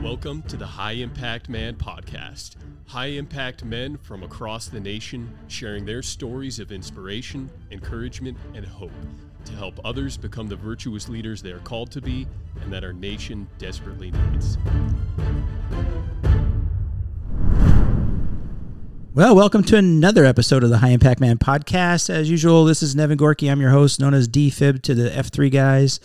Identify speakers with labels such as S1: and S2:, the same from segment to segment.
S1: Welcome to the High Impact Man podcast. High impact men from across the nation sharing their stories of inspiration, encouragement, and hope to help others become the virtuous leaders they are called to be and that our nation desperately needs.
S2: Well, welcome to another episode of the High Impact Man podcast. As usual, this is Nevin Gorky. I'm your host, known as DFib to the F3 guys.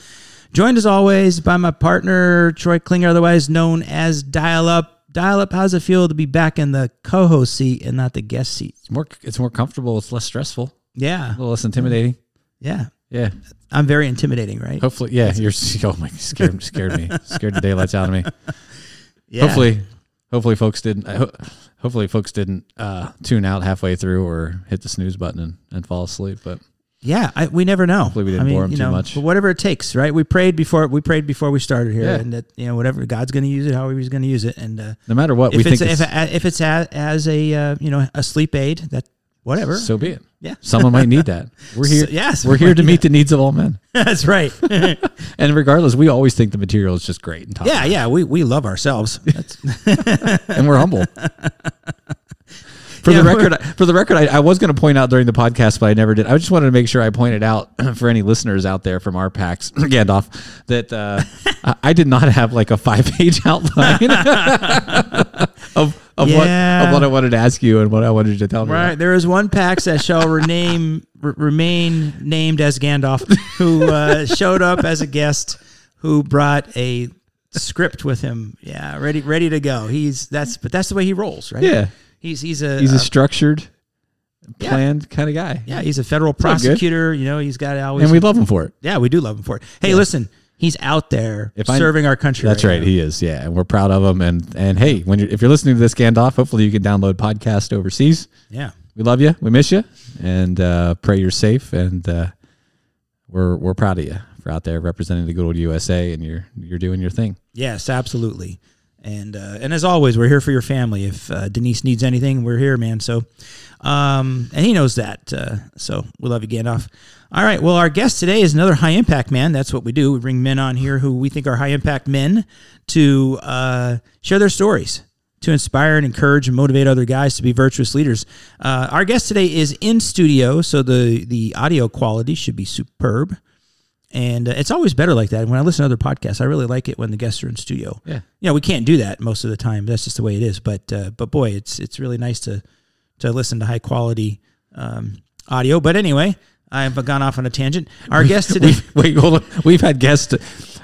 S2: Joined as always by my partner, Troy Klinger, otherwise known as Dial Up. Dial Up, how's it feel to be back in the co host seat and not the guest seat?
S3: It's more it's more comfortable. It's less stressful.
S2: Yeah.
S3: A little less intimidating.
S2: Yeah.
S3: Yeah.
S2: I'm very intimidating, right?
S3: Hopefully. Yeah. You're oh my scared scared me scared the daylights out of me.
S2: Yeah.
S3: Hopefully. Hopefully folks didn't. I ho- hopefully folks didn't uh, tune out halfway through or hit the snooze button and, and fall asleep. But
S2: Yeah. I, we never know.
S3: Hopefully we didn't
S2: I mean,
S3: bore 'em
S2: you
S3: too
S2: know,
S3: much.
S2: But whatever it takes, right? We prayed before we prayed before we started here
S3: Yeah.
S2: and that, you know, whatever God's going to use it, however he's going to use it. And, uh,
S3: no matter what, we
S2: if
S3: think
S2: it's, if,
S3: it's-
S2: a- if it's a, as a uh, you know a sleep aid that whatever
S3: so be it.
S2: yeah
S3: Someone might need that. We're here.
S2: So- yes,
S3: we're here to meet the needs of all men.
S2: that's right
S3: And regardless, we always think the material is just great and top.
S2: yeah yeah we, we love ourselves
S3: and we're humble. For
S2: Yeah,
S3: the
S2: we're-
S3: record, for the record, I, I was going to point out during the podcast, but I never did. I just wanted to make sure I pointed out for any listeners out there from our packs, Gandalf, that uh, I, I did not have like a five-page outline of of what
S2: Yeah.
S3: of what I wanted to ask you and what I wanted you to tell me.
S2: right there is one pax that shall rename r- remain named as Gandalf who uh, showed up as a guest who brought a script with him yeah ready ready to go he's that's but that's the way he rolls right
S3: Yeah.
S2: he's he's a,
S3: He's
S2: uh,
S3: a structured,
S2: Yeah.
S3: planned kind of guy,
S2: yeah he's a federal
S3: all good.
S2: prosecutor you know he's got to always
S3: and we love him for it.
S2: yeah we do love him for it hey listen he's out there
S3: If I-
S2: serving our country
S3: That's right,
S2: now.
S3: he is. Yeah, and we're proud of him. And and hey, when you're, if you're listening to this, Gandalf, hopefully you can download podcast overseas.
S2: yeah
S3: we love you. We miss you, and uh, pray you're safe. And uh, we're we're proud of you for out there representing the good old USA, and you're you're doing your thing.
S2: Yes, absolutely. And uh, and as always, we're here for your family. If uh, Denise needs anything, we're here, man. So, um, and he knows that. Uh, so we love you, Gandalf. All right. Well, our guest today is another high impact man. That's what we do. We bring men on here who we think are high impact men to uh, share their stories, to inspire and encourage and motivate other guys to be virtuous leaders. Uh, our guest today is in studio, so the the audio quality should be superb and uh, it's always better like that. When I listen to other podcasts, I really like it when the guests are in studio.
S3: Yeah.
S2: you know, we can't do that most of the time. That's just the way it is. But uh, but boy, it's it's really nice to to listen to high quality um, audio. But anyway, I've gone off on a tangent. Our guest today,
S3: We've, wait, hold on. We've had guests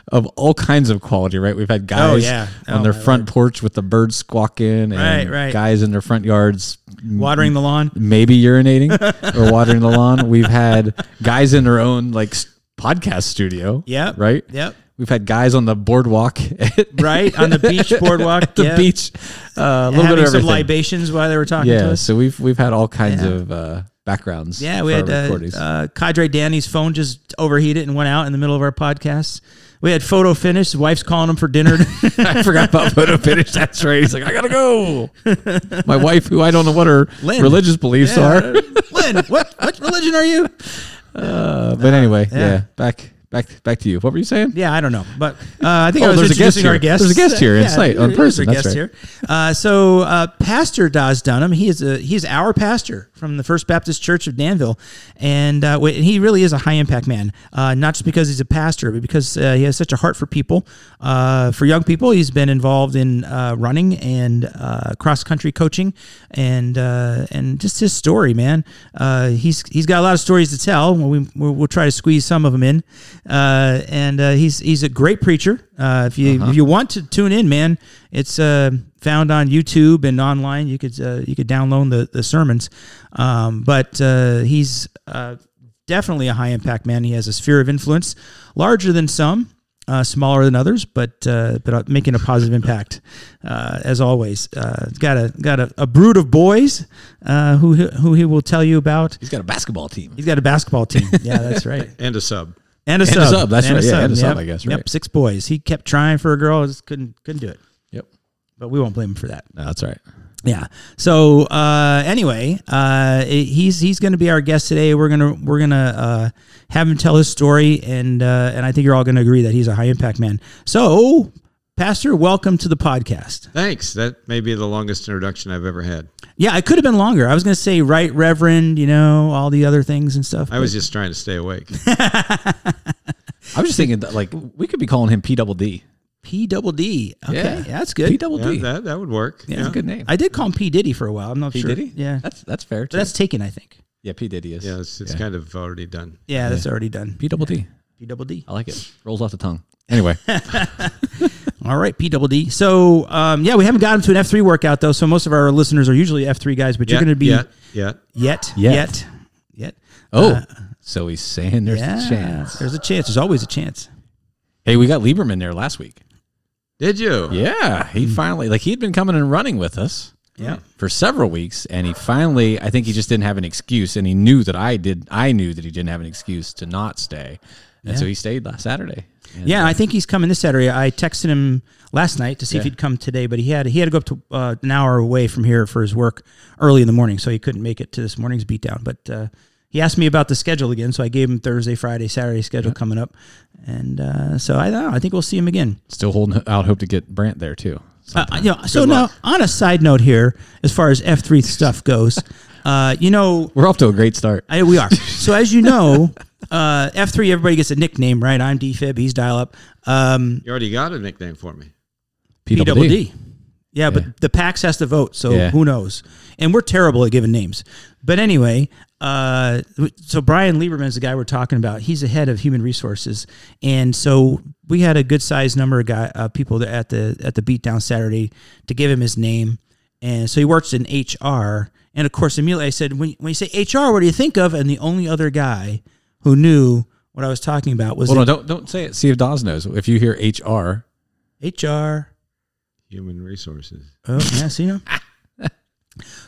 S3: of all kinds of quality, right? We've had guys
S2: yeah. Oh,
S3: on their
S2: my
S3: front porch with the birds squawking, and
S2: Right, right.
S3: guys in their front yards
S2: watering the lawn.
S3: maybe urinating or watering the lawn. We've had guys in their own like s- podcast studio.
S2: Yep.
S3: right.
S2: Yep.
S3: We've had guys on the boardwalk at
S2: Right on the beach boardwalk,
S3: at the
S2: yeah.
S3: beach. Uh, a little
S2: having
S3: bit of
S2: some
S3: everything.
S2: libations while they were talking to
S3: yeah,
S2: us.
S3: so we've we've had all kinds
S2: Yeah.
S3: of uh, backgrounds.
S2: Yeah, we
S3: for
S2: had
S3: our
S2: uh,
S3: recordings.
S2: uh, Cadre Danny's phone just overheated and went out in the middle of our podcast. We had photo finish. His wife's calling him for dinner.
S3: I forgot about photo finish. That's right. He's like, I gotta go. My wife, who I don't know what her
S2: Lynn.
S3: religious beliefs are,
S2: Lynn, what what religion are you?
S3: uh, but anyway, yeah.
S2: yeah.
S3: Back back back to you. What were you saying?
S2: Yeah, I don't know, but uh, I think
S3: Oh,
S2: I was
S3: there's a guest
S2: introducing
S3: here.
S2: our guest.
S3: There's a guest here in sight, on person, that's right.
S2: Uh, so uh, Pastor Dawes Dunham, he is a he is our pastor from the First Baptist Church of Danville, and uh, wait, and he really is a high impact man. Uh, not just because he's a pastor, but because uh, he has such a heart for people, uh, for young people. He's been involved in uh, running and uh, cross country coaching, and uh, and just his story, man. Uh, he's he's got a lot of stories to tell. We we'll, we'll try to squeeze some of them in, uh, and uh, he's he's a great preacher. Uh, if you if you want to tune in, man, it's uh, found on YouTube and online. You could uh, you could download the the sermons, um, but uh, he's uh, definitely a high impact man. He has a sphere of influence larger than some. Uh, smaller than others, but uh, but uh, making a positive impact uh, as always. Uh, he's got a got a, a brood of boys uh, who he- who he will tell you about.
S3: He's got a basketball team.
S2: He's got a basketball team. Yeah, that's right.
S1: And a sub.
S2: And a
S3: a
S2: sub.
S3: sub, that's right. Yeah, and a sub,
S2: Yep.
S3: I guess,
S2: Yep,
S3: right.
S2: six boys. He kept trying for a girl, just couldn't couldn't do it.
S3: Yep.
S2: But we won't blame him for that.
S3: No, that's all right.
S2: Yeah. So uh, anyway, uh, it- he's he's going to be our guest today. We're gonna we're gonna uh, have him tell his story, and uh, and I think you're all going to agree that he's a high impact man. So Pastor, welcome to the podcast.
S4: Thanks. That may be the longest introduction I've ever had.
S2: Yeah, it could have been longer. I was going to say, right, Reverend, you know, all the other things and stuff.
S4: I was just trying to stay awake.
S3: I was just thinking that like we could be calling him P double D.
S2: P double D. Okay,
S3: Yeah.
S2: that's
S3: P
S2: good.
S3: double
S4: Yeah,
S3: D.
S4: that that would work.
S3: That's a good name.
S2: I did call him P Diddy for a while. I'm not
S3: P
S2: sure.
S3: Diddy.
S2: Yeah,
S3: that's that's fair.
S2: but
S3: Too.
S2: that's taken, I think.
S3: yeah, P Diddy is.
S4: Yeah, it's, it's kind of already done.
S2: Yeah, that's already done.
S3: P double D.
S2: P double D.
S3: I like it. Rolls off the tongue. Anyway,
S2: All right, P double D. So um, yeah, we haven't gotten to an F three workout though. So most of our listeners are usually F three guys, but you're going to be
S4: yeah, yeah.
S2: yet,
S3: Yeah.
S2: yet, yet.
S3: oh, so he's saying there's
S2: Yeah,
S3: a chance.
S2: There's a chance. There's always a chance.
S3: Hey, we got Lieberman there last week.
S4: Did you?
S3: Yeah,
S2: Mm-hmm.
S3: he finally like he'd been coming and running with us.
S2: Yeah.
S3: for several weeks and he finally I think he just didn't have an excuse and he knew that I did I knew that he didn't have an excuse to not stay. And so he stayed last Saturday. And
S2: Yeah, I think he's coming this Saturday. I texted him last night to see if
S3: Yeah.
S2: he'd come today, but he had he had to go up to uh, an hour away from here for his work early in the morning, so he couldn't make it to this morning's beatdown. But uh, he asked me about the schedule again, so I gave him Thursday, Friday, Saturday schedule coming up, and uh, so I don't know, I think we'll see him again.
S3: Still holding out hope to get Brant there too. So,
S2: Uh, you know, so now on a side note here, as far as F three stuff goes, uh, you know
S3: we're off to a great start.
S2: I, we are. So as you know, uh, F three everybody gets a nickname, right? I'm DFib, he's dial up. Um,
S4: You already got a nickname for me.
S2: P double D. Yeah, but the PAX has to vote, so
S3: Yeah.
S2: who knows? And we're terrible at giving names. But anyway, uh, so Brian Lieberman is the guy we're talking about. He's the head of human resources, and so we had a good sized number of guy uh, people that at the at the beatdown Saturday to give him his name, and so he works in HR. And of course, immediately I said, when, when you say HR, what do you think of? And the only other guy who knew what I was talking about was
S3: Hold on, don't don't say it. See if Dawes knows. If you hear HR,
S2: HR.
S4: Human resources.
S2: Oh, yeah, see him?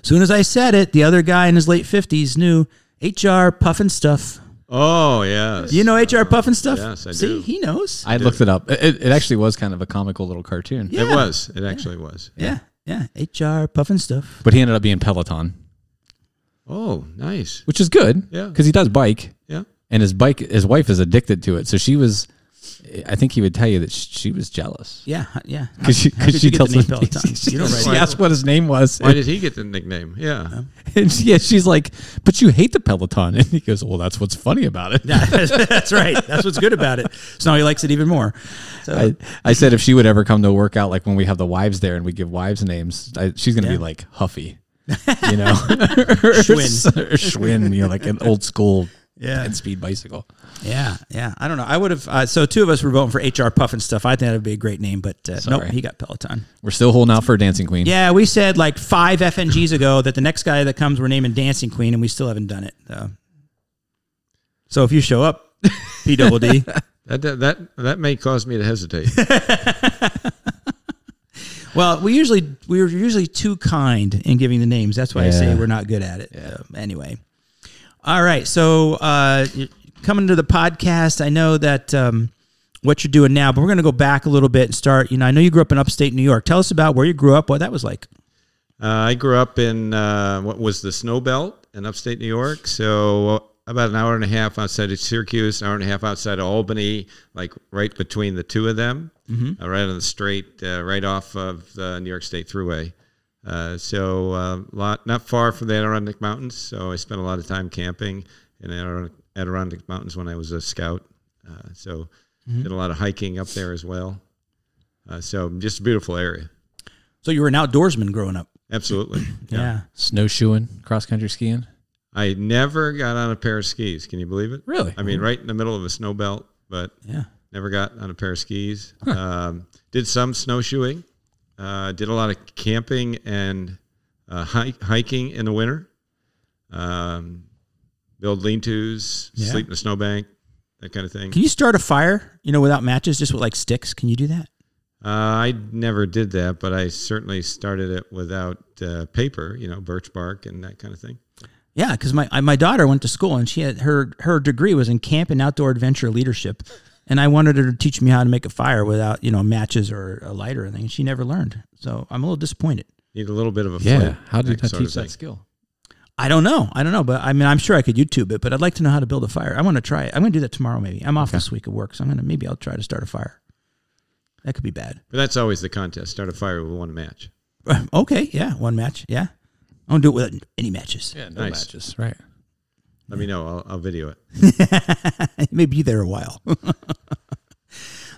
S2: Soon as I said it, the other guy in his late 50s knew HR puffin stuff.
S4: Oh yes.
S2: You know HR puffin stuff?
S4: Yes, I
S2: see,
S4: do.
S2: he knows.
S3: I looked it up. It, it- it actually was kind of a comical little cartoon.
S4: It was. It actually was.
S2: yeah, yeah, HR puffin stuff.
S3: But he ended up being Peloton,
S4: Oh, nice.
S3: which is good.
S4: Yeah.
S3: Because he does bike.
S4: Yeah.
S3: and his bike his wife is addicted to it so she was i think he would tell you that sh- she was jealous
S2: Yeah, huh, yeah.
S3: because she,
S2: How
S3: cause
S2: did
S3: she
S2: you get
S3: tells
S2: the name
S3: him
S2: Peloton?
S3: she,
S2: You don't write
S3: she
S2: it.
S3: asked what his name was
S4: Why
S3: and,
S4: did he get the nickname? Yeah.
S3: and she, yeah, she's like but you hate the peloton and he goes well that's what's funny about it
S2: Yeah, that's right. That's what's good about it. So now he likes it even more. So
S3: I, I said if she would ever come to a workout like when we have the wives there and we give wives names I, she's gonna
S2: Yeah.
S3: be like huffy you know schwinn or schwinn you know like an old school
S2: Yeah.
S3: 10 speed bicycle
S2: yeah, yeah. I don't know. I would have. Uh, so two of us were voting for HR puffin stuff. I think that would be a great name, but uh, nope,
S3: Sorry.
S2: he got Peloton.
S3: we're still holding out for a dancing queen
S2: Yeah, we said like five FNGs ago that the next guy that comes, we're naming Dancing Queen, and we still haven't done it. So, so if you show up, P double D.
S4: That, that that that may cause me to hesitate.
S2: Well, we usually we're usually too kind in giving the names. That's why I say
S3: Yeah.
S2: we're not good at it. So, anyway, all right. So uh, you're coming to the podcast, I know that um, what you're doing now, but we're going to go back a little bit and start. You know, I know you grew up in upstate New York. Tell us about where you grew up, what that was like.
S4: Uh, I grew up in uh, what was the Snow Belt in upstate New York. So about an hour and a half outside of Syracuse, an hour and a half outside of Albany, like right between the two of them, uh, right on the straight, uh, right off of the New York State Thruway. Uh, so uh, lot not far from the Adirondack Mountains. So I spent a lot of time camping in Adiron- Adirondack Mountains when I was a scout. Uh, so did a lot of hiking up there as well. Uh, so just a beautiful area.
S2: So you were an outdoorsman growing up.
S4: Absolutely.
S2: Yeah.
S3: snowshoeing cross country skiing
S4: I never got on a pair of skis. Can you believe it?
S3: Really? Mm-hmm.
S4: I mean, right in the middle of a snow belt, but
S2: Yeah.
S4: never got on a pair of skis. Um, did some snowshoeing. Uh, did a lot of camping and uh, hike, hiking in the winter. Um, build lean-tos,
S2: Yeah.
S4: sleep in a snowbank, that kind of thing.
S2: Can you start a fire, you know, without matches, just with like sticks? Can you do that?
S4: Uh, I never did that, but I certainly started it without uh, paper, you know, birch bark and that kind of thing.
S2: Yeah, because my I, my daughter went to school and she had her her degree was in camp and outdoor adventure leadership, and I wanted her to teach me how to make a fire without you know matches or a lighter or anything. and She never learned, so I'm a little disappointed.
S4: Need a little bit of a
S3: Yeah.
S4: flint,
S3: How did I
S4: sort of
S3: teach that
S4: thing.
S3: skill?
S2: I don't know, I don't know, but I mean I'm sure I could YouTube it, but I'd like to know how to build a fire. I want to try it. I'm going to do that tomorrow maybe. I'm off this week of work, so I'm gonna maybe I'll try to start a fire. That could be bad.
S4: But that's always the contest. Start a fire with one match.
S2: Okay, yeah, one match. Yeah, I don't do it with any matches.
S1: Yeah, no
S4: Nice.
S1: matches.
S3: right.
S4: Let me know. I'll, I'll video it.
S2: It may be there a while.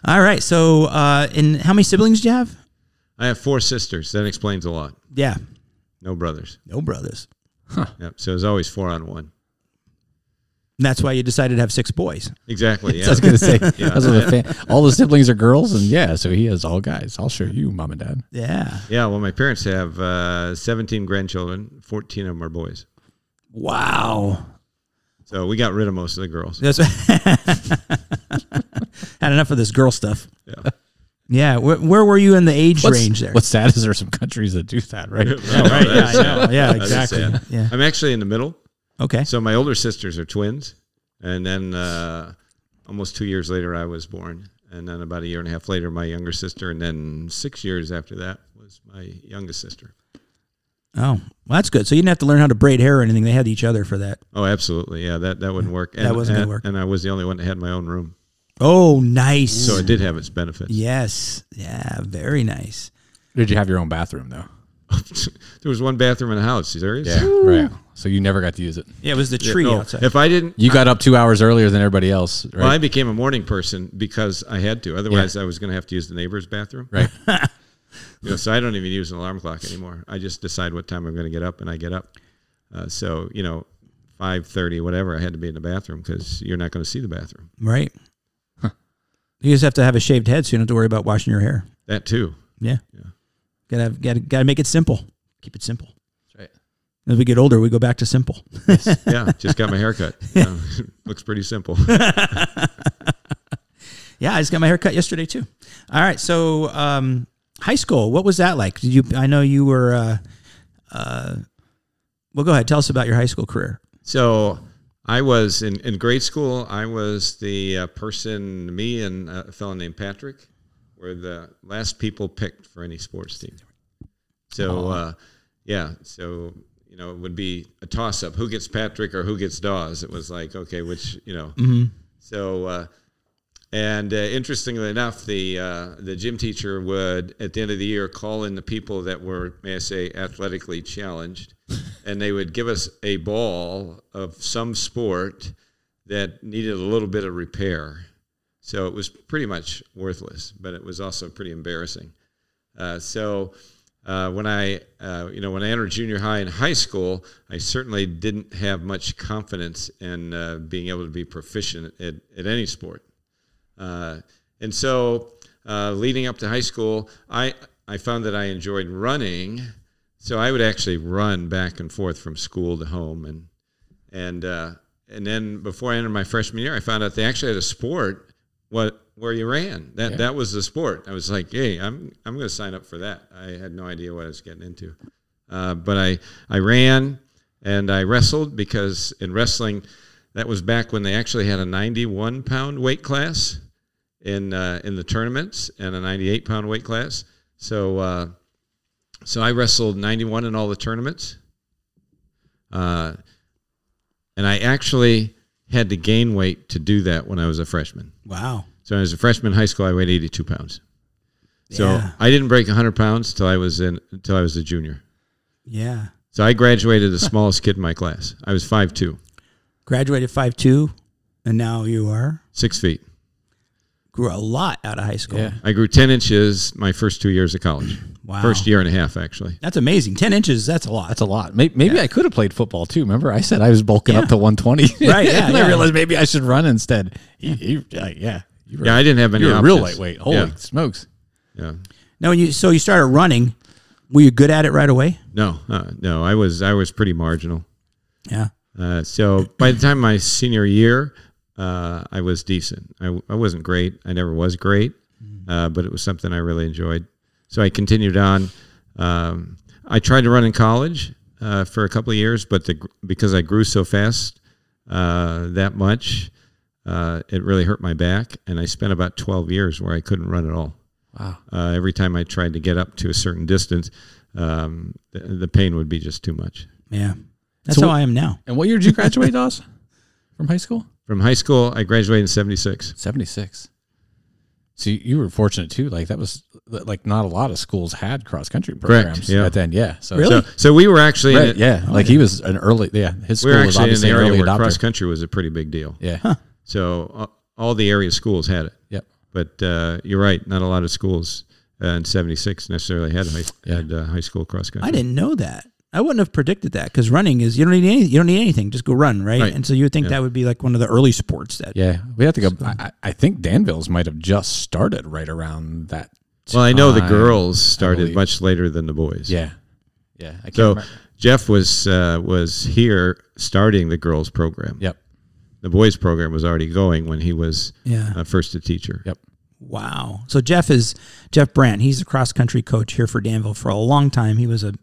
S2: All right. So, uh, and how many siblings do you have?
S4: I have four sisters. That explains a lot.
S2: Yeah,
S4: No brothers.
S2: no brothers.
S4: Yep. So it's always four on one.
S2: And that's why you decided to have six boys.
S4: Exactly. Yeah.
S3: I was gonna say
S4: Yeah.
S3: that's what the fa- all the siblings are girls, and yeah, so he has all guys. I'll show you, mom and dad.
S2: Yeah.
S4: yeah. Well, my parents have uh, 17 grandchildren. 14 of them are boys.
S2: Wow.
S4: So we got rid of most of the girls.
S2: That's had enough of this girl stuff.
S4: Yeah.
S2: Yeah. Where, where were you in the age
S3: What's-
S2: range there?
S3: What's sad is there are some countries that do that, right?
S2: right? Yeah,
S4: That's
S2: I know.
S4: sad.
S2: Yeah,
S4: That is
S2: exactly.
S4: sad.
S2: Yeah.
S4: I'm actually in the middle.
S2: Okay.
S4: So my older sisters are twins, and then uh, almost two years later I was born, and then about a year and a half later my younger sister, and then six years after that was my youngest sister.
S2: Oh, well, that's good. So you didn't have to learn how to braid hair or anything. They had each other for that.
S4: Oh, absolutely, yeah, that that wouldn't work. And,
S2: That wasn't gonna
S4: and-
S2: work.
S4: And I was the only one that had my own room,
S2: Oh, nice.
S4: so it did have its benefits.
S2: yes. Yeah. Very nice.
S3: Did you have your own bathroom though?
S4: there was one bathroom in the house. You serious?
S3: right. So you never got to use it.
S2: Yeah. It was the
S4: Yeah,
S2: tree
S4: no,
S2: outside.
S4: If I didn't,
S3: You got up two hours earlier than everybody else, right?
S4: well, I became a morning person because I had to. Otherwise, I was going to have to use the neighbor's bathroom.
S3: right.
S4: You know, so I don't even use an alarm clock anymore. I just decide what time I'm going to get up, and I get up. Uh, so you know, five thirty, whatever. I had to be in the bathroom because you're not going to see the bathroom.
S2: Right. You just have to have a shaved head, so you don't have to worry about washing your hair.
S4: That too.
S2: Yeah.
S4: Yeah.
S2: Gotta have, gotta gotta make it simple. Keep it simple.
S3: That's right.
S2: As we get older, we go back to simple.
S4: Yeah, just got my haircut. You know, looks pretty simple.
S2: yeah, I just got my hair cut yesterday too. All right, so um, high school, what was that like? Did you? I know you were. Uh, uh, well, go ahead. Tell us about your high school career.
S4: So I was in, in grade school. I was the uh, person, me and a fellow named Patrick, were the last people picked for any sports team. So uh, yeah, so you know it would be a toss up: who gets Patrick or who gets Dawes. It was like okay, which you know. So. Uh, and uh, interestingly enough, the uh, the gym teacher would at the end of the year call in the people that were, may I say, athletically challenged, and they would give us a ball of some sport that needed a little bit of repair. So it was pretty much worthless, but it was also pretty embarrassing. Uh, so uh, when I, uh, you know, when I entered junior high and high school, I certainly didn't have much confidence in uh, being able to be proficient at, at any sport. Uh, and so, uh, leading up to high school, I I found that I enjoyed running, so I would actually run back and forth from school to home, and and uh, and then before I entered my freshman year, I found out they actually had a sport what where you ran. That that was the sport. I was like, hey, I'm I'm going to sign up for that. I had no idea what I was getting into, uh, but I I ran and I wrestled because in wrestling. That was back when they actually had a 91 pound weight class in uh, in the tournaments and a 98 pound weight class. So uh, so I wrestled 91 in all the tournaments, uh, and I actually had to gain weight to do that when I was a freshman.
S2: Wow.
S4: So when I was a freshman in high school, I weighed 82 pounds. So
S2: Yeah.
S4: I didn't break 100 pounds till I was in till I was a junior.
S2: Yeah.
S4: So I graduated the smallest kid in my class. I was 5'2",
S2: Graduated five two, and now you are
S4: six feet.
S2: grew a lot out of high school.
S3: Yeah.
S4: I grew 10 inches my first two years of college.
S2: Wow.
S4: First year and a half, actually.
S2: That's amazing. Ten inches. That's a lot.
S3: That's a lot. Maybe, maybe I could have played football too. Remember, I said I was bulking
S2: Yeah.
S3: up to 120.
S2: Right, yeah,
S3: and
S2: yeah.
S3: I realized maybe I should run instead. He, he, yeah, yeah. You were,
S4: Yeah, I didn't have any.
S3: you were a real
S4: options.
S3: lightweight. Holy
S4: Yeah,
S3: smokes.
S4: yeah.
S2: Now, when you so you started running, were you good at it right away?
S4: No, uh, no. I was I was pretty marginal.
S2: Yeah.
S4: Uh, so by the time my senior year, uh, I was decent. I, I wasn't great. I never was great, uh, but it was something I really enjoyed. So I continued on. Um, I tried to run in college uh, for a couple of years, but the, gr- because I grew so fast uh, that much, uh, it really hurt my back, and I spent about twelve years where I couldn't run at all.
S3: Wow.
S4: Uh, every time I tried to get up to a certain distance, um, the, the pain would be just too much.
S2: Yeah. That's
S3: So
S2: how
S3: what-
S2: I am now.
S3: And what year did you graduate, Dawes? From high school?
S4: From high school, I graduated in '76.
S3: 76. So you, you were fortunate too. Like that was like not a lot of schools had cross country programs
S4: yeah.
S3: at then. Yeah. So
S2: Really?
S3: so-
S4: So, so we were actually
S3: right,
S4: in it,
S3: yeah. Like he was an early. Yeah. His
S4: we
S3: school
S4: were
S3: was
S4: actually in the
S3: obviously an
S4: area
S3: early
S4: where
S3: adopter.
S4: cross country was a pretty big deal.
S3: yeah.
S4: So uh, all the area schools had it.
S3: Yep.
S4: But uh, you're right, not a lot of schools uh, in '76 necessarily had high, had, uh, high school cross country.
S2: I didn't know that. I wouldn't have predicted that because running is you don't need any, you don't need anything. Just go run, right?
S4: Right.
S2: And so you would think that would be like one of the early sports that.
S3: Yeah. We have to go. I, I I think Danville's might have just started right around that.
S4: Well, I know the
S3: time.
S4: girls started
S3: believe.
S4: much later than the boys.
S3: Yeah. Yeah. I can't
S4: So
S3: remember.
S4: Jeff was uh, was here starting the girls program.
S3: Yep.
S4: The boys program was already going when he was
S2: Yeah.
S4: uh, first a teacher.
S3: Yep.
S2: Wow. So Jeff is Jeff Brandt. He's a cross country coach here for Danville for a long time. He was a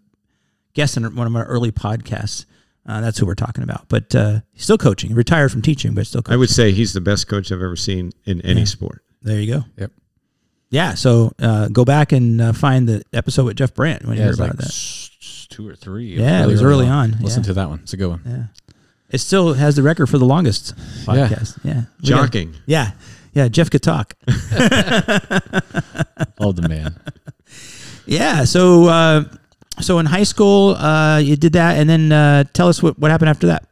S2: guest in one of our early podcasts. Uh, that's who we're talking about. But uh, he's still coaching. Retired from teaching, but still
S4: I
S2: coaching.
S4: would say he's the best coach I've ever seen in any sport.
S2: there you go.
S3: Yep.
S2: Yeah. So uh, go back and uh, find the episode with Jeff Brandt when you hear
S3: Yeah. It was
S2: about
S3: like
S2: that.
S3: s- s- two or three.
S2: Yeah, it was early on,
S3: Listen
S2: yeah.
S3: to that one. It's a good one.
S2: Yeah. It still has the record for the longest podcast. Yeah. We got-
S4: Shocking.
S2: yeah. Yeah. Jeff could talk.
S3: Love the man.
S2: yeah. So, uh, so in high school, uh, you did that, and then uh, tell us what, what happened after that.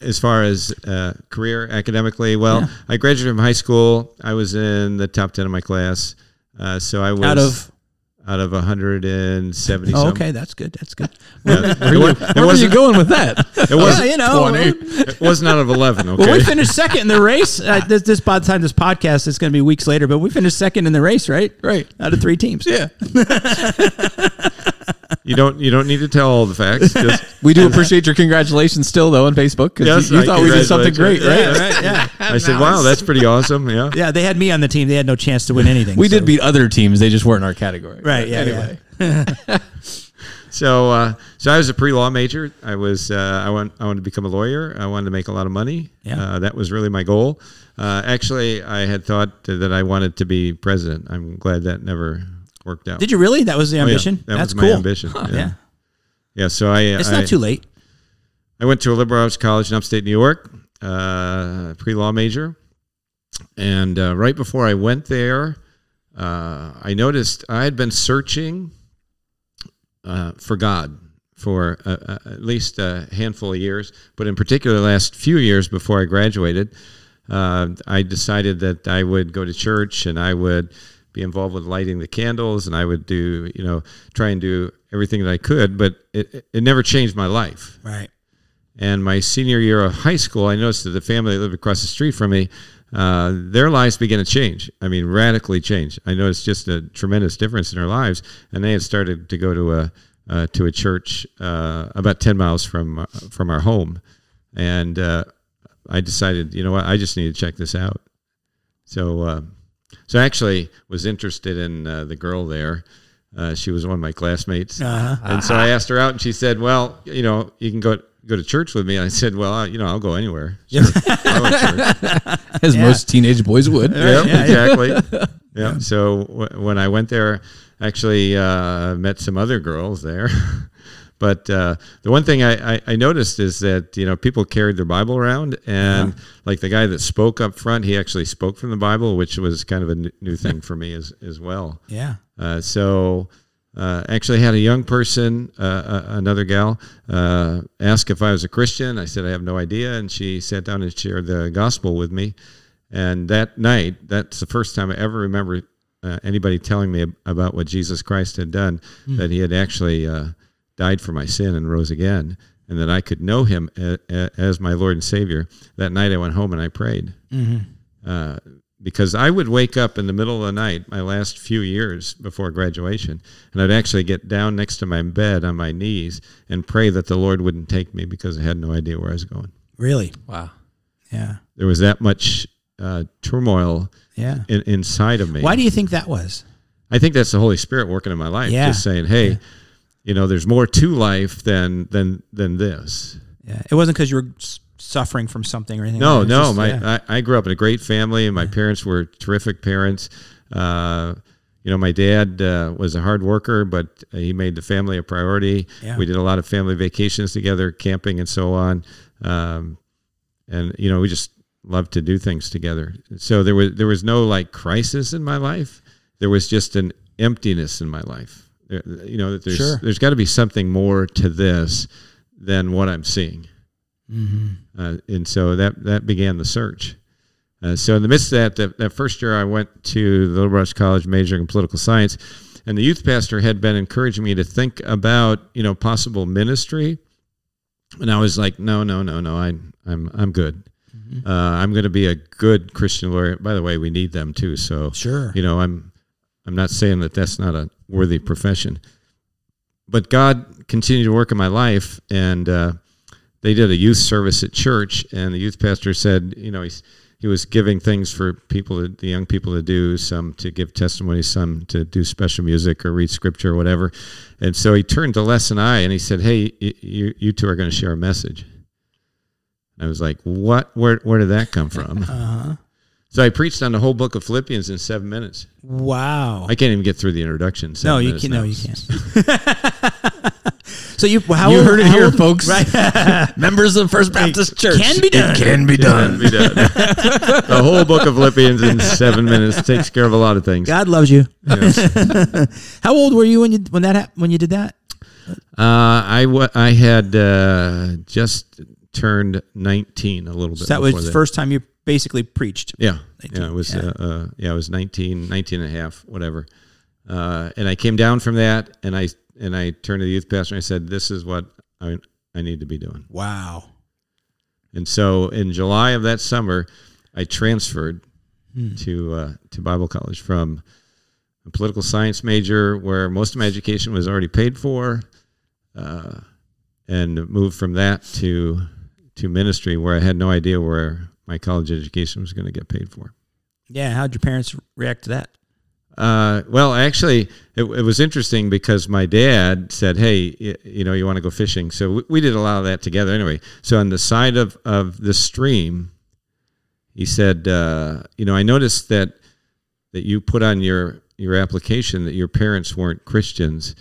S4: as far as uh, career academically, well, I graduated from high school. I was in the top ten of my class, uh, so I was
S2: Out of
S4: out of 170.
S2: oh,
S4: some.
S2: okay, that's good. That's good.
S4: Uh, it, wa- it
S3: Where was you
S4: wasn't.
S3: going with that?
S4: It wasn't.
S2: yeah, you know.
S4: It wasn't out of 11. Okay.
S2: Well, we finished second in the race. Uh, this, this by the time this podcast is going to be weeks later, but we finished second in the race, right?
S3: Right.
S2: Out of three teams.
S3: Yeah.
S4: you don't. You don't need to tell all the facts. Just,
S3: We
S2: uh,
S3: do appreciate your congratulations still, though, on Facebook because
S4: Yes,
S3: you, you
S4: I
S3: thought we did something great,
S4: congratulate you.
S3: right?
S2: Yeah, right. Yeah.
S4: I said, "Wow, that's pretty awesome." Yeah.
S2: Yeah, they had me on the team. They had no chance to win anything.
S3: We
S2: so-
S3: did beat other teams; they just weren't in our category.
S2: Right. Yeah.
S3: Anyway,
S4: So, uh, so I was a pre-law major. I was. Uh, I want. I wanted to become a lawyer. I wanted to make a lot of money.
S2: Yeah.
S4: Uh, that was really my goal. Uh, actually, I had thought that I wanted to be president. I'm glad that never worked out.
S2: Did you really? That was the ambition.
S4: Oh, that
S2: that's
S4: was my
S2: cool.
S4: ambition. Yeah.
S2: Yeah.
S4: yeah. So I.
S2: It's
S4: I,
S2: not too late.
S4: I went to a liberal arts college in upstate New York, uh, pre law major. And uh, right before I went there, uh, I noticed I had been searching uh, for God for uh, uh, at least a handful of years, but in particular, the last few years before I graduated, uh, I decided that I would go to church and I would be involved with lighting the candles and I would do, you know, try and do everything that I could, but it, it- it never changed my life.
S2: Right.
S4: And my senior year of high school, I noticed that the family that lived across the street from me, uh, their lives began to change. I mean, radically change. I noticed just a tremendous difference in their lives, and they had started to go to a uh, to a church uh, about ten miles from uh, from our home, and uh, I decided, you know what, I just need to check this out. So, uh, so I actually was interested in uh, the girl there. Uh, she was one of my classmates, and so I asked her out, and she said, "Well, you know, you can go go to church with me." And I said, "Well, I, you know, I'll go anywhere." Sure. I'll go to church.
S3: as most teenage boys would.
S4: yeah, exactly. Yeah. So w- when I went there, actually uh, met some other girls there. but uh, the one thing I, I, I noticed is that you know people carried their Bible around, and like the guy that spoke up front, he actually spoke from the Bible, which was kind of a n- new thing for me as as well.
S2: Yeah.
S4: Uh, so uh, actually had a young person, uh, uh, another gal, uh, ask if I was a Christian. I said I have no idea, and she sat down and shared the gospel with me. And that night, that's the first time I ever remember uh, anybody telling me ab- about what Jesus Christ had done, that He had actually uh, died for my sin and rose again, and that I could know Him a- a- as my Lord and Savior. That night, I went home and I prayed uh, because I would wake up in the middle of the night my last few years before graduation, and I'd actually get down next to my bed on my knees and pray that the Lord wouldn't take me because I had no idea where I was going.
S2: Really.
S3: Wow.
S2: Yeah.
S4: There was that much uh, turmoil
S2: Yeah.
S4: in, inside of me.
S2: Why do you think that was?
S4: I think that's the Holy Spirit working in my life,
S2: Yeah.
S4: just saying, "Hey, you know, there's more to life than than than this."
S2: Yeah. It wasn't because you were s- suffering from something or anything.
S4: No,
S2: like that.
S4: no.
S2: It's just-
S4: my
S2: yeah.
S4: I, I grew up in a great family, and my parents were terrific parents. Uh, you know, my dad uh, was a hard worker, but he made the family a priority.
S2: Yeah.
S4: We did a lot of family vacations together, camping and so on. Um, and you know, we just loved to do things together. So there was there was no like crisis in my life. There was just an emptiness in my life. There- You know that there's
S3: Sure.
S4: there's got to be something more to this than what I'm seeing. Uh, and so that that began the search. Uh, so in the midst of that, that, that first year I went to the Little Rock College majoring in political science, and the youth pastor had been encouraging me to think about you know possible ministry, and I was like, no, no, no, no, I I'm I'm good. Uh, I'm going to be a good Christian lawyer. By the way, we need them too. So
S2: Sure.
S4: you know I'm I'm not saying that that's not a worthy profession, but God continued to work in my life and. Uh, they did a youth service at church, and the youth pastor said, you know, he's, he was giving things for people, to, the young people to do, some to give testimony, some to do special music or read scripture or whatever. And so he turned to Les and I, and he said, hey, y- you, you two are going to share a message. I was like, what? Where, where did that come from?
S2: Uh-huh.
S4: So I preached on the whole book of Philippians in seven minutes.
S2: Wow.
S4: I can't even get through the introduction. in seven
S2: no, you
S4: minutes
S2: can't.
S4: now.
S2: No, you can't. so you how
S3: You
S2: old-
S3: heard it
S2: how
S3: here,
S2: old-
S3: folks.
S2: Right.
S3: Members of First Baptist Church.
S2: can be done.
S3: It can be done.
S4: Be done. the whole book of Philippians in seven minutes takes care of a lot of things.
S2: God loves you.
S4: Yes.
S2: How old were you when you when that hap- when you did that?
S4: Uh, I wa- I had uh, just turned 19 a little bit.
S2: So that was
S4: before
S2: the first time you basically preached.
S4: Yeah.
S2: 19,
S4: yeah, it was
S2: yeah.
S4: Uh, uh, yeah, it was 19, 19 and a half, whatever. Uh, and I came down from that and I and I turned to the youth pastor and I said, "This is what I I need to be doing."
S2: Wow.
S4: And so in July of that summer, I transferred to uh, to Bible college from a political science major where most of my education was already paid for, uh, and moved from that to to ministry where I had no idea where my college education was going to get paid for.
S2: Yeah. How'd your parents react to that?
S4: Uh, well, actually, it, it was interesting because my dad said, "Hey, y- you know, you want to go fishing?" So we, we did a lot of that together, anyway. So on the side of of the stream, he said, uh, "You know, I noticed that that you put on your your application that your parents weren't Christians.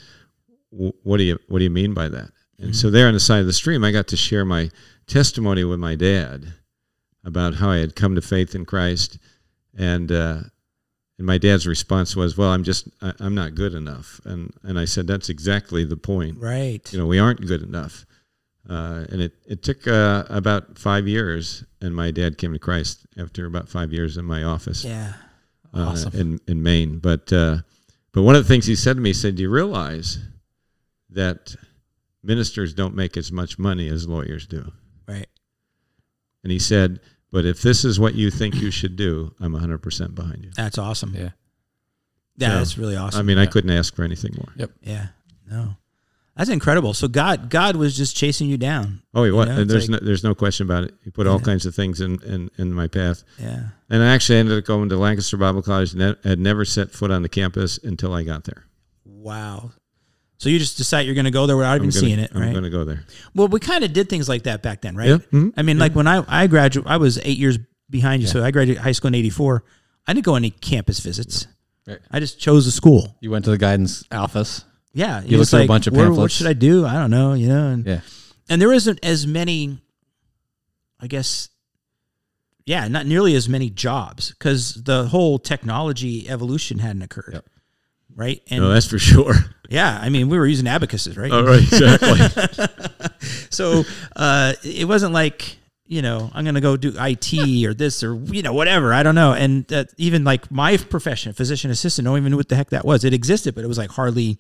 S4: W- what do you What do you mean by that?" And so there on the side of the stream, I got to share my testimony with my dad about how I had come to faith in Christ, and uh, and my dad's response was, "Well, I'm just I, I'm not good enough." And and I said, "That's exactly the point.
S2: Right.
S4: You know, we aren't good enough." Uh, and it it took uh, about five years, and my dad came to Christ after about five years in my office
S2: Yeah.
S4: uh,
S3: Awesome.
S4: in in Maine. But uh, but one of the things he said to me, he said, "Do you realize that ministers don't make as much money as lawyers do?"
S2: Right.
S4: And he said, "But if this is what you think you should do, I'm 100 percent behind you."
S2: That's awesome. Yeah.
S3: Yeah.
S4: So,
S2: that's really awesome.
S4: I mean, I couldn't ask for anything more.
S2: yeah. No. That's incredible. So God, God was just chasing you down.
S4: Oh, he was.
S2: know,
S4: and
S2: it's
S4: there's
S2: like-
S4: no, there's no question about it. He put all kinds of things in, in, in my path,
S2: Yeah.
S4: and I actually ended up going to Lancaster Bible College. And had never set foot on the campus until I got there.
S2: Wow. So you just decide you're going to go there without even
S4: I'm gonna-
S2: seeing it,
S4: I'm
S2: right?
S4: going to go there.
S2: Well, we kind of did things like that back then, right?
S4: Yeah. Mhm.
S2: I mean, like when I I graduated, I was eight years behind you, so I graduated high school in '84. I didn't go on any campus visits.
S3: Right.
S2: I just chose a school.
S3: You went to the guidance office.
S2: Yeah,
S3: You looked
S2: just
S3: through a bunch of
S2: "Where- What
S3: pamphlets.
S2: should I do? I don't know. You know, and
S3: Yeah.
S2: and there isn't as many. I guess, yeah, not nearly as many jobs because the whole technology evolution hadn't occurred,
S3: Yep.
S2: right? And
S4: No, Oh, that's for sure.
S2: yeah, I mean, we were using abacuses,
S3: Oh,
S2: right?
S4: all right, exactly.
S2: So uh, it wasn't like you know I'm gonna go do IT or this or you know whatever I don't know. And that even like my profession, physician assistant, I don't even know what the heck that was. It existed, but it was like hardly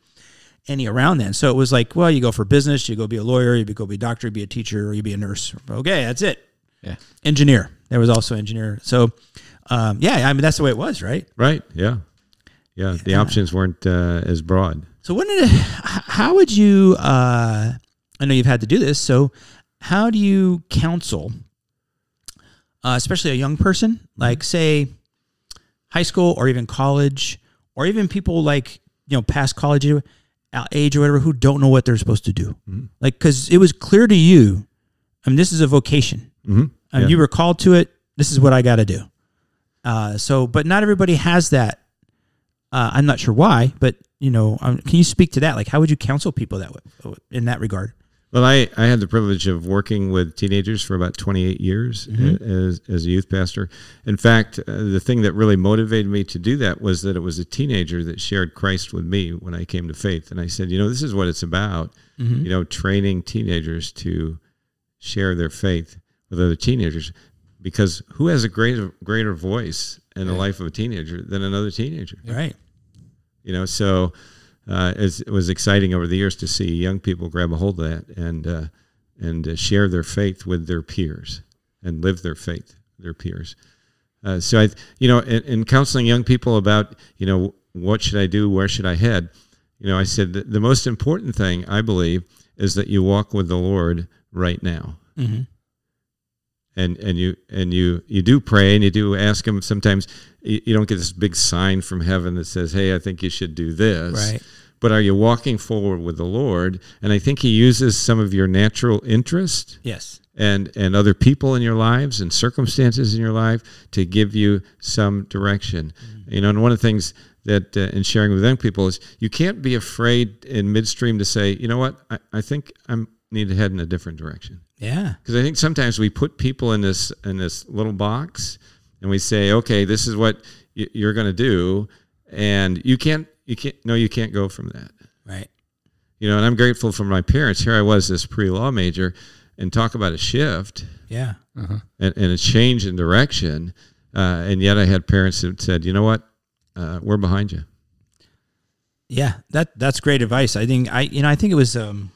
S2: any around then. So it was like, well, you go for business, you go be a lawyer, you go be a doctor, you be a teacher, or you be a nurse. Okay, that's it.
S3: Yeah.
S2: Engineer. There was also engineer. So um, yeah, I mean that's the way it was, right?
S4: right? Yeah, yeah. The options weren't uh, as broad.
S2: So when did it, h- how would you? Uh, I know you've had to do this. So how do you counsel, uh, especially a young person, like say high school or even college, or even people like you know past college uh, age or whatever who don't know what they're supposed to do? Like because it was clear to you, I mean, this is a vocation.
S4: Mm-hmm.
S2: Um, You were called to it. This is what I got to do. Uh, so, but not everybody has that. Uh, I'm not sure why, but you know, um, can you speak to that? Like, how would you counsel people that w- in that regard?
S4: Well, I, I had the privilege of working with teenagers for about 28 years as, as a youth pastor. In fact, uh, the thing that really motivated me to do that was that it was a teenager that shared Christ with me when I came to faith. And I said, you know, this is what it's about, you know, training teenagers to share their faith with other teenagers. Because who has a greater, greater voice in the life of a teenager than another teenager?
S2: Right.
S4: you know so uh, it's, it was exciting over the years to see young people grab a hold of that and uh, and uh, share their faith with their peers and live their faith with their peers uh, so i you know in, in counseling young people about you know what should i do where should i head you know i said that the most important thing i believe is that you walk with the lord right now and and you and you you do pray and you do ask him sometimes you, you don't get this big sign from heaven that says hey i think you should do this
S2: Right.
S4: but are you walking forward with the lord and i think he uses some of your natural interest
S2: Yes.
S4: and and other people in your lives and circumstances in your life to give you some direction you know and one of the things that uh, in sharing with young people is you can't be afraid in midstream to say you know what i, I think i'm need to head in a different direction
S2: Yeah.
S4: because I think sometimes we put people in this in this little box, and we say, "Okay, this is what y- you're going to do," and you can't, you can't, no, you can't go from that.
S2: Right.
S4: You know, and I'm grateful for my parents. Here I was, this pre-law major, and talk about a shift
S2: Yeah.
S4: and, and a change in direction, uh, and yet I had parents that said, "You know what? Uh, we're behind you."
S2: Yeah, that that's great advice. I think I you know I think it was um,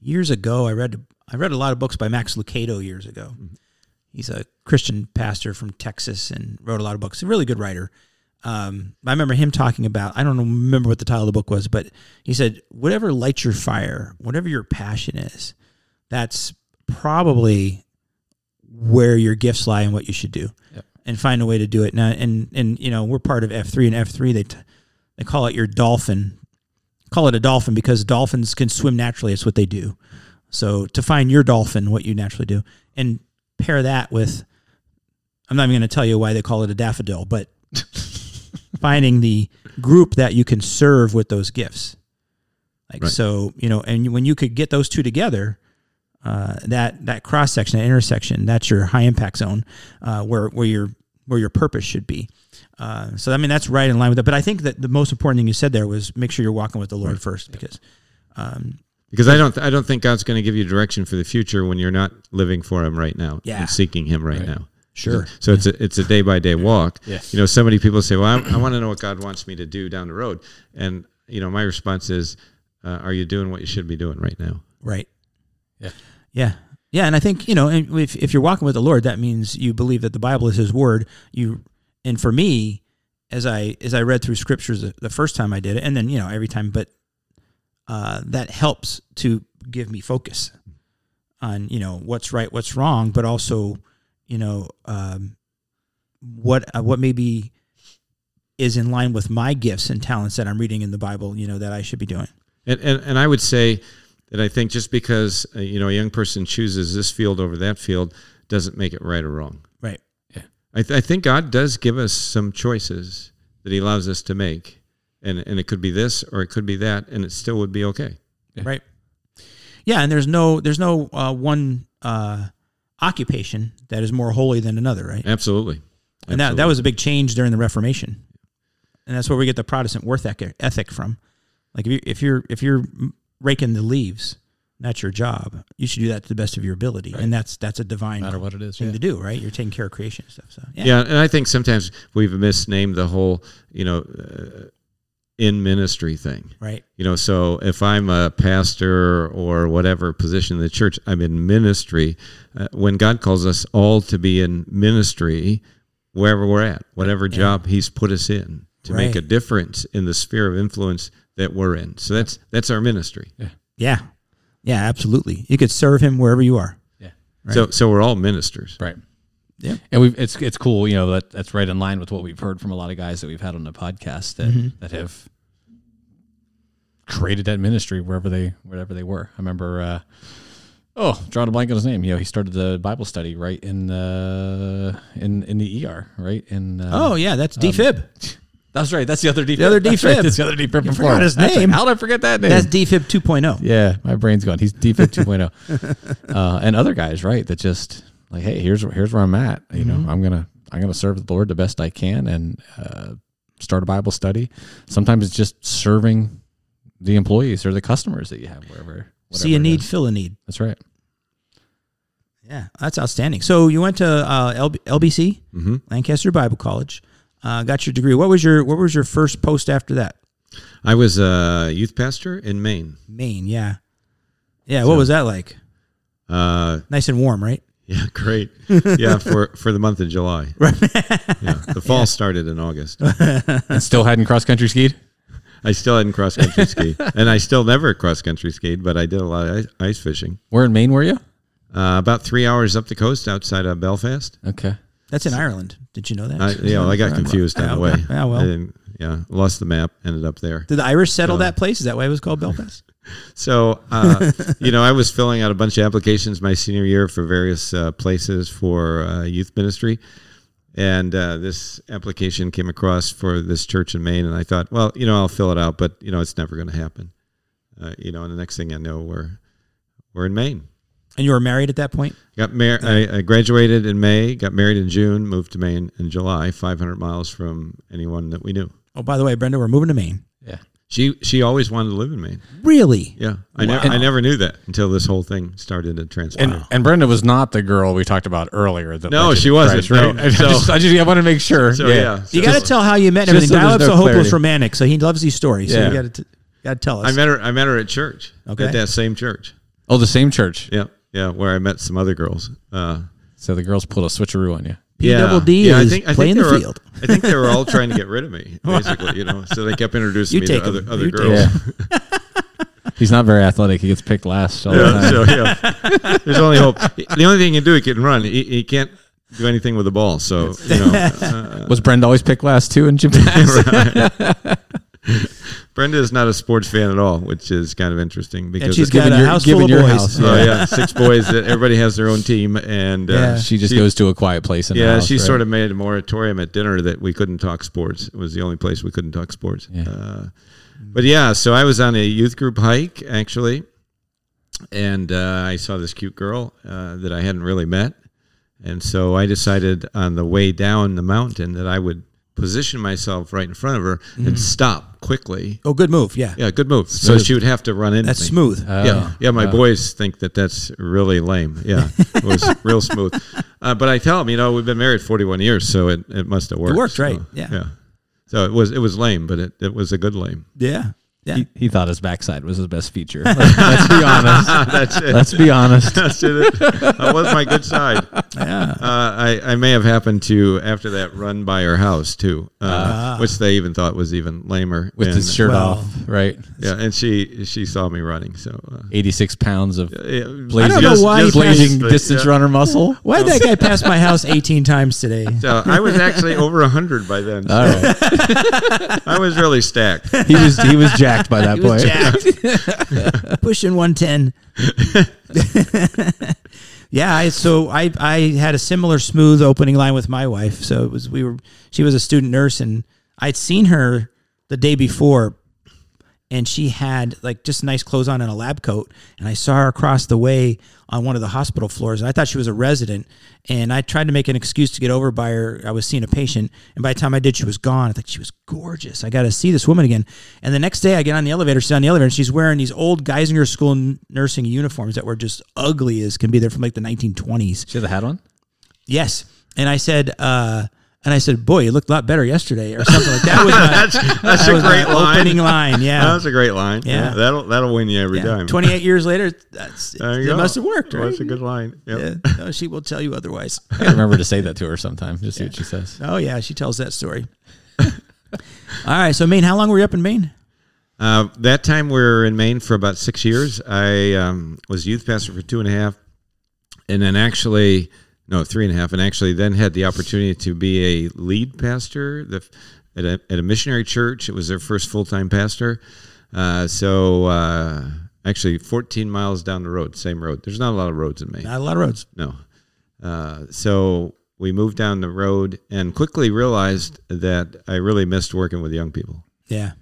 S2: years ago. I read I read a lot of books by Max Lucado years ago. He's a Christian pastor from Texas and wrote a lot of books. A really good writer. Um, I remember him talking about I don't remember what the title of the book was, but he said whatever lights your fire, whatever your passion is, that's probably where your gifts lie and what you should do, and find a way to do it. Now, and and you know we're part of F three and F three. They t- they call it your dolphin. Call it a dolphin because dolphins can swim naturally. It's what they do. So to find your dolphin, what you naturally do, and pair that with, I'm not even going to tell you why they call it a daffodil, but finding the group that you can serve with those gifts. Like
S4: Right.
S2: so, you know, and when you could get those two together, uh, that that cross section, that intersection, that's your high impact zone, uh, where where your where your purpose should be. Uh, so I mean that's right in line with that. But I think that the most important thing you said there was make sure you're walking with the Lord first, because
S4: Because I don't, I don't think God's going to give you direction for the future when you're not living for Him right now
S2: Yeah.
S4: and seeking Him right, now.
S2: Sure.
S4: So it's a it's a day by day walk. You know, so many people say, "Well, I, I want to know what God wants me to do down the road," and you know, my response is, uh, "Are you doing what you should be doing right now?"
S2: right?
S3: Yeah.
S2: yeah, yeah. And I think you know, and if if you're walking with the Lord, that means you believe that the Bible is His word. You and for me, as I as I read through scriptures the, the first time I did it, and then you know every time, but uh, that helps to give me focus on you know what's right, what's wrong, but also you know um, what uh, what maybe is in line with my gifts and talents that I'm reading in the Bible. You know that I should be doing.
S4: And and, and I would say that I think just because uh, you know a young person chooses this field over that field doesn't make it right or wrong.
S2: Right.
S4: I, th- I think God does give us some choices that He allows us to make, and and it could be this or it could be that, and it still would be okay.
S2: right yeah and there's no there's no uh, one uh, occupation that is more holy than another right
S4: Absolutely.
S2: and that, that was a big change during the reformation and that's where we get the protestant work ethic ethic from like if, you, if you're if you're raking the leaves that's your job you should do that to the best of your ability and that's that's a divine
S3: No matter what it is.
S2: thing
S3: Yeah.
S2: to do right you're taking care of creation and stuff so yeah,
S4: yeah and i think sometimes we've misnamed the whole you know uh, in ministry thing
S2: right
S4: you know so if i'm a pastor or whatever position in the church i'm in ministry uh, when god calls us all to be in ministry wherever we're at whatever job he's put us in to make
S2: Right.
S4: a difference in the sphere of influence that we're in so that's that's our ministry
S2: yeah yeah absolutely you could serve him wherever you are
S3: Yeah.
S4: so so we're all ministers
S3: Right.
S2: Yeah.
S3: And we've it's it's cool, you know, that that's right in line with what we've heard from a lot of guys that we've had on the podcast that
S2: Mm-hmm.
S3: that have created that ministry wherever they wherever they were. I remember uh Oh, drawing a blank on his name. You know, he started the Bible study right in uh, in in the ER, right in. Uh,
S2: oh yeah that's dfib
S3: That's right. That's the other defib.
S2: The other
S3: That's right,
S2: DFib.
S3: that's the other defib. from
S2: forgot
S3: Florida.
S2: his
S3: That's right.
S2: name.
S3: How did I forget that name?
S2: That's DFib 2.0.
S3: yeah, my brain's gone. He's defib 2.0. oh. uh, and other guys, right? That just like, hey, here's here's where I'm at. You
S4: Mm-hmm.
S3: know, I'm gonna I'm gonna serve the Lord the best I can and uh, start a Bible study. Sometimes it's just serving the employees or the customers that you have wherever.
S2: See
S3: whatever
S2: a
S3: it
S2: need,
S3: is.
S2: fill a need.
S3: That's right.
S2: Yeah, that's outstanding. So you went to uh, LB- LBC,
S4: Mm-hmm.
S2: Lancaster Bible College, uh, got your degree. What was your What was your first post after that?
S4: I was a youth pastor in Maine.
S2: Maine, yeah, yeah. what was that like?
S4: Uh,
S2: Nice and warm, right?
S4: yeah, great. Yeah, for, for the month of July. Right. Yeah, the fall started in August.
S3: And still hadn't cross country skied.
S4: I still hadn't cross country skied, and I still never cross country skied, but I did a lot of ice, ice fishing.
S3: Where in Maine were you?
S4: Uh, about three hours up the coast outside of Belfast.
S3: Okay.
S2: That's in Ireland. Did you know that?
S4: I, you know, I got confused on the way.
S2: Yeah, well.
S4: I didn't- yeah, lost the map, ended up there.
S2: Did the Irish settle that place? Is that why it was called Belfast?
S4: So, uh, you know, I was filling out a bunch of applications my senior year for various uh, places for uh, youth ministry. And uh, this application came across for this church in Maine. And I thought, well, you know, I'll fill it out, but, you know, it's never going to happen. Uh, you know, and the next thing I know, we're, we're in Maine.
S2: And you were married at that point?
S4: Got married. I, I graduated in May, got married in June, moved to Maine in July, 500 miles from anyone that we knew.
S2: Oh, by the way, Brenda, we're moving to Maine.
S3: Yeah.
S4: She she always wanted to live in Maine.
S2: Really?
S4: Yeah, I never I never knew that until this whole thing started to transpire.
S3: And and Brenda was not the girl we talked about earlier. That
S4: No,
S3: led you
S4: she
S3: to
S4: wasn't,
S3: Christ, right?
S4: no.
S3: I
S4: So-
S3: just, I just I want to make sure.
S4: so yeah, so-
S2: You got to tell how you met and
S3: Just
S2: everything.
S3: so
S2: Dial
S3: there's
S2: Up So
S3: no
S2: Hopeless
S3: clarity.
S2: Romantic. So he loves these stories. So
S3: Yeah.
S2: you got to got to tell us.
S4: I met her. I met her at church.
S2: Okay.
S4: at that same church.
S3: Oh, the same church.
S4: Yeah, yeah, where I met some other girls. Uh,
S3: So the girls pulled a switcheroo on you.
S2: P double D is playing
S4: they
S2: the
S4: were-
S2: field.
S4: I think they were all trying to get rid of me, basically. You know, so they kept introducing
S2: You
S4: me
S2: take
S4: to
S2: 'em.
S4: other other
S2: You take
S4: girls.
S3: He's not very athletic. He gets picked last all the
S4: Yeah,
S3: time.
S4: so yeah, there's only hope. The only thing he can do, he can run. He, he can't do anything with the ball. So you know, Uh,
S3: Was Brenda always picked last too in gymnastics?
S4: Brenda is not a sports fan at all, which is kind of interesting because
S2: she's
S4: it-
S2: got
S3: Given
S2: a
S3: your-
S2: house
S3: given
S2: full of
S3: your
S2: boys.
S3: house.
S4: Oh yeah, six boys. that Everybody has their own team, and uh,
S2: Yeah.
S3: she just goes to a quiet place. In the
S4: Yeah,
S3: house,
S4: she
S3: right?
S4: sort of made a moratorium at dinner that we couldn't talk sports. It was the only place we couldn't talk sports. Uh, but yeah, so I was on a youth group hike actually, and uh, I saw this cute girl uh, that I hadn't really met, and so I decided on the way down the mountain that I would position myself right in front of her and stop quickly.
S2: Oh, good move. Yeah. Uh,
S4: Yeah, good move. So she would have to run into
S2: That's
S4: me.
S2: smooth.
S3: Uh,
S4: Yeah,
S3: Um,
S4: yeah. My boys think that that's really lame. Yeah, it was real smooth. Uh, but I tell them, you know, we've been married 41 years, so it, it must have worked.
S2: worked,
S4: so,
S2: right, yeah.
S4: yeah. So it was it was lame, but it, it was a good lame.
S2: yeah. Yeah.
S3: He, he thought his backside was his best feature. Let's, let's be honest.
S4: That's it.
S3: Let's be honest.
S4: That's it. That was my good side.
S2: yeah.
S4: Uh, I, I may have happened to after that run by her house too, uh, which they even thought was even lamer.
S3: With
S4: and,
S3: his shirt
S2: Well.
S3: off, right?
S4: yeah, and she she saw me running, so uh,
S3: Eighty-six pounds of
S4: yeah,
S3: blazing,
S2: know why he
S3: blazing
S4: passed-
S3: distance
S4: yeah.
S3: runner muscle.
S2: Why did that guy pass my house 18 times today?
S4: So I was actually over hundred by then.
S3: All right,
S4: I was really stacked.
S3: he was he was jacked by that
S2: He
S3: point.
S2: was jacked. Pushing 110. yeah, I, so I I had a similar smooth opening line with my wife. So it was we were she was a student nurse and I'd seen her the day before and she had like just nice clothes on and a lab coat and i saw her across the way on one of the hospital floors and i thought she was a resident and i tried to make an excuse to get over by her i was seeing a patient and by the time i did she was gone i think she was gorgeous i got to see this woman again and the next day i get on the elevator she's on the elevator and she's wearing these old geisinger school n- nursing uniforms that were just ugly as can be they're from like the 1920s
S3: She had the hat on.
S2: yes and i said uh and I said, "Boy, you looked a lot better yesterday," or something like that. that was my,
S4: that's that's
S2: that
S4: a
S2: was my
S4: great line.
S2: opening line. Yeah,
S4: That's a great line.
S2: Yeah.
S4: that'll that'll win you every
S2: Yeah.
S4: time.
S2: 28 years later, that's,
S4: There you
S2: it
S4: go.
S2: must have worked, right?
S4: That's a good line. Yep.
S2: Yeah. No, she will tell you otherwise.
S3: I gotta remember to say that to her sometime. Just see what she says.
S2: Oh, yeah, she tells that story. All right, so Maine, how long were you up in Maine?
S4: Uh, that time we were in Maine for about six years. I um, was youth pastor for two and a half, and then actually, no, three and a half, and actually then had the opportunity to be a lead pastor the, at, a, at a missionary church. It was their first full time pastor. Uh, so uh, actually, 14 miles down the road, same road. There's not a lot of roads in Maine.
S2: Not a lot of roads.
S4: No. Uh, so we moved down the road and quickly realized that I really missed working with young people.
S2: Yeah.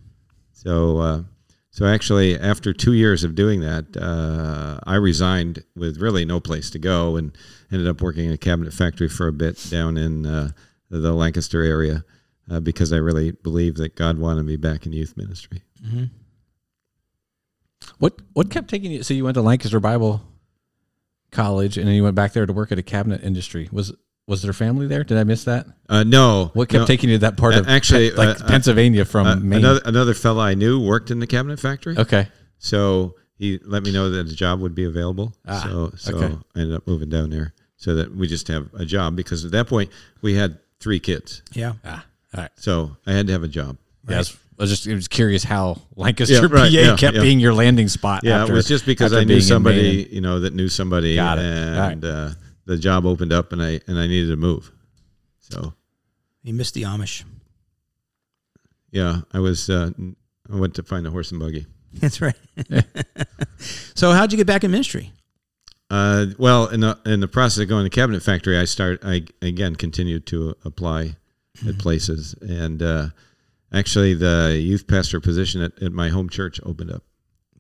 S4: So, uh, so actually, after two years of doing that, uh, I resigned with really no place to go and ended up working in a cabinet factory for a bit down in uh, the Lancaster area uh, because I really believed that God wanted me back in youth ministry.
S3: What what kept taking you? So you went to Lancaster Bible College, and then you went back there to work at a cabinet industry. Was was there family there? Did I miss that?
S4: Uh, no,
S3: What kept
S4: no,
S3: taking you to that part
S4: Uh,
S3: of
S4: actually,
S3: Pe- like
S4: uh, uh,
S3: Pennsylvania from
S4: uh,
S3: Maine?
S4: another another fella I knew worked in the cabinet factory.
S3: okay,
S4: So he let me know that a job would be available.
S3: Ah,
S4: so so
S3: okay.
S4: I ended up moving down there so that we just have a job because at that point we had three kids.
S2: Yeah.
S3: ah, all right.
S4: So I had to have a job.
S3: Yeah, I was, I was just I was curious how Lancaster,
S4: Yeah, right,
S3: PA,
S4: yeah,
S3: kept
S4: yeah.
S3: being your landing spot.
S4: Yeah,
S3: after-
S4: it was just because
S3: after
S4: I
S3: being
S4: knew
S3: in Maine.
S4: somebody, you know, that knew somebody
S3: Got it.
S4: and uh, the job opened up and I and I needed to move. So
S2: You missed the Amish.
S4: yeah, I was uh, I went to find a horse and buggy.
S2: That's right. so how'd you get back in ministry?
S4: Uh, well, in the in the process of going to cabinet factory, I start I again continued to apply at places, and uh, actually the youth pastor position at, at my home church opened up,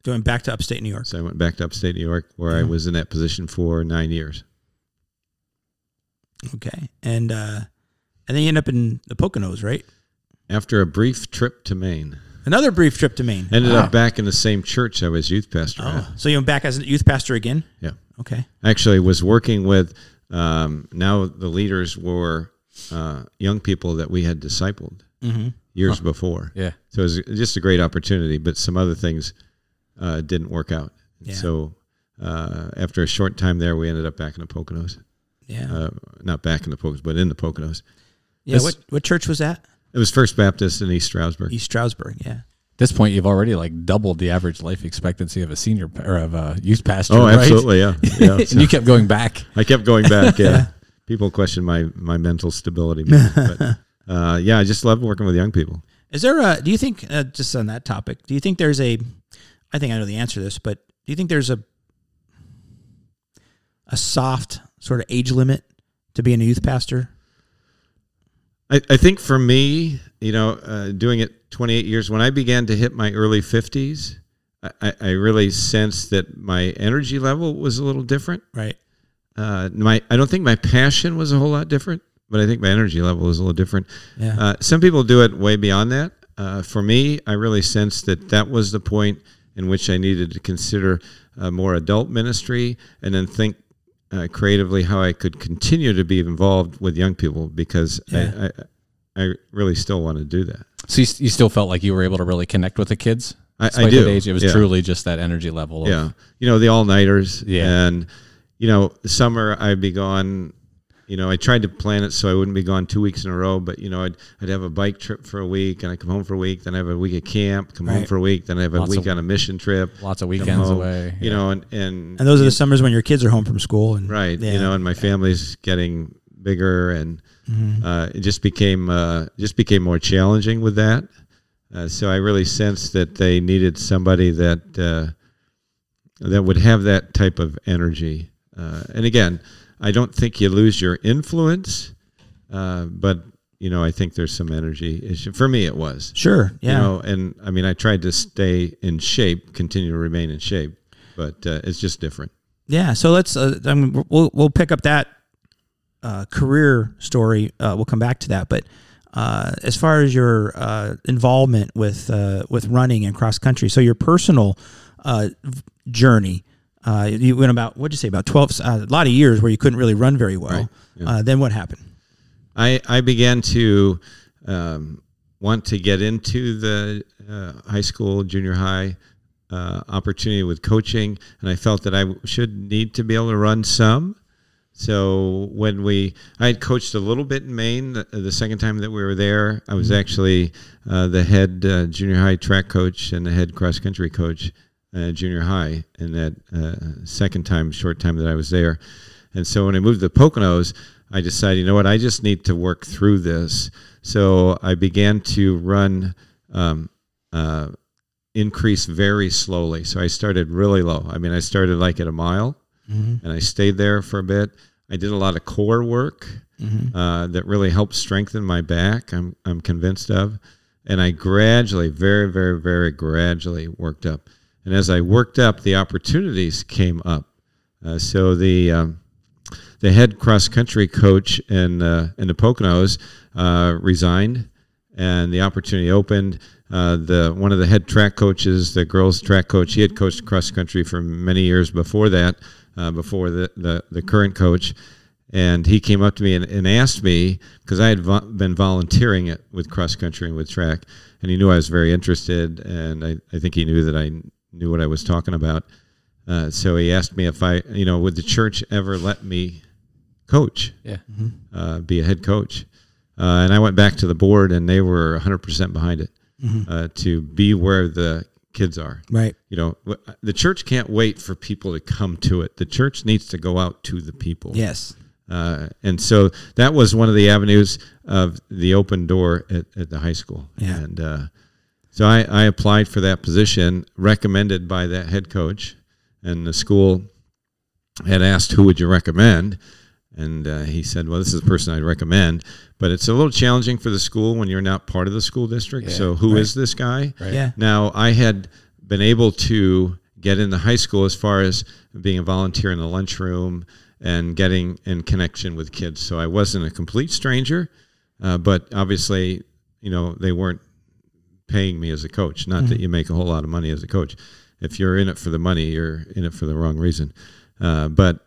S2: Going back to upstate New York.
S4: so I went back to upstate New York where I was in that position for nine years.
S2: Okay. And uh and then you end up in the Poconos, right?
S4: After a brief trip to Maine,
S2: Another brief trip to Maine.
S4: ended
S3: Wow.
S4: up back in the same church I was youth pastor at.
S2: Oh. So you went back as a youth pastor again?
S4: Yeah.
S2: Okay.
S4: actually was working with um, now the leaders were uh, young people that we had discipled years before
S3: Yeah.
S4: so it was just a great opportunity but some other things uh, didn't work out
S2: Yeah.
S4: so uh, after a short time there we ended up back in the poconos
S2: Yeah.
S4: uh, not back in the poconos but in the poconos
S2: yeah.
S3: this-
S2: What what church was that?
S4: it was first baptist in east stroudsburg
S2: East Stroudsburg. Yeah.
S3: At this point, you've already like doubled the average life expectancy of a senior pa- or of a youth pastor.
S4: oh
S3: right?
S4: absolutely yeah, yeah.
S3: and you kept going back.
S4: I kept going back. Yeah. People question my, my mental stability. But, uh, yeah, I just love working with young people.
S2: Is there a? Do you think uh, just on that topic? Do you think there's a? I think I know the answer to this, but do you think there's a a soft sort of age limit to being a youth pastor?
S4: I, I think for me, you know, uh, doing it 28 years, when I began to hit my early 50s, I- I, I really sensed that my energy level was a little different.
S2: Right.
S4: Uh, my I don't think my passion was a whole lot different, but I think my energy level was a little different.
S2: Yeah.
S4: Uh, some people do it way beyond that. Uh, for me, I really sensed that that was the point in which I needed to consider uh, more adult ministry and then think uh, creatively how I could continue to be involved with young people because
S2: Yeah.
S4: I, I, I really still want to do that.
S3: So you, s- you still felt like you were able to really connect with the kids.
S4: I- I
S3: despite
S4: do,
S3: that Age. It was
S4: yeah.
S3: truly just that energy level. Of,
S4: Yeah. You know, the all nighters.
S3: Yeah.
S4: And, you know, summer I'd be gone. You know, I tried to plan it so I wouldn't be gone two weeks in a row, but, you know, I'd, I'd have a bike trip for a week and I come home for a week. Then I have a week at camp, come home
S2: Right.
S4: for a week. Then I have a
S3: Lots
S4: week
S3: of-
S4: on a mission trip.
S3: Lots of weekends
S4: home,
S3: away.
S4: You know, and, and,
S2: And those are the summers when your kids are home from school and
S4: right.
S2: Yeah.
S4: You know, and my family's getting bigger and
S2: Mm-hmm.
S4: uh, it just became, uh, just became more challenging with that. Uh, so I really sensed that they needed somebody that, uh, that would have that type of energy. Uh, and again, I don't think you lose your influence, uh, but you know, I think there's some energy issue. For me, it was.
S2: Sure. Yeah.
S4: You know, and I mean, I tried to stay in shape, continue to remain in shape, but uh, it's just different.
S2: Yeah. So let's. Uh, I mean, we'll we'll pick up that uh, career story. Uh, we'll come back to that. But uh, as far as your uh, involvement with uh, with running and cross country, so your personal uh, v- journey, uh, you went about what'd you say about twelve uh, a lot of years where you couldn't really run very well. Uh, then what happened?
S4: I, I began to um, want to get into the uh, high school, junior high uh, opportunity with coaching, and I felt that I w- should need to be able to run some. So when we, I had coached a little bit in Maine the, the second time that we were there. I was actually uh, the head uh, junior high track coach and the head cross country coach uh, junior high in that uh, second time, short time that I was there. And so when I moved to the Poconos, I decided, you know what, I just need to work through this. So I began to run, um, uh, increase very slowly. So I started really low. I mean, I started like at a mile and I stayed there for a bit. I did a lot of core work uh, that really helped strengthen my back. I'm I'm convinced of, and I gradually, very, very, very gradually worked up. And as I worked up, the opportunities came up. Uh, so the um, the head cross country coach in uh, in the Poconos uh, resigned, and the opportunity opened. Uh, the one of the head track coaches, the girls track coach, he had coached cross country for many years before that, uh, before the, the the current coach, and he came up to me and, and asked me because I had vo- been volunteering it with cross country and with track, and he knew I was very interested, and I, I think he knew that I knew what I was talking about. Uh, so he asked me if I, you know, would the church ever let me coach,
S3: Yeah.
S4: uh, be a head coach? Uh, and I went back to the board, and they were 100% behind it uh, to be where the kids are.
S2: Right.
S4: You know, w- the church can't wait for people to come to it. The church needs to go out to the people.
S2: Yes.
S4: Uh, and so that was one of the avenues of the open door at, at the high school.
S2: Yeah.
S4: And uh, so I, I applied for that position, recommended by that head coach, and the school had asked, "Who would you recommend?" And uh, he said, "Well, this is the person I'd recommend, but it's a little challenging for the school when you're not part of the school district. so who is this guy?"
S3: Right.
S2: Yeah.
S4: Now, I had been able to get into high school as far as being a volunteer in the lunchroom and getting in connection with kids. So I wasn't a complete stranger, uh, but obviously, you know, they weren't paying me as a coach. Not that you make a whole lot of money as a coach. If you're in it for the money, you're in it for the wrong reason. Uh, but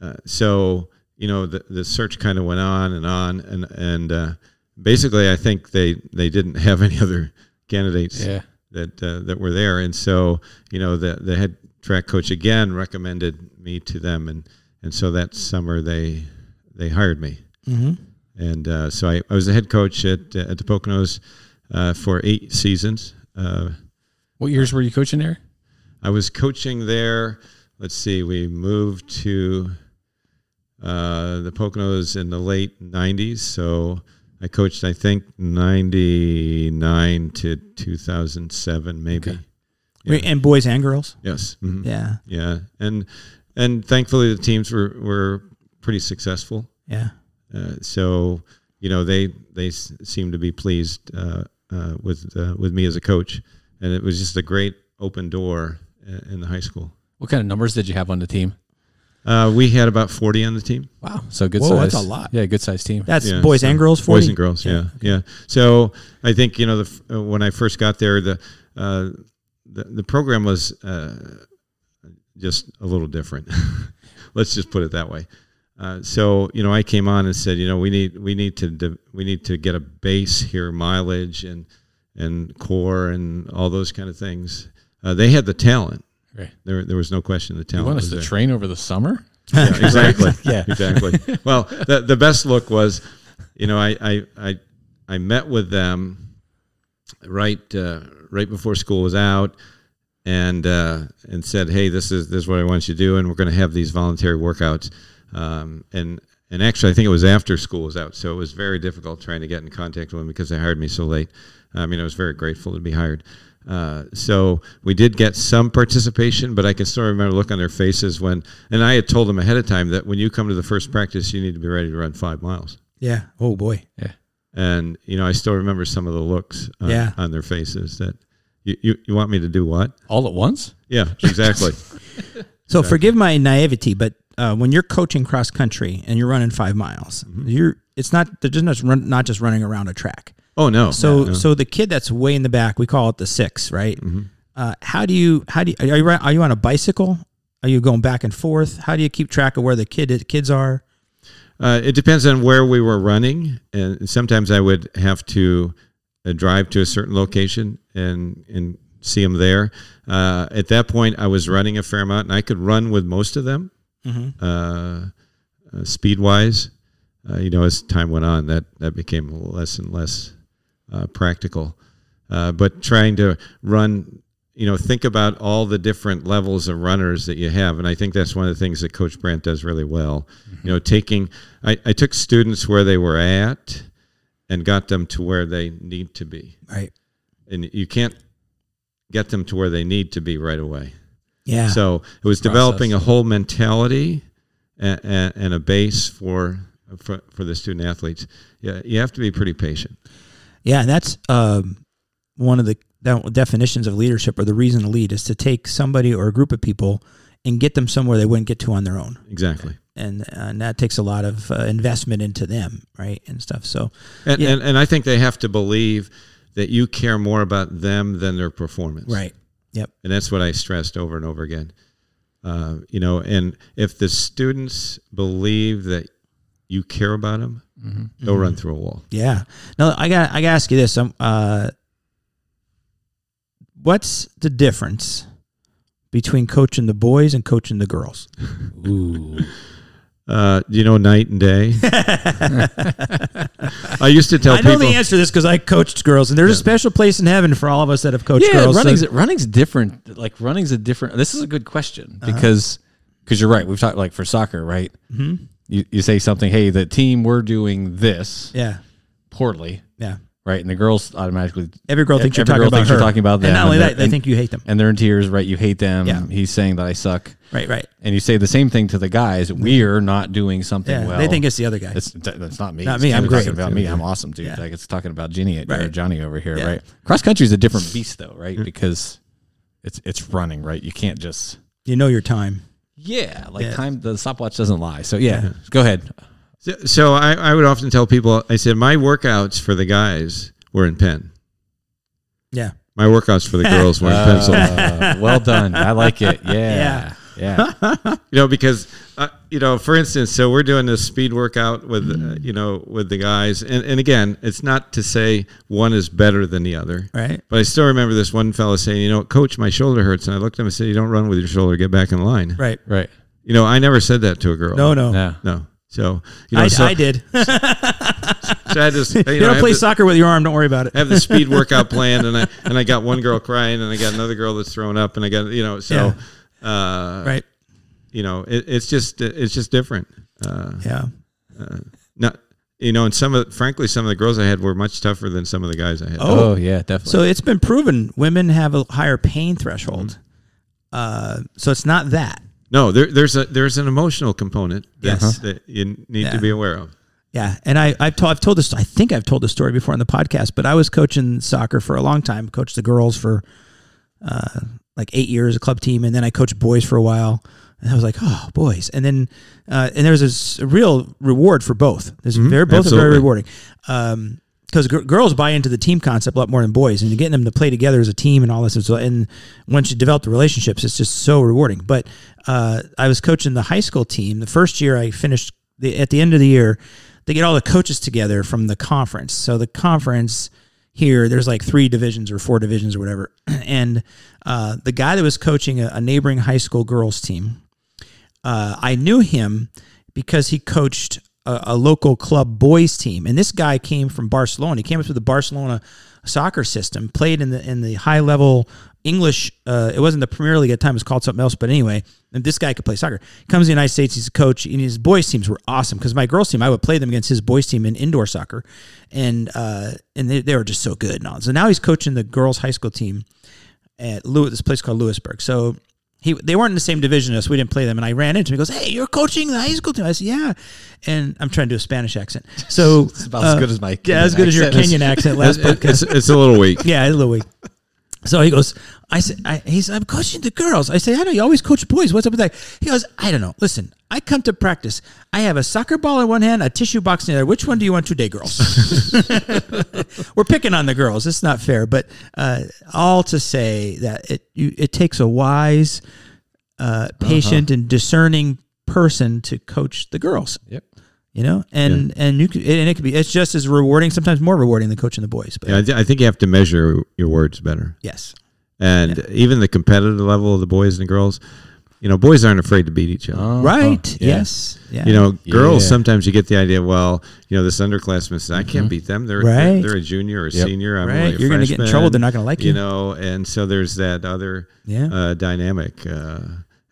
S4: uh, so you know the, the search kind of went on and on and and uh, basically I think they they didn't have any other candidates
S3: Yeah.
S4: that uh, that were there and so you know the the head track coach again recommended me to them and and so that summer they they hired me and uh, so I, I was the head coach at at the Poconos uh, for eight seasons. Uh,
S3: What years were you coaching there?
S4: I was coaching there. Let's see, we moved to uh, the Poconos in the late 90s. So I coached, I think, 99 to 2007, maybe.
S2: And boys and girls.
S4: Yes. mhm.
S2: Yeah.
S4: Yeah. And and thankfully the teams were, were pretty successful.
S2: Yeah.
S4: Uh, so you know they they s- seemed to be pleased uh, uh, with uh, with me as a coach, and it was just a great open door i- in the high school.
S3: What kind of numbers did you have on the team?
S4: Uh, we had about forty on the team,
S3: Wow. So good
S2: Whoa,
S3: size.
S2: that's a lot.
S3: Yeah, good size team.
S2: That's
S4: Yeah,
S2: boys
S4: so
S2: and girls. 40?
S4: boys and girls. Yeah, yeah. So I think you know the f- uh, when I first got there, the uh, the, the program was uh, just a little different. Let's just put it that way. Uh, so you know, I came on and said, you know, we need we need to de- we need to get a base here, mileage and and core and all those kind of things. Uh, they had the talent.
S3: Right.
S4: There, there was no question. The
S3: You
S4: talent.
S3: want
S4: was
S3: us to
S4: there.
S3: train over the summer?
S4: Yeah, exactly.
S3: Yeah.
S4: exactly. Well, the, the best look was, you know, I I I, I met with them right uh, right before school was out, and uh, and said, hey, this is this is what I want you to do, and we're going to have these voluntary workouts, um, and. And actually, I think it was after school was out, so it was very difficult trying to get in contact with them because they hired me so late. I mean, I was very grateful to be hired. Uh, so we did get some participation, but I can still remember the look on their faces when, and I had told them ahead of time that when you come to the first practice, you need to be ready to run five miles.
S2: Yeah. Oh boy.
S3: Yeah.
S4: And, you know, I still remember some of the looks on,
S2: Yeah.
S4: on their faces that you, you, you want me to do what?
S3: All at once?
S4: Yeah, exactly.
S2: So forgive my naivety, but uh, when you're coaching cross country and you're running five miles, you're it's not they're just not, run, not just running around a track.
S4: oh, no.
S2: So
S4: No.
S2: so the kid that's way in the back, we call it the six, right? Uh, how do you how do you, are you ri- are you on a bicycle? Are you going back and forth? How do you keep track of where the kid is, kids are?
S4: Uh, it depends on where we were running, and sometimes I would have to uh, drive to a certain location and and see them there. Uh, at that point, I was running a fair amount, and I could run with most of them, uh, uh, speed wise. Uh, you know, as time went on, that that became less and less uh, practical. Uh, but trying to run, you know, think about all the different levels of runners that you have. And I think that's one of the things that Coach Brandt does really well. You know, taking, I, I took students where they were at and got them to where they need to be.
S2: Right.
S4: And you can't get them to where they need to be right away.
S2: Yeah.
S4: So it was developing a whole mentality and, and, and a base for, for for the student athletes. Yeah, you have to be pretty patient.
S2: Yeah, and that's um, one of the that- definitions of leadership or the reason to lead is to take somebody or a group of people and get them somewhere they wouldn't get to on their own.
S4: Exactly.
S2: And, and that takes a lot of uh, investment into them, right? And stuff. So,
S4: And,
S2: Yeah.
S4: and and I think they have to believe that you care more about them than their performance.
S2: right. Yep.
S4: and that's what I stressed over and over again. Uh, you know, and if the students believe that you care about them,
S2: Mm-hmm.
S4: they'll run through a wall.
S2: Yeah. Now I got I got to ask you this. Um, uh, what's the difference between coaching the boys and coaching the girls?
S3: Ooh.
S4: Uh, you know, night and day. I used to tell
S2: I know
S4: people.
S2: the answer to this because I coached girls, and there's a special place in heaven for all of us that have coached
S3: yeah,
S2: girls. so-
S3: running's running's different. Like running's a different. This is a good question
S4: Uh-huh.
S3: because because you're right. We've talked like for soccer, right? Mm-hmm. You you say something. Hey, the team we're doing this
S2: yeah,
S3: poorly,
S2: yeah.
S3: right? And the girls automatically
S2: Every girl
S3: e-
S2: thinks
S3: every
S2: you're talking
S3: girl
S2: about
S3: thinks
S2: her.
S3: you're talking about them,
S2: and not only
S3: and
S2: that,
S3: they're-
S2: they
S3: and-
S2: think you hate them.
S3: and they're in tears, right? You hate them.
S2: Yeah.
S3: He's saying that I suck,
S2: Right, right.
S3: and you say the same thing to the guys. We're not doing something
S2: Yeah,
S3: well.
S2: they think it's the other guy.
S3: It's, that- that's not me.
S2: Not
S3: It's
S2: me. I'm
S3: talking
S2: great.
S3: about me. I'm awesome, dude.
S2: Yeah.
S3: Like it's talking about Ginny or
S2: Right.
S3: Johnny over here,
S2: Yeah.
S3: right? Cross country is a different beast, though, right? Because it's it's running, right? You can't just
S2: You know your time.
S3: yeah, like
S2: Yeah.
S3: time. The stopwatch doesn't lie. So yeah, go ahead.
S4: So, so I, I would often tell people. I said my workouts for the guys were in pen.
S2: Yeah.
S4: My workouts for the girls were in pencil.
S3: Uh, well done. I like it. Yeah, yeah.
S4: you know because uh, you know for instance so we're doing this speed workout with uh, you know with the guys and, and again it's not to say one is better than the other
S2: Right.
S4: but i still remember this one fellow saying you know coach my shoulder hurts and i looked at him and said you don't run with your shoulder get back in line
S2: Right.
S3: Right.
S4: you know i never said that to a girl
S2: No, no.
S3: Yeah.
S4: no so you know
S2: I,
S4: so,
S2: I did. you
S4: so I had this, you know, I
S2: don't
S4: have
S2: play
S4: this-
S2: soccer with your arm. Don't worry about it.
S4: I have the speed workout planned, and I and I got one girl crying, and I got another girl that's thrown up, and I got you know so, uh,
S2: Right.
S4: you know it, it's just it's just different. Uh,
S2: Yeah.
S4: not you know, and some of frankly, some of the girls I had were much tougher than some of the guys I had.
S2: Oh.
S3: Oh, yeah, definitely.
S2: So it's been proven women have a higher pain
S4: Mm-hmm.
S2: threshold. Uh, so it's not that.
S4: No, there, there's a there's an emotional component that,
S2: Yes.
S4: that you need
S2: Yeah.
S4: to be aware of.
S2: Yeah, and I, I've told, I've told this. I think I've told this story before on the podcast. But I was coaching soccer for a long time. Coached the girls for uh, like eight years, a club team, and then I coached boys for a while. And I was like, oh, boys. And then uh, and there was this real reward for both. There's very both are very
S4: Mm-hmm. absolutely.
S2: rewarding. Um, because gir girls buy into the team concept a lot more than boys, and getting them to play together as a team and all this. is- And once you develop the relationships, it's just so rewarding. But uh, I was coaching the high school team. The first year I finished the, at the end of the year, they get all the coaches together from the conference. So the conference here, there's like three divisions or four divisions or whatever. And uh, the guy that was coaching a, a neighboring high school girls team, uh, I knew him because he coached a, a local club boys team, and this guy came from Barcelona. He came up through the Barcelona soccer system, played in the in the high level English. Uh, it wasn't the Premier League at the time; it was called something else. But anyway, and this guy could play soccer. Comes to the United States, he's a coach, and his boys teams were awesome because my girls team, I would play them against his boys team in indoor soccer, and uh, and they, they were just so good. And all. So now he's coaching the girls' high school team at Lew this place called Lewisburg. So he they weren't in the same division as us. We didn't play them. And I ran into him. He goes, "Hey, you're coaching the high school team." I said, "Yeah," and I'm trying to do a Spanish accent. So uh,
S3: It's about as good as my
S2: yeah, as
S3: Kenyan
S2: good as your
S3: accent.
S2: Kenyan accent last
S4: It's,
S2: podcast.
S4: it's, it's a little weak.
S2: Yeah, it's a little weak. So he goes, I said, I, he's, I'm coaching the girls. I say, I know you always coach boys. What's up with that? He goes, I don't know. Listen, I come to practice. I have a soccer ball in one hand, a tissue box in the other. Which one do you want today, girls? We're picking on the girls. It's not fair, but uh, all to say that it you, it takes a wise,
S4: Uh-huh.
S2: uh, patient, and discerning person to coach the girls.
S3: Yep.
S2: You know, and and you could, and it could be it's just as rewarding, sometimes more rewarding than coaching the boys. But
S4: Yeah, I, thi- I think you have to measure your words better,
S2: yes,
S4: and even the competitive level of the boys and girls. You know, boys aren't afraid to beat each
S2: Oh.
S4: other.
S2: Right.
S3: Oh, yeah.
S2: Yes. Yeah. Mm-hmm.
S4: You know, girls
S3: Yeah.
S4: sometimes you get the idea. Well, you know, this underclassman says, "I can't beat them. They're they're-
S2: Right.
S4: they're, a junior or a
S3: Yep.
S4: senior. I'm
S2: Right.
S4: only a
S2: You're gonna get in
S4: freshman,"
S2: trouble. They're not gonna like you.
S4: You know, and so there's that other
S2: Yeah.
S4: uh, dynamic. Uh,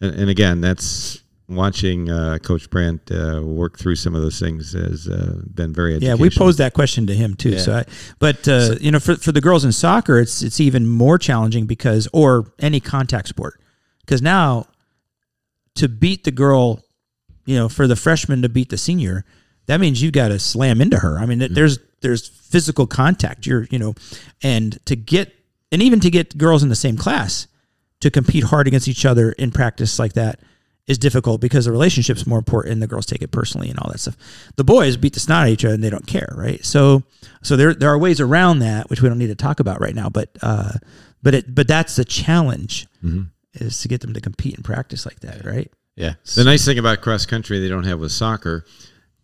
S4: and, and again, that's watching uh, Coach Brandt uh, work through some of those things has uh, been very
S2: yeah,
S4: educational.
S2: we posed that question to him too. So, I, but uh, you know, for, for the girls in soccer, it's it's even more challenging because, or any contact sport, because now to beat the girl you know, for the freshman to beat the senior, that means you've got to slam into her. I mean, th- there's there's physical contact. You're you know, and to get and even to get girls in the same class to compete hard against each other in practice like that is difficult because the relationship's more important. and The girls take it personally and all that stuff. The boys beat the snot out of each other and they don't care, right? So, so there there are ways around that, which we don't need to talk about right now. But uh, but it but that's the challenge is to get them to compete and practice like that, right?
S3: Yeah.
S4: The nice thing about cross country they don't have with soccer,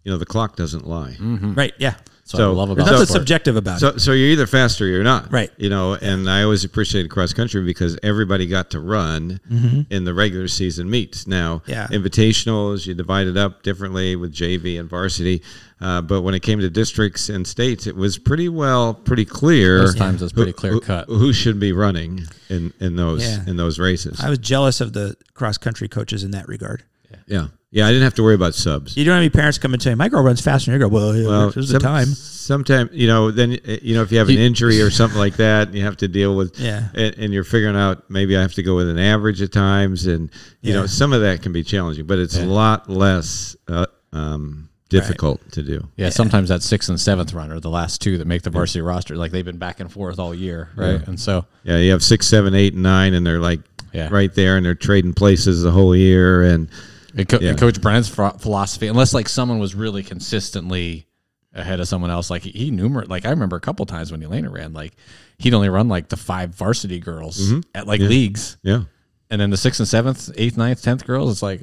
S4: you know, the clock doesn't lie.
S2: Right? Yeah.
S3: So,
S4: So-
S3: I love
S4: There's
S3: about
S2: That's what's
S3: sport.
S2: subjective about it.
S4: So, so you're either fast or you're not,
S2: Right.
S4: You know, and I always appreciated cross country because everybody got to run in the regular season meets. Now,
S2: Mm-hmm. Yeah.
S4: invitationals you divide it up differently with JV and varsity, uh, but when it came to districts and states, it was pretty well, pretty clear.
S3: Most times it's pretty
S4: who-
S3: clear
S4: who-
S3: cut.
S4: Who, should be running in in those
S2: Yeah.
S4: in those races?
S2: I was jealous of the cross country coaches in that regard.
S4: yeah, yeah. I didn't have to worry about subs.
S2: You don't have any parents come and tell you, my girl runs faster than your girl. Well, well this is the time.
S4: Sometimes you know, then uh, you know if you have an
S3: You-
S4: injury or something like that, and you have to deal with,
S2: Yeah.
S4: and, and you're figuring out maybe I have to go with an average at times, and you
S2: Yeah.
S4: know some of that can be challenging, but it's a lot less uh, um, difficult to do.
S3: Yeah, sometimes that sixth and seventh runner, the last two that make the varsity roster, like they've been back and forth all year, right? And so,
S4: Yeah, you have six, seven, eight, and nine, and they're like
S3: Yeah.
S4: right there, and they're trading places the whole year, and
S3: and Co-
S4: Yeah.
S3: Coach Brennan's ph- philosophy, unless like someone was really consistently ahead of someone else, like he, he numer- like I remember a couple times when Elena ran, like he'd only run like the five varsity girls at like leagues,
S4: Mm-hmm. yeah,
S3: and then the sixth and seventh, eighth, ninth, tenth girls, it's like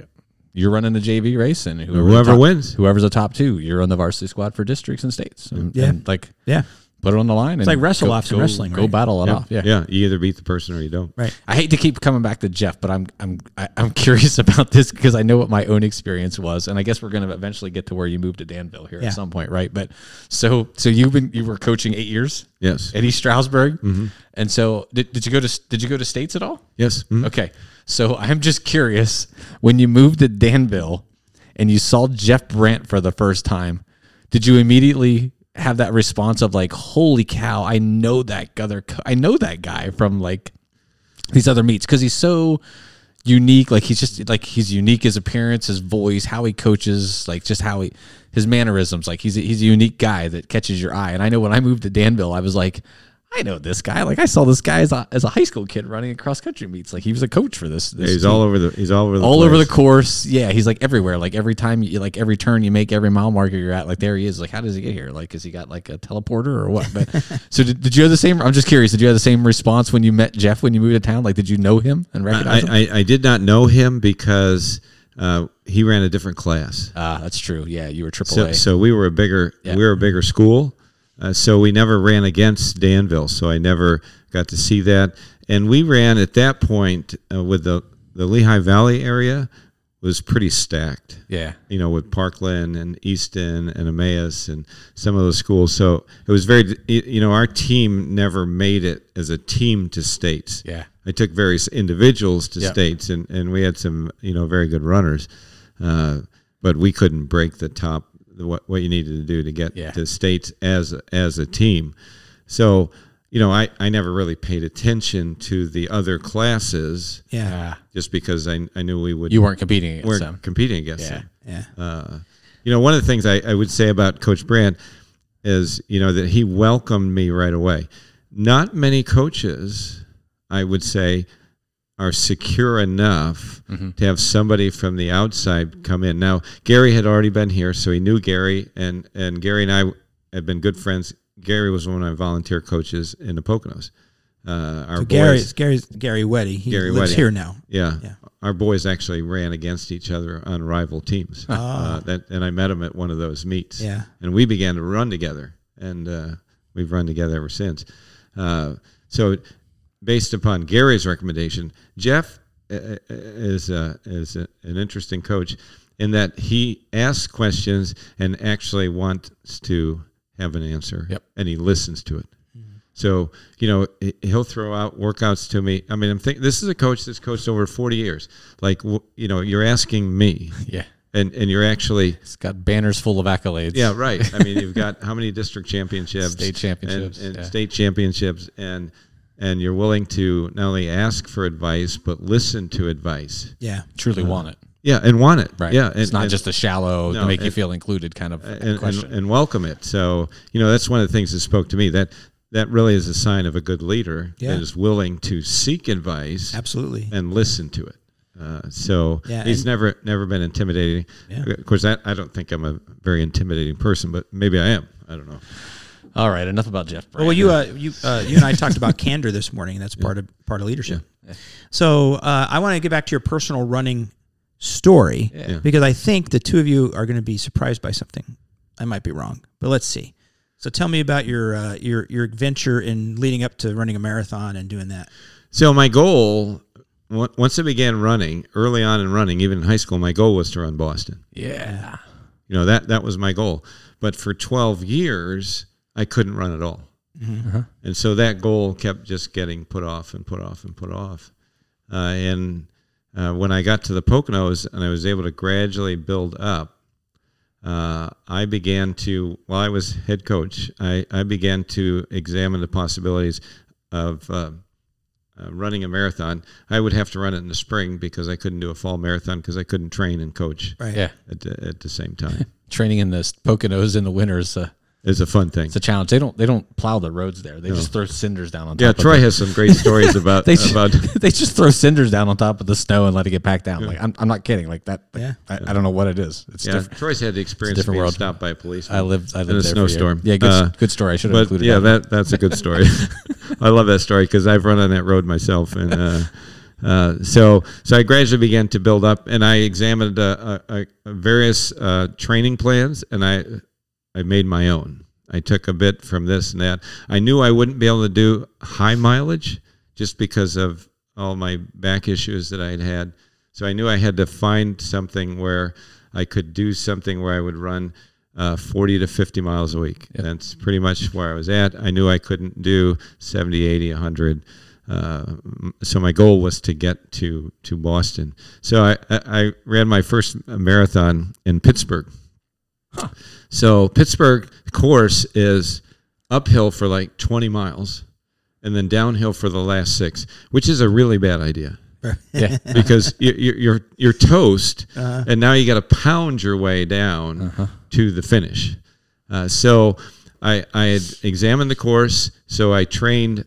S3: you're running the JV race, and whoever, the
S4: Whoever
S3: top-
S4: wins.
S3: whoever's the top two, you're on the varsity squad for districts and states, and,
S2: Yeah.
S3: and, like
S2: Yeah.
S3: put it on the line. It's
S2: like wrestle-offs in wrestling,
S3: Go
S2: right?
S3: battle it off,
S4: yeah, You either beat the person or you don't.
S2: Right.
S3: I hate to keep coming back to Jeff, but I'm I'm I- I'm curious about this because I know what my own experience was, and I guess we're going to eventually get to where you moved to Danville here
S2: Yeah.
S3: at some point, right? But so so you've been you were coaching eight years
S4: Yes. Mm-hmm.
S3: at East Stroudsburg, and so did, did you go to did you go to states at all?
S4: Yes. Mhm.
S3: Okay, so I'm just curious when you moved to Danville and you saw Jeff Brandt for the first time, did you immediately have that response of like, "Holy cow, I know that other, co- I know that guy from like these other meets because he's so unique. Like he's just like he's unique his appearance, his voice, how he coaches, like just how he his mannerisms. Like he's a, he's a unique guy that catches your eye. And I know when I moved to Danville, I was like. I know this guy. Like I saw this guy as a, as a high school kid running across country meets. Like he was a coach for this. this
S4: He's
S3: team
S4: all over the. He's all over the.
S3: all over the
S4: place.
S3: course. Yeah, he's like everywhere. Like every time, you, like every turn you make, every mile marker you're at, like there he is. Like how does he get here? Like has he got like a teleporter or what? But so did, did you have the same? I'm just curious. Did you have the same response when you met Jeff when you moved to town? Like did you know him and recognize him?
S4: I, I, I did not know him because uh, he ran a different class.
S3: Ah, that's true. Yeah, you were triple
S4: So,
S3: A.
S4: so we were a bigger
S3: Yeah.
S4: we were a bigger school, uh, so we never ran against Danville. So I never got to see that. And we ran at that point uh, with the the Lehigh Valley area was pretty stacked.
S3: yeah,
S4: You know, with Parkland and Easton and Emmaus and some of those schools. So it was very, you know, our team never made it as a team to states.
S3: yeah.
S4: I took various individuals to
S3: Yeah.
S4: states, and, and we had some you know very good runners, uh, but we couldn't break the top what what you needed to do to get
S3: Yeah.
S4: to states as as a team. So you know I, I never really paid attention to the other classes
S2: Yeah.
S3: Ah,
S4: just because I, I knew we would
S3: you weren't competing against
S4: weren't
S3: him.
S4: competing against
S3: Yeah.
S4: them.
S2: Yeah.
S4: Uh, you know, one of the things I, I would say about Coach Brandt is, you know, that he welcomed me right away. Not many coaches, I would say, are secure enough
S3: Mm-hmm.
S4: to have somebody from the outside come in. Now, Gary had already been here, so he knew Gary, and, and Gary and I had been good friends. Gary was one of my volunteer coaches in the Poconos. Uh, our
S2: So Gary,
S4: boys,
S2: Gary's Gary Weddy. He
S4: Gary
S2: lives
S4: Weddy.
S2: here now.
S4: yeah.
S2: Yeah.
S4: Our boys actually ran against each other on rival teams. Uh, that, and I met him at one of those meets.
S2: Yeah.
S4: And we began to run together. And uh, we've run together ever since. Uh, so, based upon Gary's recommendation, Jeff uh, uh, is, uh, is a, an interesting coach in that he asks questions and actually wants to have an answer.
S3: Yep. Mm-hmm.
S4: And he listens to it. So you know he- he'll throw out workouts to me. I mean, I'm thinking this is a coach that's coached over 40 years. Like w- you know, you're asking me,
S3: Yeah,
S4: and and you're actually
S3: it's got banners full of accolades.
S4: yeah right. I mean, you've got how many district championships,
S3: State championships,
S4: and, and
S3: yeah.
S4: state championships, and and you're willing to not only ask for advice but listen to advice.
S2: Yeah.
S3: truly want it.
S4: yeah, and want it.
S3: Right.
S4: Uh-huh. Yeah.
S3: it's
S4: and-
S3: not
S4: and-
S3: just a shallow to
S4: No,
S3: make you
S4: and-
S3: feel included kind of
S4: and, and,
S3: question.
S4: and welcome it. So you know that's one of the things that spoke to me. That that really is a sign of a good leader
S2: Yeah.
S4: that is willing to seek advice
S2: Absolutely.
S4: and listen to it. Uh, so
S2: Yeah,
S4: he's
S2: and-
S4: never never been intimidating. Of course, I, I don't think I'm a very intimidating person, but maybe I am. I don't know.
S3: All right, enough about Jeff. Brand.
S4: Oh,
S2: Well, you uh, you uh, you and I talked about candor this morning. and That's part of part of leadership. So uh, I want to get back to your personal running story
S4: Yeah.
S2: because I think the two of you are going to be surprised by something. I might be wrong, but let's see. So tell me about your uh, your your adventure in leading up to running a marathon and doing that.
S4: So my goal, on- once I began running early on in running, even in high school, my goal was to run Boston.
S3: yeah,
S4: You know that that was my goal. But for 12 years, I couldn't run at all, and so that goal kept just getting put off and put off and put off. Uh, and uh, when I got to the Poconos and I was able to gradually build up, uh, I began to while I was head coach, I, I began to examine the possibilities of. Uh, uh, running a marathon, I would have to run it in the spring because I couldn't do a fall marathon because I couldn't train and coach
S2: Right.
S3: yeah.
S4: at, the, at the same time.
S3: Training in the s- Poconos in the uh, winter is a,
S4: It's a fun thing.
S3: it's a challenge. They don't they don't plow the roads there. They just throw cinders down on
S4: yeah,
S3: top. of
S4: Troy has some great stories about
S3: They ju-
S4: about.
S3: they just throw cinders down on top of the snow and let it get packed down. Like I'm, I'm not kidding. Like that. Like,
S2: Yeah.
S3: I, I don't know what it is. It's
S4: Yeah,
S3: different.
S4: Troy's had the experience of
S3: different
S4: being
S3: world.
S4: stopped by police.
S3: I lived. I lived
S4: in a
S3: there for years.
S4: snowstorm.
S3: Yeah, good,
S4: Uh,
S3: good story. I should have
S4: but
S3: included.
S4: yeah,
S3: that.
S4: that that's a good story. I love that story because I've run on that road myself, and uh, uh, so so I gradually began to build up, and I examined uh, uh, uh, various uh, training plans, and I I made my own. I took a bit from this and that. I knew I wouldn't be able to do high mileage just because of all my back issues that I had had. So I knew I had to find something where I could do something where I would run uh, 40 to 50 miles a week. That's pretty much where I was at. I knew I couldn't do 70, 80, 100. Uh, m- so my goal was to get to, to Boston. So I, I, I ran my first marathon in Pittsburgh. So Pittsburgh course is uphill for like 20 miles and then downhill for the last six, which is a really bad idea
S3: yeah.
S4: because you- you- you're you're toast, and now you got to pound your way down to the finish. Uh, so I I had examined the course, so I trained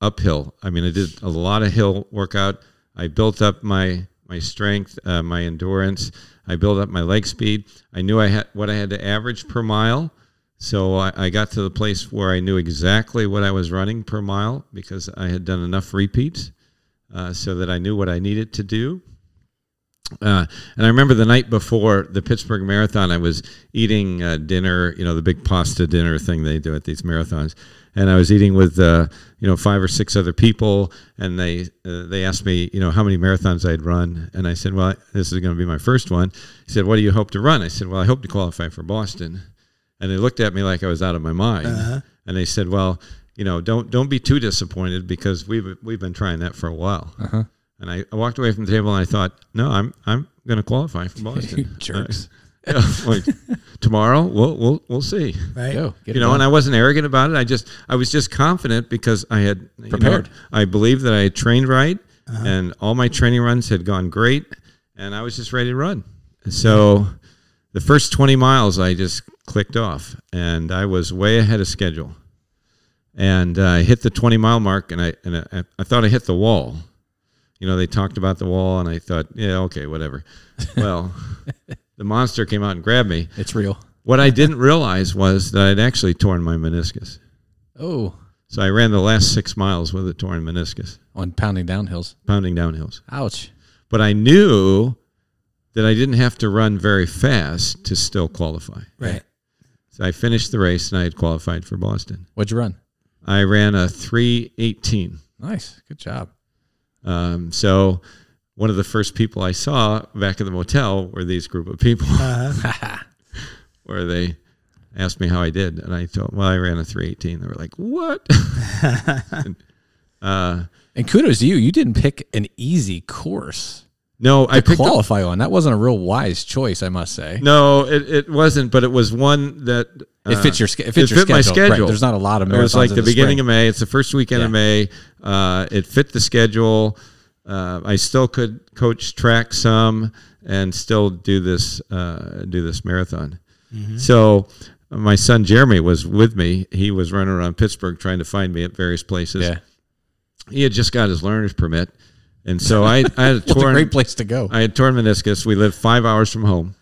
S4: uphill. I mean, I did a lot of hill workout. I built up my my strength, uh, my endurance. I built up my leg speed. I knew I had what I had to average per mile. So I, I got to the place where I knew exactly what I was running per mile because I had done enough repeats uh, so that I knew what I needed to do. Uh, and I remember the night before the Pittsburgh Marathon, I was eating uh, dinner, you know, the big pasta dinner thing they do at these marathons. And I was eating with, uh, you know, five or six other people. And they uh, they asked me, you know, how many marathons I'd run. And I said, well, this is going to be my first one. He said, what do you hope to run? I said, well, I hope to qualify for Boston. And they looked at me like I was out of my mind. And they said, well, you know, don't don't be too disappointed because we've we've been trying that for a while. And I, I walked away from the table and I thought, no, I'm I'm going to qualify for
S3: You
S4: Boston.
S3: jerks.
S4: Yeah, like, tomorrow, we'll we'll we'll see.
S2: Right.
S3: Go. Get
S4: You know, and I wasn't arrogant about it. I just I was just confident because I had you know,
S3: Prepared. Uh-huh.
S4: I believed that I had trained right, and all my training runs had gone great, and I was just ready to run. So, the first twenty miles, I just clicked off, and I was way ahead of schedule. And uh, I hit the twenty mile mark, and I and I, I thought I hit the wall. You know, they talked about the wall, and I thought, yeah, okay, whatever. Well, the monster came out and grabbed me.
S3: it's real.
S4: What I didn't realize was that I'd actually torn my meniscus.
S3: Oh,
S4: So I ran the last six miles with a torn meniscus,
S3: on pounding downhills.
S4: pounding downhills.
S3: Ouch.
S4: But I knew that I didn't have to run very fast to still qualify.
S2: Right.
S4: So I finished the race and I had qualified for Boston.
S3: What'd you run?
S4: I ran a 318.
S3: Nice. Good job.
S4: Um, so one of the first people I saw back at the motel were these group of people where they asked me how I did. And I told well, I ran a 318. They were like, what?
S3: And kudos to you. You didn't pick an easy course
S4: No, I
S3: to
S4: picked up
S3: qualify on. That wasn't a real wise choice, I must say.
S4: No, it, it wasn't, but it was one that
S3: it fits your sch- it fits
S4: Uh, it
S3: your
S4: fit my
S3: schedule. Right,
S4: schedule.
S3: There's not a lot of
S4: It was
S3: marathons.
S4: like
S3: in
S4: the, beginning
S3: spring.
S4: of May. It's the first weekend of May. Uh, it fit the schedule. Uh, I still could coach track some. and still do this uh, do this marathon.
S3: Mm-hmm.
S4: So my son Jeremy was with me. He was running around Pittsburgh trying to find me at various places.
S3: Yeah.
S4: He had just got his learner's permit, and so I I had a
S3: It's a
S4: torn
S3: great place to go. Mm-hmm.
S4: I had torn meniscus. We lived five hours from home,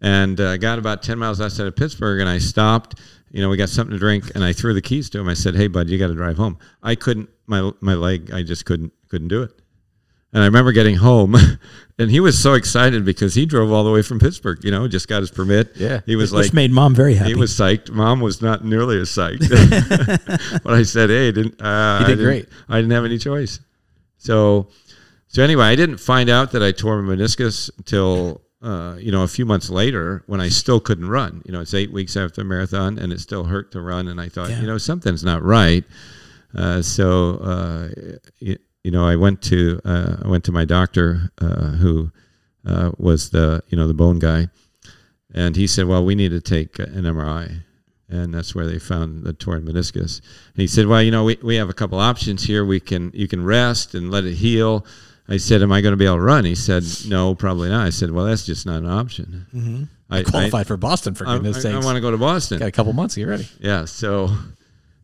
S4: and uh, I got about ten miles outside of Pittsburgh, and I stopped. You know, we got something to drink, and I threw the keys to him. I said, "Hey, bud, you got to drive home." I couldn't. My my leg, I just couldn't couldn't do it. And I remember getting home, and he was so excited because he drove all the way from Pittsburgh. You know, just got his permit.
S3: Yeah.
S4: he was
S2: Which
S4: like
S2: made mom very happy.
S4: he was psyched. Mom was not nearly as psyched. but I said, "Hey, didn't uh,
S3: You did
S4: I didn't-
S3: great.
S4: I didn't have any choice." So, so anyway, I didn't find out that I tore my meniscus until uh, you know a few months later when I still couldn't run. You know, it's eight weeks after the marathon, and it still hurt to run. And I thought,
S2: Yeah.
S4: you know, something's not right. Uh, so, uh, you, you know, I went to uh, I went to my doctor, uh, who uh, was the you know the bone guy, and he said, "Well, we need to take an MRI," and that's where they found the torn meniscus. And he said, "Well, you know, we, we have a couple options here. We can you can rest and let it heal." I said, "Am I going to be able to run?" He said, "No, probably not." I said, "Well, that's just not an option." Mm-hmm. I
S3: Qualified for Boston, for
S4: I, I, I,
S3: goodness sakes.
S4: want to go to Boston
S3: Got a couple months. You ready?
S4: yeah so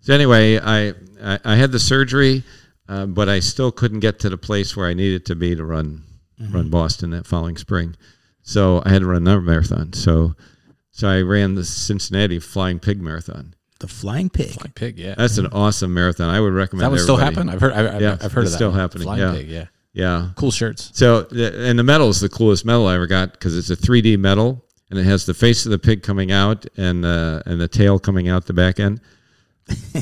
S4: so anyway i i, I had the surgery uh, but i still couldn't get to the place where i needed to be to run
S3: Mm-hmm.
S4: run boston that following spring so i had to run another marathon so so i ran the cincinnati flying pig marathon
S2: the flying pig.
S3: Like pig, yeah.
S4: that's an awesome marathon i would recommend
S3: Mm-hmm. that would still
S4: everybody.
S3: happen. I've heard. I, I've,
S4: Yeah,
S3: I've heard
S4: it's
S3: of that.
S4: still
S3: one.
S4: happening,
S3: Flying
S4: yeah.
S3: pig, yeah.
S4: yeah
S3: Cool shirts.
S4: So, the- and the medal is the coolest medal I ever got because it's a 3D medal and it has the face of the pig coming out and uh, and the tail coming out the back end.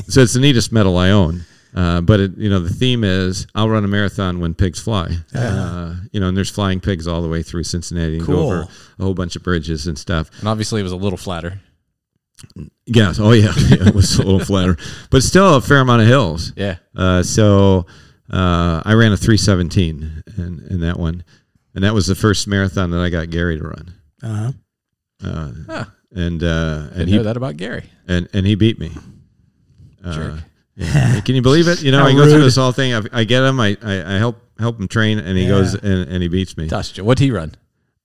S4: so it's the neatest medal I own. Uh, but it, you know the theme is I'll run a marathon when pigs fly. Uh, you know, and there's flying pigs all the way through Cincinnati and
S2: Cool.
S4: go over a whole bunch of bridges and stuff.
S3: And obviously, it was a little flatter.
S4: Yes, oh yeah, yeah it was a little flatter, but still a fair amount of hills.
S3: Yeah.
S4: Uh, so uh, I ran a 317 in, in that one. And that was the first marathon that I got Gary to run.
S2: Uh-huh.
S4: Uh,
S3: Huh.
S4: And uh,
S3: Didn't
S4: and he
S3: know that about Gary.
S4: and, and he beat me. Uh,
S3: Jerk.
S4: yeah. Can you believe it? You know,
S2: How
S4: I go through
S2: rude.
S4: this whole thing. I, I get him. I, I, I help help him train, and he
S2: Yeah.
S4: goes and, and he beats me. Uh,
S3: Gosh, what'd he run?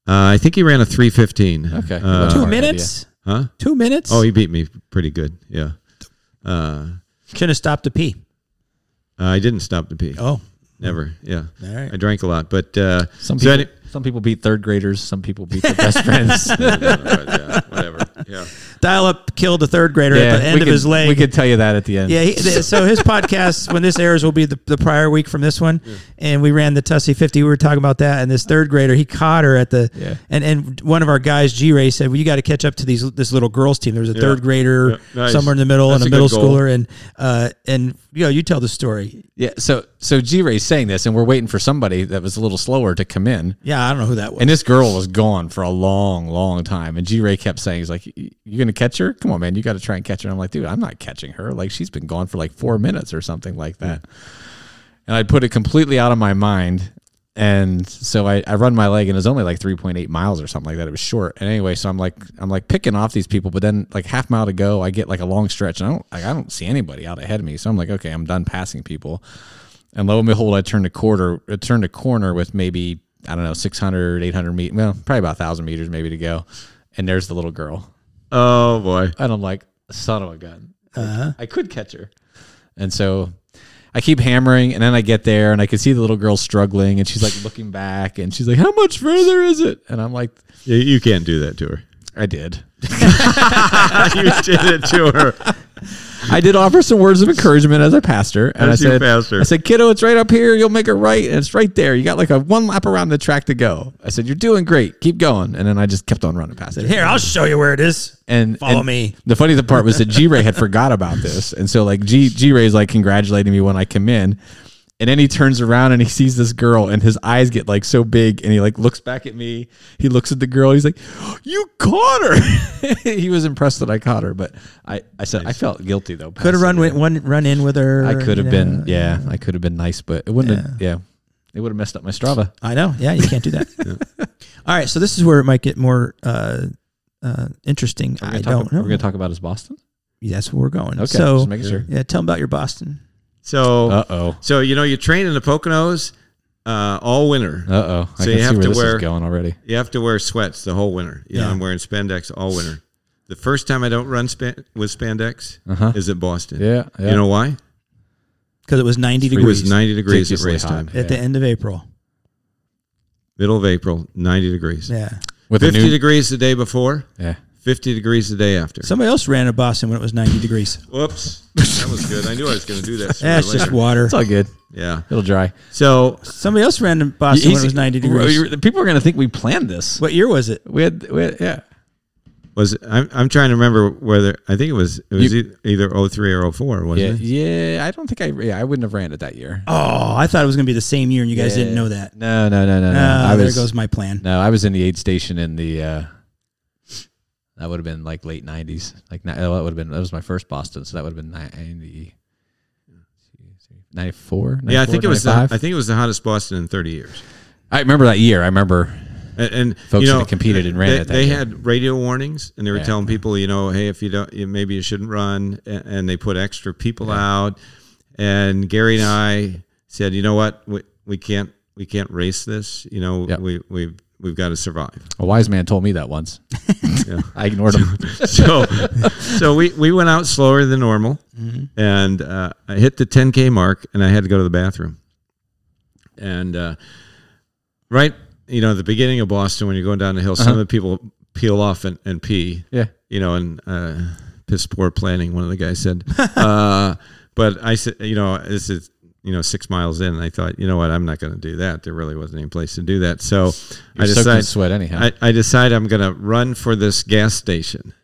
S4: I think he ran a 315.
S3: Okay.
S4: Uh,
S2: Two
S3: Hard
S2: minutes?
S4: huh?
S2: Two minutes?
S4: Oh, he beat me pretty good. Yeah. Uh,
S2: Shouldn't have stopped to pee.
S4: I didn't stop to pee.
S2: Oh,
S4: Never. Yeah.
S2: all right.
S4: I drank a lot, but uh,
S3: Some
S4: so
S3: people,
S4: any-
S3: some people beat third graders. Some people beat their best friends.
S4: yeah, whatever. Yeah.
S2: Dial up killed a third grader at the end
S3: we
S2: of
S3: could-
S2: his leg.
S3: We could tell you that at the end.
S2: yeah, he, th- so his podcast when this airs will be the, the prior week from this one, and we ran the Tussie fifty. We were talking about that, and this third grader he caught her at the
S3: Yeah.
S2: and and one of our guys G Ray said, "Well, you got to catch up to these this little girls team." There was a third grader
S4: Yeah, nice.
S2: somewhere in the middle
S4: That's
S2: and a,
S4: a
S2: middle
S4: good goal.
S2: schooler, and uh and you know you tell the story.
S3: Yeah. So so G Ray's saying this, and we're waiting for somebody that was a little slower to come in.
S2: Yeah, I don't know who that was.
S3: And this girl was gone for a long, long time. And G Ray kept saying, "He's like, "Y- you gonna catch her? Come on, man, you got to try and catch her." And I'm like, "Dude, I'm not catching her. Like, she's been gone for like four minutes or something like that." And I put it completely out of my mind. And so I, I run my leg, and it was only like 3.8 miles or something like that. It was short. And anyway, so I'm like, I'm like picking off these people, but then like half mile to go, I get like a long stretch, and I don't, like, I don't see anybody out ahead of me. So I'm like, okay, I'm done passing people. And lo and behold, I turned a quarter, I turned a corner with maybe, I don't know, 600, 800 meters, well, probably about 1,000 meters maybe to go. And there's the little girl.
S4: Oh boy.
S3: And I'm like, son of a gun. I could catch her. And so I keep hammering. And then I get there and I can see the little girl struggling. And she's like looking back and she's like, how much further is it? And I'm like,
S4: You, you can't do that to her.
S3: I did.
S4: you did it to her.
S3: I did offer some words of encouragement as I passed her, and
S4: As
S3: I
S4: you
S3: said,
S4: passed her.
S3: "I said, kiddo, it's right up here. You'll make a right, and it's right there. You got like a one lap around the track to go." I said, "You're doing great. Keep going." And then I just kept on running past her.
S2: Here, I'll show you where it is.
S3: And
S2: Follow
S3: and
S2: me.
S3: The funny th- part was that G Ray had forgot about this, and so like G G Ray's like congratulating me when I come in, and then he turns around and he sees this girl, and his eyes get like so big, and he like looks back at me. He looks at the girl. He's like, "You caught her." he was impressed that I caught her, but I I said I felt guilty though.
S2: Could have
S3: passing
S2: run
S3: her.
S2: with one run in with her.
S3: I could
S2: you
S3: have
S2: know.
S3: been, yeah, I could have been nice, but it wouldn't have, yeah, it would have messed up my Strava.
S2: I know. Yeah, you can't do that. All right, so this is where it might get more uh, uh, interesting.
S3: We're
S2: I
S3: gonna, talk,
S2: don't know.
S3: we're gonna talk about is Boston.
S2: That's where we're going.
S3: Okay,
S2: so
S3: just making sure.
S2: yeah, tell them about your Boston.
S4: So
S3: Uh oh,
S4: so you know you train in the Poconos. uh, all winter.
S3: Uh oh. I
S4: So
S3: can
S4: you
S3: see
S4: have
S3: where
S4: to
S3: this
S4: wear-
S3: is going already.
S4: You have to wear sweats the whole winter. You know,
S2: Yeah.
S4: I'm wearing spandex all winter. The first time I don't run span- with spandex
S3: Uh-huh.
S4: is at Boston.
S3: Yeah, yeah.
S4: You know why?
S2: because it was 90
S4: It was
S2: degrees
S4: 90 degrees at
S3: Ridiculously
S4: race
S3: hot.
S4: time.
S2: at the end of April.
S4: Middle of April, 90 degrees.
S2: Yeah.
S3: With a
S4: 50
S3: new,
S4: degrees the day before,
S3: yeah.
S4: 50 degrees the day after.
S2: Somebody else ran at Boston when it was 90 degrees.
S4: Whoops. That was good. I knew I was going to do that. sooner or
S2: That's just
S4: later.
S2: water.
S3: It's all good.
S4: Yeah.
S3: It'll dry.
S4: So
S2: Somebody else ran at Boston when it was 90 degrees.
S3: People are going to think we planned this.
S2: What year was it?
S3: We had, we had yeah.
S4: was I'm, I'm trying to remember whether I think it was it was e- either 03 or 04, wasn't
S3: Yeah,
S4: it?
S3: yeah. I don't think I. Yeah, I wouldn't have ran it that year.
S2: Oh, I thought it was going to be the same year, and you guys
S3: Yeah.
S2: didn't know that.
S3: No, no, no, no, no.
S2: Ah,
S3: I
S2: there
S3: was,
S2: goes my plan.
S3: No, I was in the aid station in the. uh That would have been like late nineties. Like ni- oh, that would have been that was my first Boston, so that would have been 90, 94,
S4: Yeah, I think it was the,
S3: 95?
S4: I think it was the hottest Boston in 30 years.
S3: I remember that year. I remember.
S4: And, and
S3: Folks
S4: you know,
S3: that competed and ran
S4: they,
S3: at that
S4: They
S3: year.
S4: had radio warnings, and they were
S3: Yeah.
S4: telling people, you know, hey, if you don't, you, maybe you shouldn't run. And, and they put extra people out. And Gary and I said, you know what, we, we can't we can't race this. You know,
S3: Yep.
S4: we we we've got to survive.
S3: A wise man told me that once.
S4: Yeah.
S3: I ignored him.
S4: so so we, we went out slower than normal
S3: Mm-hmm.
S4: and uh, i hit the 10k mark and i had to go to the bathroom and uh, right you know at the beginning of boston when you're going down the hill some of the people peel off and, and pee
S3: Uh-huh. yeah.
S4: you know and uh, piss poor planning one of the guys said uh, but i said you know this is you know six miles in and i thought you know what i'm not going to do that there really wasn't any place to do that so
S3: You're
S4: i
S3: soaked in
S4: decided
S3: sweat anyhow.
S4: I, um, I decide I'm going to run for this gas station.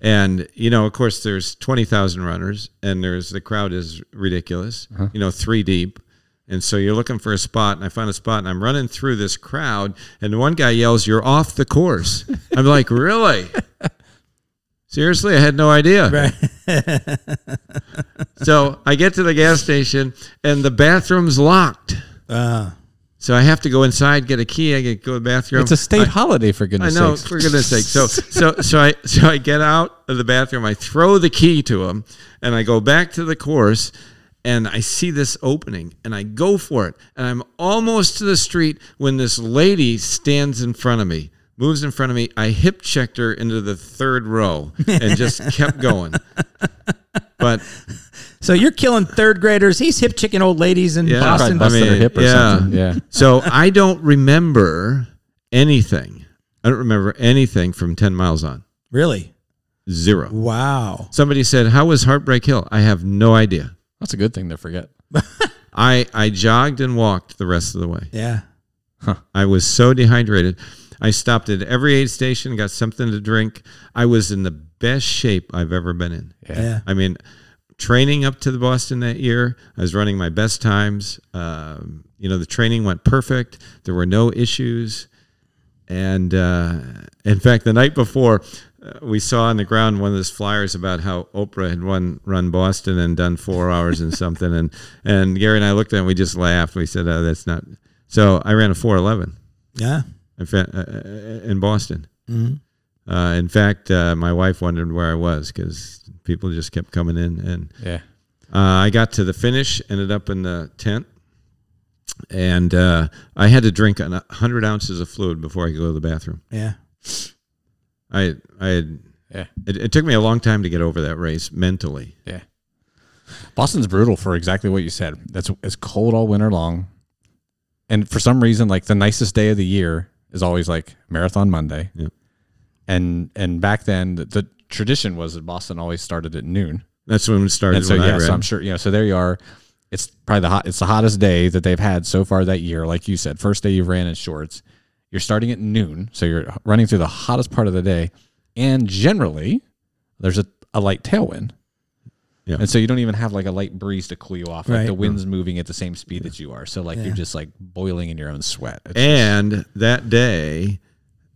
S4: And, you know, of course, there's 20,000 runners and there's the crowd is ridiculous,
S3: Uh-huh.
S4: you know, three deep. And so you're looking for a spot, and I find a spot, and I'm running through this crowd, and one guy yells, You're off the course. I'm like, Really? Seriously? I had no idea.
S2: Right.
S4: so I get to the gas station, and the bathroom's locked.
S2: Uh,
S4: So I have to go inside, get a key, I get go to the bathroom.
S3: it's a state
S4: I-
S3: holiday for
S4: I
S3: goodness
S4: know,
S3: sakes.
S4: for goodness sake. So so so I so I get out of the bathroom, I throw the key to him, and I go back to the course and I see this opening and I go for it. And I'm almost to the street when this lady stands in front of me, moves in front of me. I hip checked her into the third row and just kept going. But
S2: so you're killing third graders. He's hip chicken old ladies in
S4: Yeah.
S2: Boston.
S3: Probably
S4: I
S3: busted her
S4: mean,
S3: hip or
S4: yeah.
S3: something. Yeah.
S4: so I don't remember anything. I don't remember anything from 10 miles on.
S2: Really?
S4: Zero.
S2: Wow.
S4: Somebody said, "How was Heartbreak Hill?" I have no idea.
S3: That's a good thing to forget.
S4: I I jogged and walked the rest of the way.
S2: Yeah.
S4: I was so dehydrated. I stopped at every aid station, got something to drink. I was in the best shape I've ever been in.
S2: Yeah.
S4: I mean, training up to the Boston that year, I was running my best times. Um, you know, the training went perfect. There were no issues. And uh, in fact, the night before, uh, we saw on the ground one of those flyers about how Oprah had won, run Boston and done four hours and something. And, and Gary and I looked at it and we just laughed. We said, oh, that's not. So I ran a 411
S2: Yeah.
S4: in fa- uh, in Boston.
S3: Mm-hmm.
S4: Uh, in fact, uh, my wife wondered where I was because people just kept coming in, and
S3: Yeah.
S4: uh, I got to the finish, ended up in the tent, and uh, I had to drink a hundred ounces of fluid before I could go to the bathroom.
S2: Yeah.
S4: I I had
S3: Yeah.
S4: it, it took me a long time to get over that race mentally.
S3: Yeah. Boston's brutal for exactly what you said. That's it's cold all winter long. And for some reason, like the nicest day of the year is always like marathon Monday.
S4: Yep.
S3: And and back then the, the tradition was that Boston always started at noon.
S4: That's when it started.
S3: And so
S4: when I
S3: yeah, so
S4: ran.
S3: I'm sure you know, so there you are. It's probably the hot it's the hottest day that they've had so far that year. Like you said, first day you ran in shorts. You're starting at noon, so you're running through the hottest part of the day. And generally there's a, a light tailwind.
S4: Yeah.
S3: And so you don't even have like a light breeze to cool you off. Like
S2: Right.
S3: the wind's moving at the same speed that you are. So like you're just like boiling in your own sweat. It's-
S4: and that day,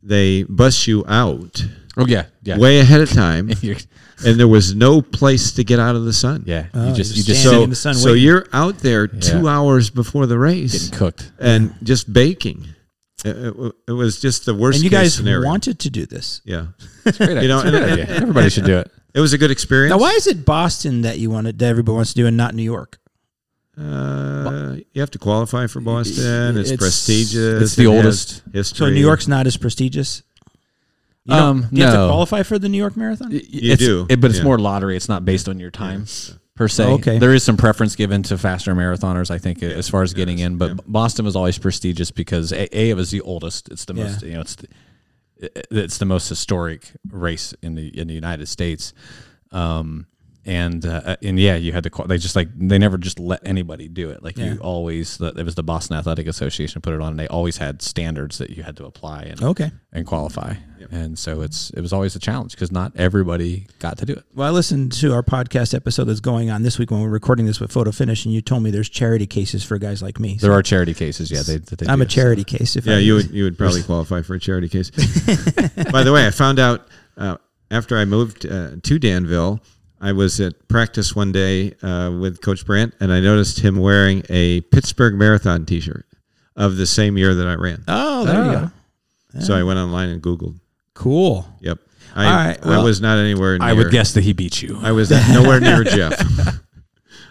S4: they bus you out
S3: oh yeah. Yeah.
S4: way ahead of time.
S3: You're-
S4: and there was no place to get out of the sun.
S3: yeah.
S2: Oh,
S3: you just
S2: you're
S3: you just
S2: standing
S4: So,
S2: in the sun
S4: so
S2: waiting.
S4: you're out there two hours before the race
S3: getting cooked.
S4: and just baking. It, it- it was just the worst
S2: And you
S4: case
S2: guys
S4: scenario.
S2: wanted to do this.
S4: yeah,
S3: It's a great,
S4: You know,
S3: it's a great
S4: and-
S3: idea.
S4: and- and-
S3: Everybody should do it.
S4: it was a good experience.
S2: Now, why is it Boston that you wanted that everybody wants to do and not New York?
S4: Uh, you have to qualify for Boston. It's,
S3: It's-
S4: prestigious.
S3: it's the
S4: It has
S3: oldest.
S4: history.
S2: So New York's not as prestigious. You don't-
S3: Um,
S2: do you have to
S3: no.
S2: qualify for the New York Marathon?
S3: you
S4: do,
S3: but it's
S4: yeah.
S3: more lottery. It's not based on your time per se.
S2: Oh, okay.
S3: there is some preference given to faster marathoners. I think as far as getting in, but Boston was always prestigious because a, a it was the oldest. It's the most
S2: Yeah.
S3: you know. It's the, it- it's the most historic race in the in the United States. Um, and uh, and yeah, you had to. qual- They just like they never just let anybody do it. Like you always, the- it was the Boston Athletic Association put it on, and they always had standards that you had to apply. And
S2: Okay.
S3: and qualify. And so it's it was always a challenge because not everybody got to do it.
S2: Well, I listened to our podcast episode that's going on this week when we're recording this with Photo Finish, and you told me there's charity cases for guys like me. So
S3: There are charity cases, yeah. They, that they
S2: I'm
S3: do,
S2: a charity case. If
S4: Yeah,
S2: I
S4: you would you would probably qualify for a charity case. By the way, I found out uh, after I moved uh, to Danville, I was at practice one day uh, with Coach Brandt, and I noticed him wearing a Pittsburgh Marathon T-shirt of the same year that I ran.
S2: Oh, there you go.
S4: So I went online and Googled.
S2: Cool.
S4: Yep, I,
S2: All right,
S4: I
S2: well-
S4: was not anywhere. Near,
S3: I would guess that he beat you.
S4: I was nowhere near Jeff.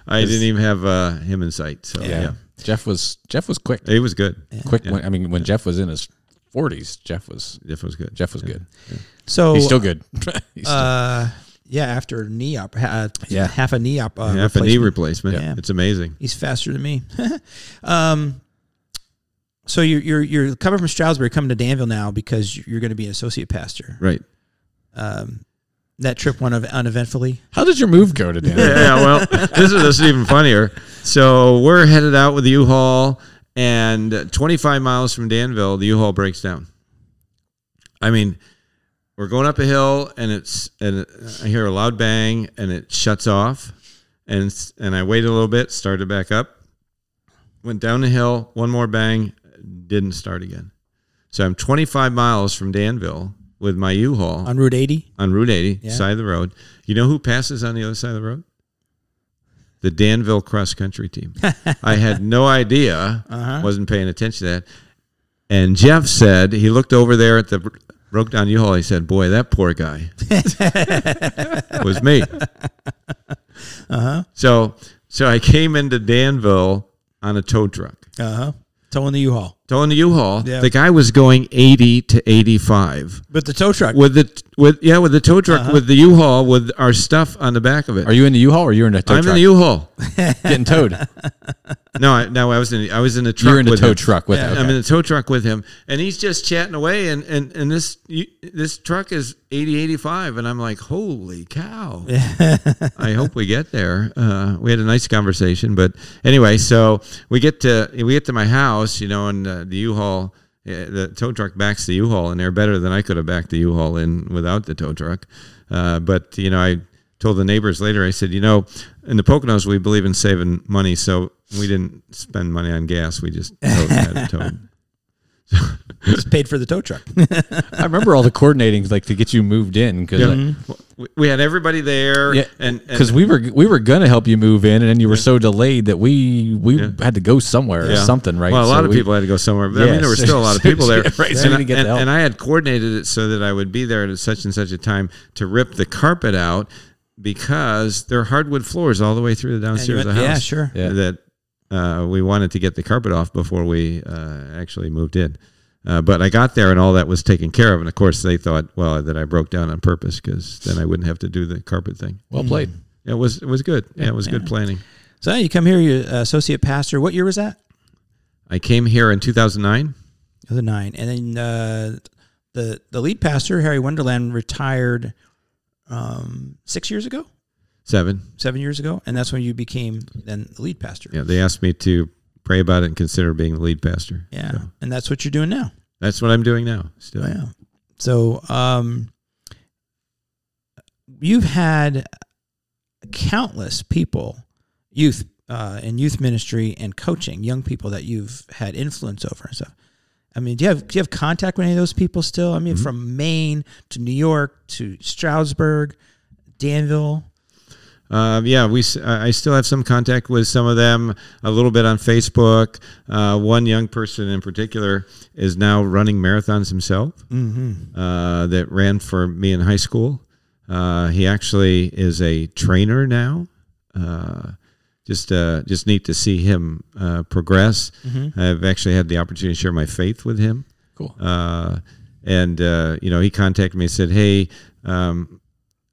S4: I didn't even have uh, him in sight. So
S3: yeah.
S4: yeah,
S3: Jeff was Jeff was quick.
S4: he was good.
S3: Quick. When, I mean, when Jeff was in his 40s, Jeff was
S4: Jeff was good.
S3: Jeff was good.
S2: So
S3: He's still good. He's still-
S2: uh, yeah, after knee up, ha- uh,
S3: Yeah.
S2: half a knee up, uh,
S4: half a
S2: replacement.
S4: knee E replacement.
S2: Yeah.
S4: It's amazing.
S2: He's faster than me. um, so you're you're you're coming from Stroudsburg, coming to Danville now because you're going to be an associate pastor.
S4: Right.
S2: Um, that trip went unev- uneventfully.
S3: How did your move go to Dan?
S4: yeah, well, this is, this is even funnier. So we're headed out with the U-Haul, and 25 miles from Danville, the U-Haul breaks down. I mean, we're going up a hill, and it's and I hear a loud bang, and it shuts off, and it's- and I wait a little bit, started back up, went down the hill, one more bang, didn't start again. So I'm 25 miles from Danville with my U-Haul
S2: on Route 80.
S4: on Route 80,
S2: Yeah.
S4: side of the road. You know who passes on the other side of the road? The Danville cross country team. I had no idea,
S2: Uh-huh.
S4: wasn't paying attention to that. And Jeff said, he looked over there at the broke down U Haul. He said, Boy, that poor guy was me. Uh-huh.
S2: Uh-huh.
S4: So, so I came into Danville on a tow truck.
S2: Uh huh. Towing the U-Haul,
S4: Towing the U Haul.
S2: Yeah.
S4: The guy was going 80 to 85
S2: but the tow truck.
S4: with the with yeah with the tow truck with the U-Haul with our stuff on the back of it.
S3: Are you in the U-Haul or you're in a tow
S4: I'm
S3: truck?
S4: in the U-Haul.
S3: getting towed.
S4: No, I, no, I was in I was in a truck.
S3: You're in a
S4: with
S3: tow
S4: him.
S3: truck with
S4: I'm in a tow truck with him, and he's just chatting away, and and and this you, this truck is 80, 85, and I'm like, holy cow! I hope we get there. Uh, we had a nice conversation, but anyway, so we get to we get to my house, you know, and uh, the U-Haul. uh, The tow truck backs the U-Haul, and they're better than I could have backed the U-Haul in without the tow truck. Uh, but you know, I told the neighbors later, I said, you know, in the Poconos, we believe in saving money, so we didn't spend money on gas. We just towed, had it towed.
S2: just paid for the tow truck.
S3: I remember all the coordinating like to get you moved in because
S4: Yeah. We- We had everybody there,
S3: Yeah,
S4: and
S3: because
S4: and
S3: we were we were gonna help you move in, and then you were so delayed that we we had to go somewhere or
S4: yeah.
S3: something, right?
S4: Well, a
S3: So
S4: lot of
S3: we-
S4: people had to go somewhere. But I mean,
S3: Yeah,
S4: there were
S3: so-
S4: still a lot of
S3: so-
S4: people there,
S3: yeah, right, so we
S4: and,
S3: didn't get
S4: and-
S3: the help.
S4: and I had coordinated it so that I would be there at such and such a time to rip the carpet out because there are hardwood floors all the way through the
S2: And you
S4: downstairs of
S2: went,
S4: the
S2: yeah,
S4: house.
S2: sure.
S3: Yeah.
S4: that uh, we wanted to get the carpet off before we uh, actually moved in. Uh, but I got there and all that was taken care of. And of course, they thought, well, that I broke down on purpose because then I wouldn't have to do the carpet thing.
S3: well played.
S4: It was it was good. Yeah, it was good planning.
S2: So you come here, you're uh, associate pastor. What year was that?
S4: I came here in 2009.
S2: The nine, and then uh, the the lead pastor Harry Wonderland retired um, six years ago,
S4: Seven.
S2: seven years ago, and that's when you became then the lead pastor.
S4: Yeah, they asked me to pray about it and consider being the lead pastor.
S2: Yeah,
S4: So
S2: and that's what you're doing now.
S4: that's what I'm doing now. Still,
S2: Yeah. So, um, you've had countless people, youth, uh, in youth ministry and coaching, young people that you've had influence over and stuff. I mean, do you have do you have contact with any of those people still? I mean,
S4: Mm-hmm.
S2: from Maine to New York to Stroudsburg, Danville.
S4: Um, yeah, we. s- I I still have some contact with some of them. A little bit on Facebook. Uh, one young person in particular is now running marathons himself.
S2: Mm-hmm.
S4: Uh, that ran for me in high school. Uh, he actually is a trainer now. Uh, just uh, just neat to see him uh, progress.
S2: Mm-hmm.
S4: I've actually had the opportunity to share my faith with him.
S3: Cool.
S4: Uh, and uh, you know, he contacted me and said, "Hey, um,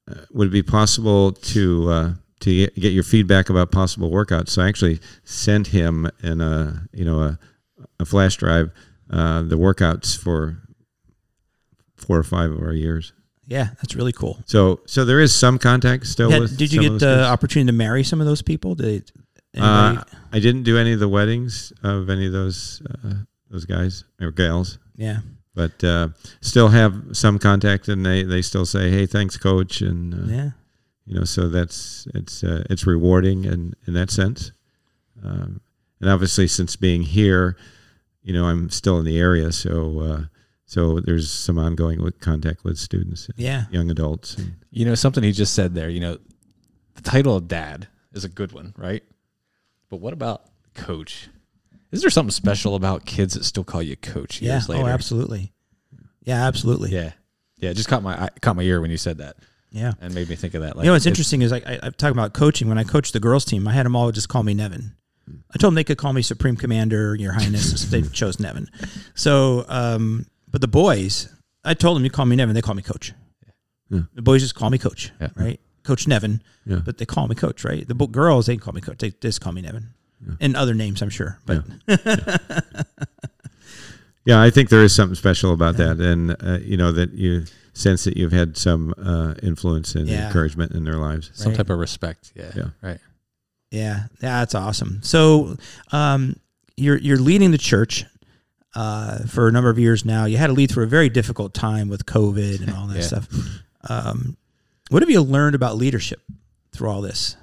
S4: uh, would it be possible to uh, to get- get your feedback about possible workouts?" So I actually sent him in a you know a, a flash drive uh, the workouts for four or five of our years.
S2: Yeah, that's really cool.
S4: So so there is some contact still.
S2: Had-
S4: with
S2: did you
S4: some of
S2: get
S4: those
S2: the
S4: guys.
S2: opportunity to marry some of those people? Did anybody,
S4: Uh, I didn't do any of the weddings of any of those uh, those guys or gals.
S2: yeah.
S4: but uh, still have some contact, and they, they still say, "Hey, thanks, coach," and uh,
S2: Yeah.
S4: you know, so that's it's uh, it's rewarding in in that sense. Um, and obviously, since being here, you know, I'm still in the area, so uh, so there's some ongoing with contact with students, and
S2: Yeah.
S4: young adults. And,
S3: You know, something he just said there, you know, the title of dad is a good one, right? But what about coach? Is there something special about kids that still call you coach
S2: Yeah.
S3: years later?
S2: Oh, absolutely. Yeah, absolutely.
S3: Yeah. Yeah, it just caught my eye, caught my ear when you said that
S2: yeah.
S3: and made me think of that. Like,
S2: you know what's
S3: it-
S2: interesting is I, I, I'm talking about coaching. When I coached the girls' team, I had them all just call me Nevin. I told them they could call me Supreme Commander, Your Highness. they chose Nevin. So, um, but the boys, I told them you call me Nevin. They call me Coach.
S4: Yeah.
S2: The boys just call me Coach,
S3: Yeah.
S2: right? Coach Nevin,
S4: Yeah.
S2: but they call me Coach, right? The bo- girls they call me Coach. They just call me Nevin, and other names I'm sure. But
S4: Yeah, I think there is something special about that, and uh, you know that you sense that you've had some uh, influence and
S2: Yeah.
S4: encouragement in their lives.
S3: some
S2: Right.
S3: type of respect. Yeah.
S4: Yeah.
S3: Right.
S2: Yeah, that's awesome. So, um, you're you're leading the church uh, for a number of years now. You had to lead through a very difficult time with COVID and all that
S3: Yeah.
S2: stuff. Um, what have you learned about leadership through all this?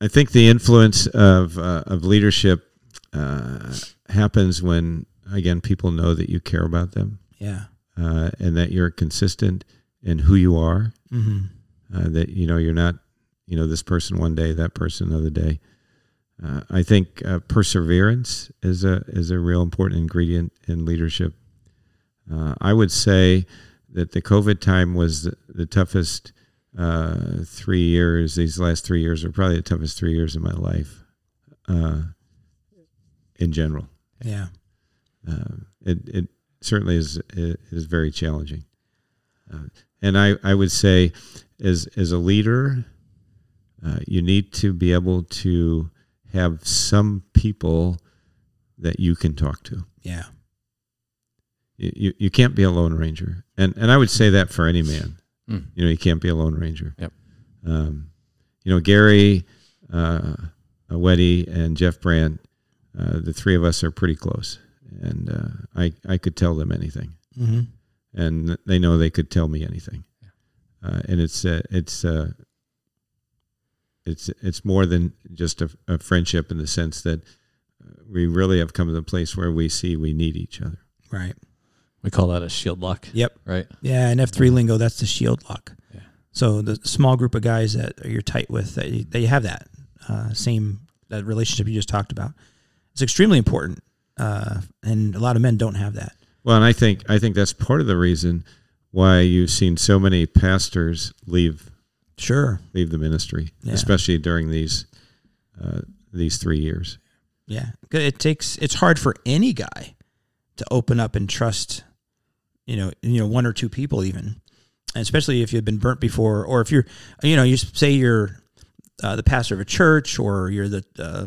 S4: I think the influence of uh, of leadership uh, happens when again people know that you care about them
S2: Yeah.
S4: uh, and that you're consistent in who you are.
S2: Mm-hmm.
S4: Uh, that you know you're not you know this person one day, that person another day. Uh, I think uh, perseverance is a is a real important ingredient in leadership. Uh, I would say that the COVID time was the, the toughest uh, three years. These last three years are probably the toughest three years of my life, uh, in general.
S2: Yeah.
S4: Uh, it it certainly is it is very challenging. Uh, and I I would say, as as a leader, uh, you need to be able to have some people that you can talk to.
S2: Yeah.
S4: You, you, you can't be a lone ranger, and and I would say that for any man.
S3: Mm.
S4: You know, you can't be a lone ranger.
S3: Yep.
S4: Um, you know, Gary, uh, Weddy, and Jeff Brandt, uh, the three of us are pretty close, and uh, I I could tell them anything,
S2: Mm-hmm.
S4: and they know they could tell me anything. Uh, and it's uh, it's uh, it's it's more than just a, a friendship in the sense that uh, we really have come to the place where we see we need each other.
S2: Right.
S3: We call that a shield lock.
S2: Yep.
S3: Right.
S2: Yeah, and F three lingo, that's the shield lock.
S3: Yeah.
S2: So the small group of guys that you're tight with, that you, that you have that uh, same that relationship you just talked about, it's extremely important, uh, and a lot of men don't have that.
S4: Well, and I think I think that's part of the reason why you've seen so many pastors leave
S2: Sure.
S4: leave the ministry,
S2: Yeah.
S4: especially during these uh, these three years.
S2: Yeah. 'Cause It takes. It's hard for any guy to open up and trust, you know, you know, one or two people even, and especially if you've been burnt before, or if you're, you know, you s- say you're uh, the pastor of a church, or you're the uh,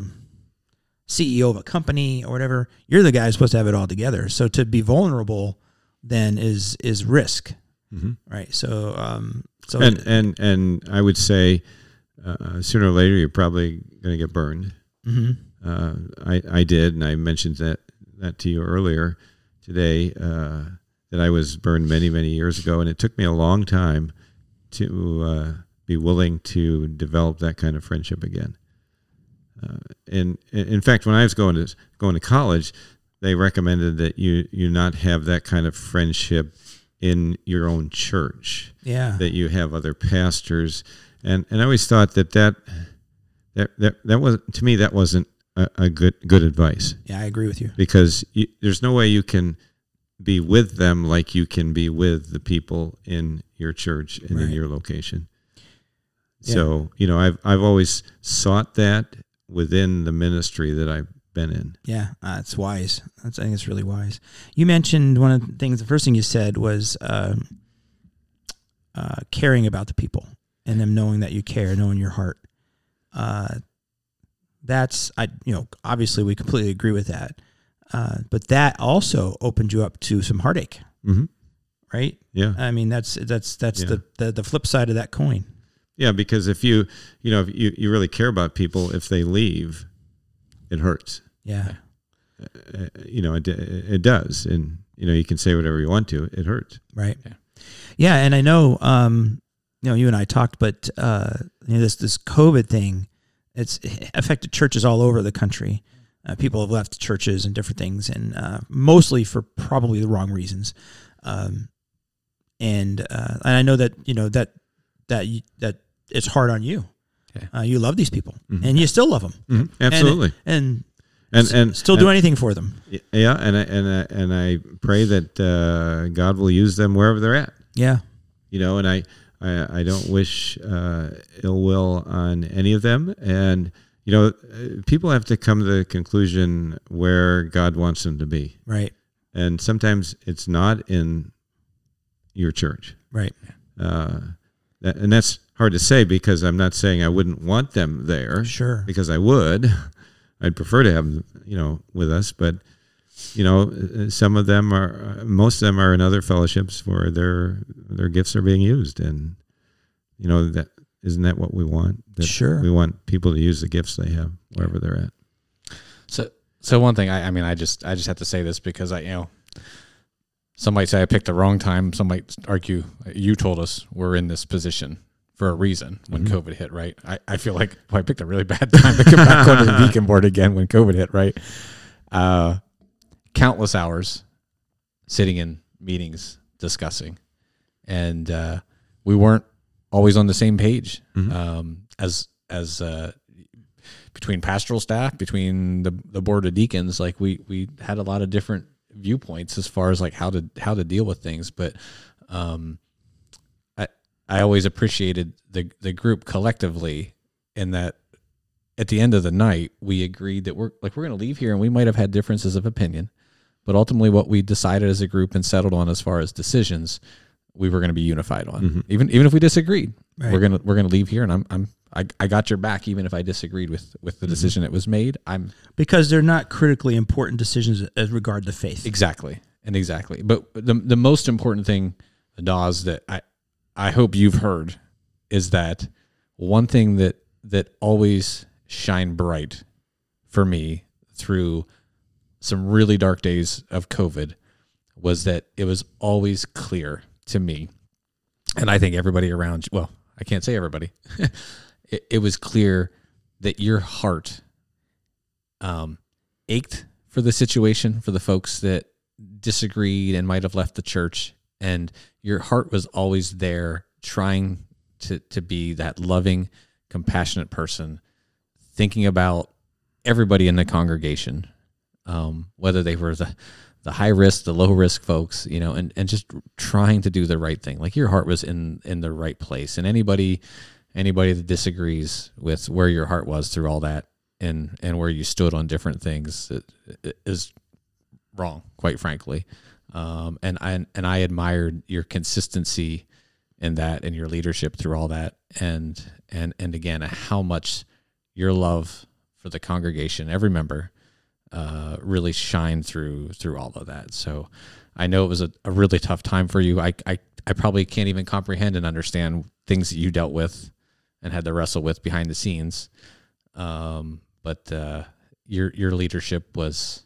S2: CEO of a company, or whatever. You're the guy who's supposed to have it all together. So to be vulnerable, then is is risk, right? So, um, so
S4: And and and I would say uh, sooner or later you're probably going to get burned.
S2: Mhm.
S4: Uh, I I did, and I mentioned that that to you earlier today uh, that I was burned many many years ago, and it took me a long time to uh, be willing to develop that kind of friendship again. Uh, and in fact, when I was going to going to college, they recommended that you you not have that kind of friendship in your own church.
S2: yeah,
S4: That you have other pastors, and and I always thought that that that that, that was to me that wasn't a, a good good advice
S2: yeah, I agree with you.
S4: because you, there's no way you can be with them like you can be with the people in your church and
S2: Right.
S4: in your location. So you know, I've I've always sought that within the ministry that I've been in.
S2: Yeah, uh, it's wise. That's, I think it's really wise. You mentioned one of the things. The first thing you said was uh, uh, caring about the people and them knowing that you care, knowing your heart. Uh, that's I, you know, obviously we completely agree with that. Uh, but that also opened you up to some heartache,
S4: Mhm.
S2: right?
S4: Yeah,
S2: I mean, that's that's that's
S4: Yeah.
S2: the, the the flip side of that coin.
S4: yeah. Because if you you know if you you really care about people, if they leave, it hurts.
S2: Yeah,
S4: Uh, you know, it it does, and you know you can say whatever you want to. It hurts.
S2: right. Yeah. yeah, and I know, um, you know, you and I talked, but uh, you know, this this COVID thing, it's affected churches all over the country. Uh, people have left churches and different things, and uh, mostly for probably the wrong reasons. Um, and uh, and I know that you know that that you, that it's hard on you.
S3: Yeah.
S2: Uh, you love these people, Mm-hmm. and you still love them,
S4: Mm-hmm. Absolutely,
S2: and
S4: and and,
S2: still do anything for them.
S4: and yeah, and I, and I, and I pray that uh, God will use them wherever they're at.
S2: Yeah,
S4: you know, and I, I, I don't wish uh, ill will on any of them. And, you know, uh, people have to come to the conclusion where God wants them to be.
S2: right,
S4: And sometimes it's not in your church.
S2: right.
S4: Uh, that, and that's hard to say because I'm not saying I wouldn't want them there
S2: Sure.
S4: because I would. I'd prefer to have them, you know, with us, but you know, uh, some of them are, uh, most of them are in other fellowships where their their gifts are being used, and you know that isn't that what we want? That
S2: Sure.
S4: we want people to use the gifts they have wherever they're at.
S3: So, so one thing I, I mean, I just, I just have to say this because I, you know, some might say I picked the wrong time. Some might argue you told us we're in this position for a reason when COVID hit, right? I, I feel like well, I picked a really bad time to come back onto the beacon board again when COVID hit, right? Uh, countless hours sitting in meetings discussing, and uh, we weren't always on the same page um, as as uh, between pastoral staff, between the the board of deacons, like we we had a lot of different viewpoints as far as like how to how to deal with things. But um, I I always appreciated the the group collectively in that at the end of the night we agreed that we're like we're going to leave here and we might have had differences of opinion, but ultimately what we decided as a group and settled on as far as decisions we were going to be unified on even even if we disagreed
S2: Right.
S3: we're gonna we're gonna leave here and i'm i'm I, I got your back even if i disagreed with with the decision that was made i'm
S2: because they're not critically important decisions as regard to faith.
S3: Exactly. And exactly. But the the most important thing, Dawes, that I I hope you've heard is that one thing that that always shine bright for me through some really dark days of COVID was that it was always clear to me, and I think everybody around well, I can't say everybody. it, it was clear that your heart um ached for the situation for the folks that disagreed and might have left the church and your heart was always there trying to to be that loving compassionate person thinking about everybody in the congregation um, whether they were the the high risk the low risk folks you know and and just trying to do the right thing like your heart was in in the right place and anybody anybody that disagrees with where your heart was through all that and and where you stood on different things it- it is wrong, quite frankly. Um, and I and I admired your consistency in that and your leadership through all that, and and and again how much your love for the congregation, every member, uh, really shined through through all of that. So I know it was a, a really tough time for you. I, I I probably can't even comprehend and understand things that you dealt with and had to wrestle with behind the scenes. Um, but uh, your your leadership was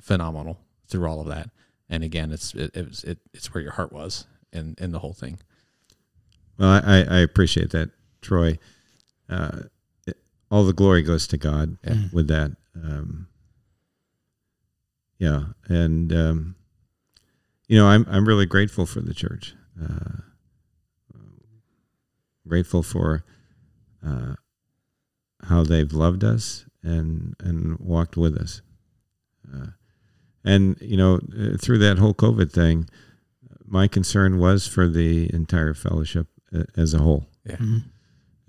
S3: phenomenal through all of that. And again, it's it, it was it, it's where your heart was in in the whole thing.
S4: Well, I, I- I appreciate that, Troy. Uh, it- all the glory goes to God with that. Um, yeah, and um, you know, I'm I'm really grateful for the church. Uh, grateful for uh, how they've loved us and and walked with us. Uh, and you know, uh, through that whole COVID thing, my concern was for the entire fellowship uh, as a whole.
S3: Yeah.
S2: Mhm.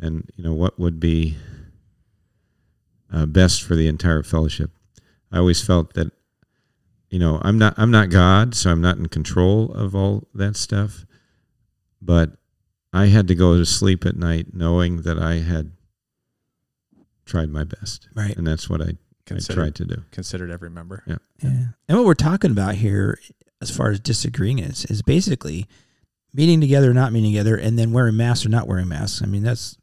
S4: and you know what would be uh, best for the entire fellowship. I always felt that you know I'm not I'm not God, so I'm not in control of all that stuff. But I had to go to sleep at night knowing that I had tried my best,
S2: Right.
S4: and that's what I, I
S3: Consider-
S4: tried to do.
S3: Considered every member.
S4: Yeah.
S2: Yeah. And what we're talking about here, as far as disagreeing is, is basically meeting together or not meeting together, and then wearing masks or not wearing masks. I mean, that's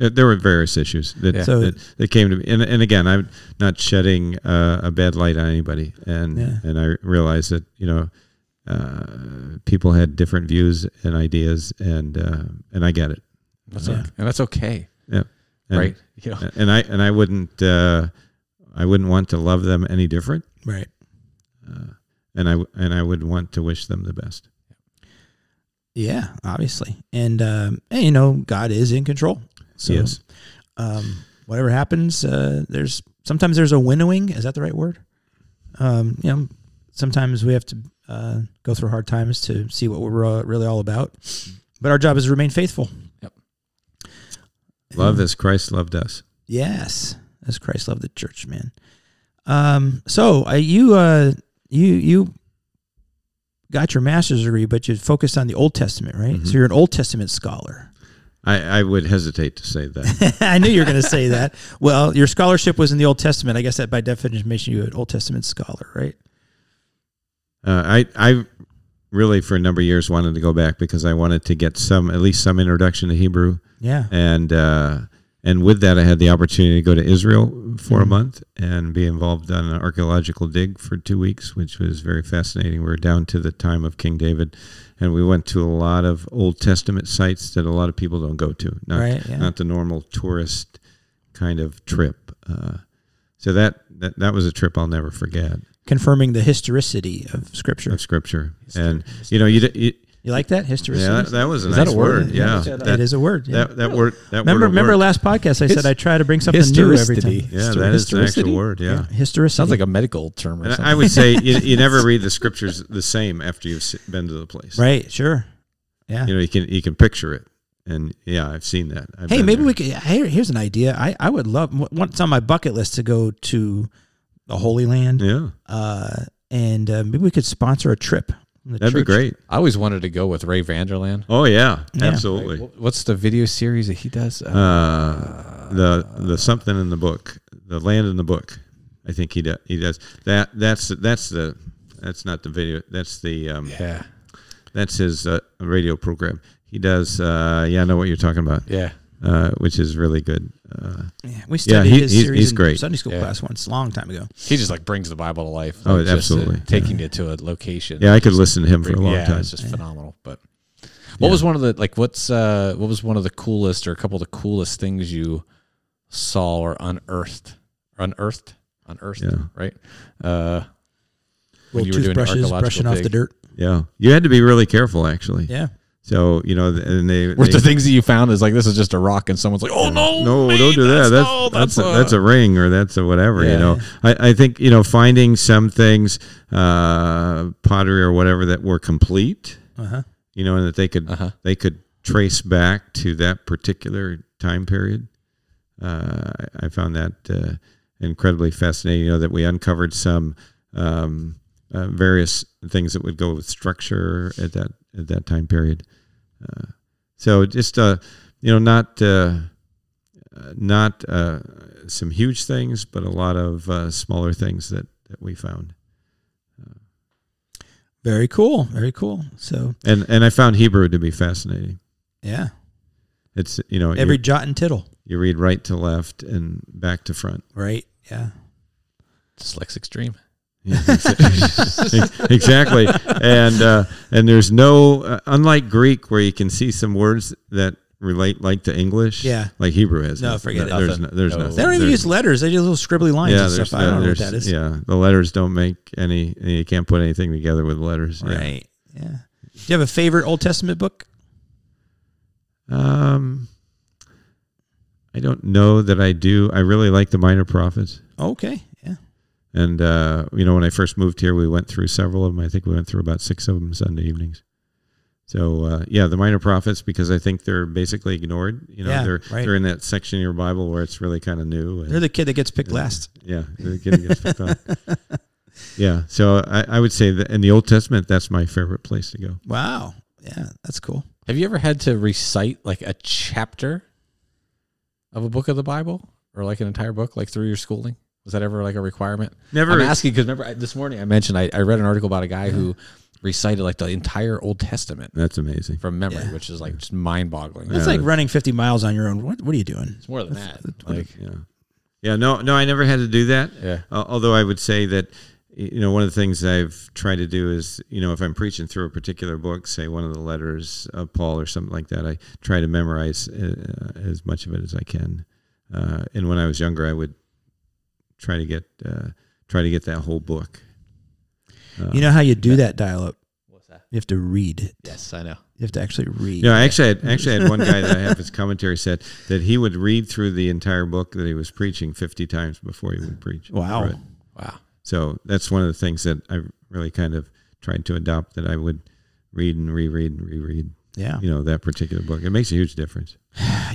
S4: Uh, There were various issues that,
S3: Yeah.
S2: So-
S4: that, that came to me, and, and again, I'm not shedding uh, a bad light on anybody, and
S2: Yeah.
S4: and I realized that you know uh, people had different views and ideas, and uh, and I get it,
S3: That's
S2: Yeah.
S3: okay. And that's okay.
S4: And-
S3: right. You know,
S4: And I and I wouldn't uh, I wouldn't want to love them any different,
S2: right.
S4: uh, and I w- and I would want to wish them the best.
S2: Yeah, obviously. And, um, and, you know, God is in control. So,
S4: yes,
S2: um, whatever happens, uh, there's sometimes there's a winnowing. Is that the right word? Um, you know, sometimes we have to uh, go through hard times to see what we're uh, really all about. But our job is to remain faithful.
S3: Yep.
S4: love as Christ loved us.
S2: Yes, as Christ loved the church, man. Um, so uh, you uh, you you got your master's degree, but you focused on the Old Testament, right?
S4: Mm-hmm.
S2: So you're an Old Testament scholar.
S4: I, I would hesitate to say that.
S2: I knew you were going to say that. Well, your scholarship was in the Old Testament. I guess that by definition makes you an Old Testament scholar, right?
S4: uh, I I really for a number of years wanted to go back because I wanted to get some at least some introduction to Hebrew.
S2: Yeah.
S4: and uh, and with that, I had the opportunity to go to Israel for
S2: Mm-hmm.
S4: a month and be involved on an archaeological dig for two weeks, which was very fascinating. We were down to the time of King David, and we went to a lot of Old Testament sites that a lot of people don't go to, not
S2: Right, yeah.
S4: not the normal tourist kind of trip. Uh, so that, that that was a trip I'll never forget
S2: Confirming the historicity of Scripture.
S4: of Scripture, and you know you. d- you
S2: You like that historicity?
S4: yeah, that, that was a
S3: Is
S4: nice
S3: that a word?
S4: Yeah,
S2: it is-
S4: that,
S2: it is a word. yeah.
S4: that, that word. That
S2: remember,
S4: word
S2: remember
S4: worked.
S2: last podcast I said I try to bring something new every time.
S4: Yeah, that is an actual
S3: Historicity?
S4: word. yeah.
S2: Historicity
S3: Sounds like a medical term or
S4: And
S3: something.
S4: I would say you, you never read the scriptures the same after you've s- been to the place.
S2: right. Sure. Yeah.
S4: You know, you can you can picture it, and yeah, I've seen that. I've
S2: Hey,
S4: been
S2: maybe
S4: there.
S2: we could. Here, here's an idea. I, I would love. What's on my bucket list to go to the Holy Land,
S4: Yeah,
S2: uh, and uh, maybe we could sponsor a trip. from the
S4: that'd be
S2: church.
S4: great.
S3: I always wanted to go with Ray Vanderland.
S4: Oh yeah,
S2: Yeah.
S4: absolutely.
S3: Wh- What's the video series that he does? Uh,
S4: Uh, the the something in the book, the land in the book. I think he does. He does that. That's that's the that's not the video. That's the um,
S3: yeah,
S4: that's his uh, radio program. He does. Uh, yeah, I know what you're talking about.
S3: yeah.
S4: Uh, which is really good. Uh,
S2: Yeah, we studied
S4: he-
S2: his
S4: he's-
S2: series
S4: he's
S2: in
S4: great.
S2: Sunday school
S3: Yeah.
S2: class once, a long time ago.
S3: He just like brings the Bible to life.
S4: Oh,
S3: like, just, uh,
S4: absolutely.
S3: taking you to a location.
S4: yeah, I could listen to him for a long
S3: yeah,
S4: time.
S3: it's just phenomenal. But what was one of the like? What's uh? What was one of the coolest or a couple of the coolest things you saw or unearthed? Unearthed, unearthed,
S4: Yeah.
S3: right? Uh, when
S2: Little
S3: you were doing
S2: toothbrushes,
S3: archaeological
S2: brushing off the
S3: dig.
S2: dirt.
S4: Yeah, you had to be really careful, actually.
S2: Yeah,
S4: So you know, th- and they,
S3: Were
S4: they-
S3: the things that you found is like this is just a rock and someone's like, oh no,
S4: no,
S3: mate,
S4: don't do that. That's
S3: no,
S4: that's, a, that's a ring or that's a whatever.
S3: Yeah.
S4: You know, I, I think you know finding some things, uh, pottery or whatever that were complete.
S2: Uh-huh.
S4: You know, and that they could
S3: Uh-huh.
S4: they could trace back to that particular time period. Uh, I- I found that uh, incredibly fascinating. You know, that we uncovered some um, uh, various things that would go with structure at that at that time period. Uh, So just uh, you know, not uh, uh, not uh, some huge things, but a lot of uh, smaller things that that we found.
S2: very cool, very cool. So
S4: And and I found Hebrew to be fascinating.
S2: yeah,
S4: It's you know
S2: every
S4: you,
S2: jot and tittle,
S4: you read right to left and back to front.
S2: right? Yeah,
S3: dyslexic dream.
S4: exactly, and uh, and there's no uh, unlike Greek where you can see some words that relate like to English.
S2: Yeah.
S4: like Hebrew has.
S2: No,
S4: noth-
S2: forget it.
S4: There's no, there's
S3: No.
S4: nothing.
S2: they don't even
S4: There's-
S2: use letters; they do little scribbly lines and
S4: there's-
S2: stuff. I don't know what
S4: there's-
S2: that is.
S4: Yeah, the letters don't make any. You can't put anything together with letters. yeah.
S2: Right. Yeah. Do you have a favorite Old Testament book?
S4: Um, I don't know that I do. I really like the Minor Prophets,
S2: Okay. Yeah.
S4: and uh, you know, when I first moved here, we went through several of them. I think we went through about six of them Sunday evenings. So uh, yeah, the minor prophets because I think they're basically ignored. You know,
S2: Yeah,
S4: they're
S2: right.
S4: they're in that section of your Bible where it's really kind of new. and-
S2: They're the kid that gets picked last.
S4: yeah, they're getting us picked on. Yeah, so I, I would say that in the Old Testament, that's my favorite place to go.
S2: Wow. Yeah, that's cool.
S3: Have you ever had to recite like a chapter of a book of the Bible or like an entire book, like through your schooling? Was that ever like a requirement?
S4: Never.
S3: I'm asking because remember I, this morning I mentioned I, I read an article about a guy who recited like the entire Old Testament
S4: That's amazing.
S3: from memory,
S2: Yeah.
S3: which is like just mind boggling.
S2: That's like running 50 miles on your own. What, what are you doing?
S3: It's more than that. Like,
S4: Yeah, yeah. No, no, I never had to do that.
S3: Yeah.
S4: Uh, although I would say that you know one of the things I've tried to do is you know if I'm preaching through a particular book, say one of the letters of Paul or something like that, I try to memorize uh, as much of it as I can. Uh, and when I was younger, I would try to get uh, try to get that whole book.
S2: You know how you do that dial up?
S3: what's that?
S2: You have to read it.
S3: Yes, I know.
S2: You have to actually read.
S4: Yeah, I actually had, actually had one guy that I have his commentary said that he would read through the entire book that he was preaching 50 times before he would preach.
S2: Wow.
S4: through it.
S3: Wow.
S4: So that's one of the things that I really kind of tried to adopt that I would read and reread and reread,
S2: Yeah.
S4: you know, that particular book. It makes a huge difference.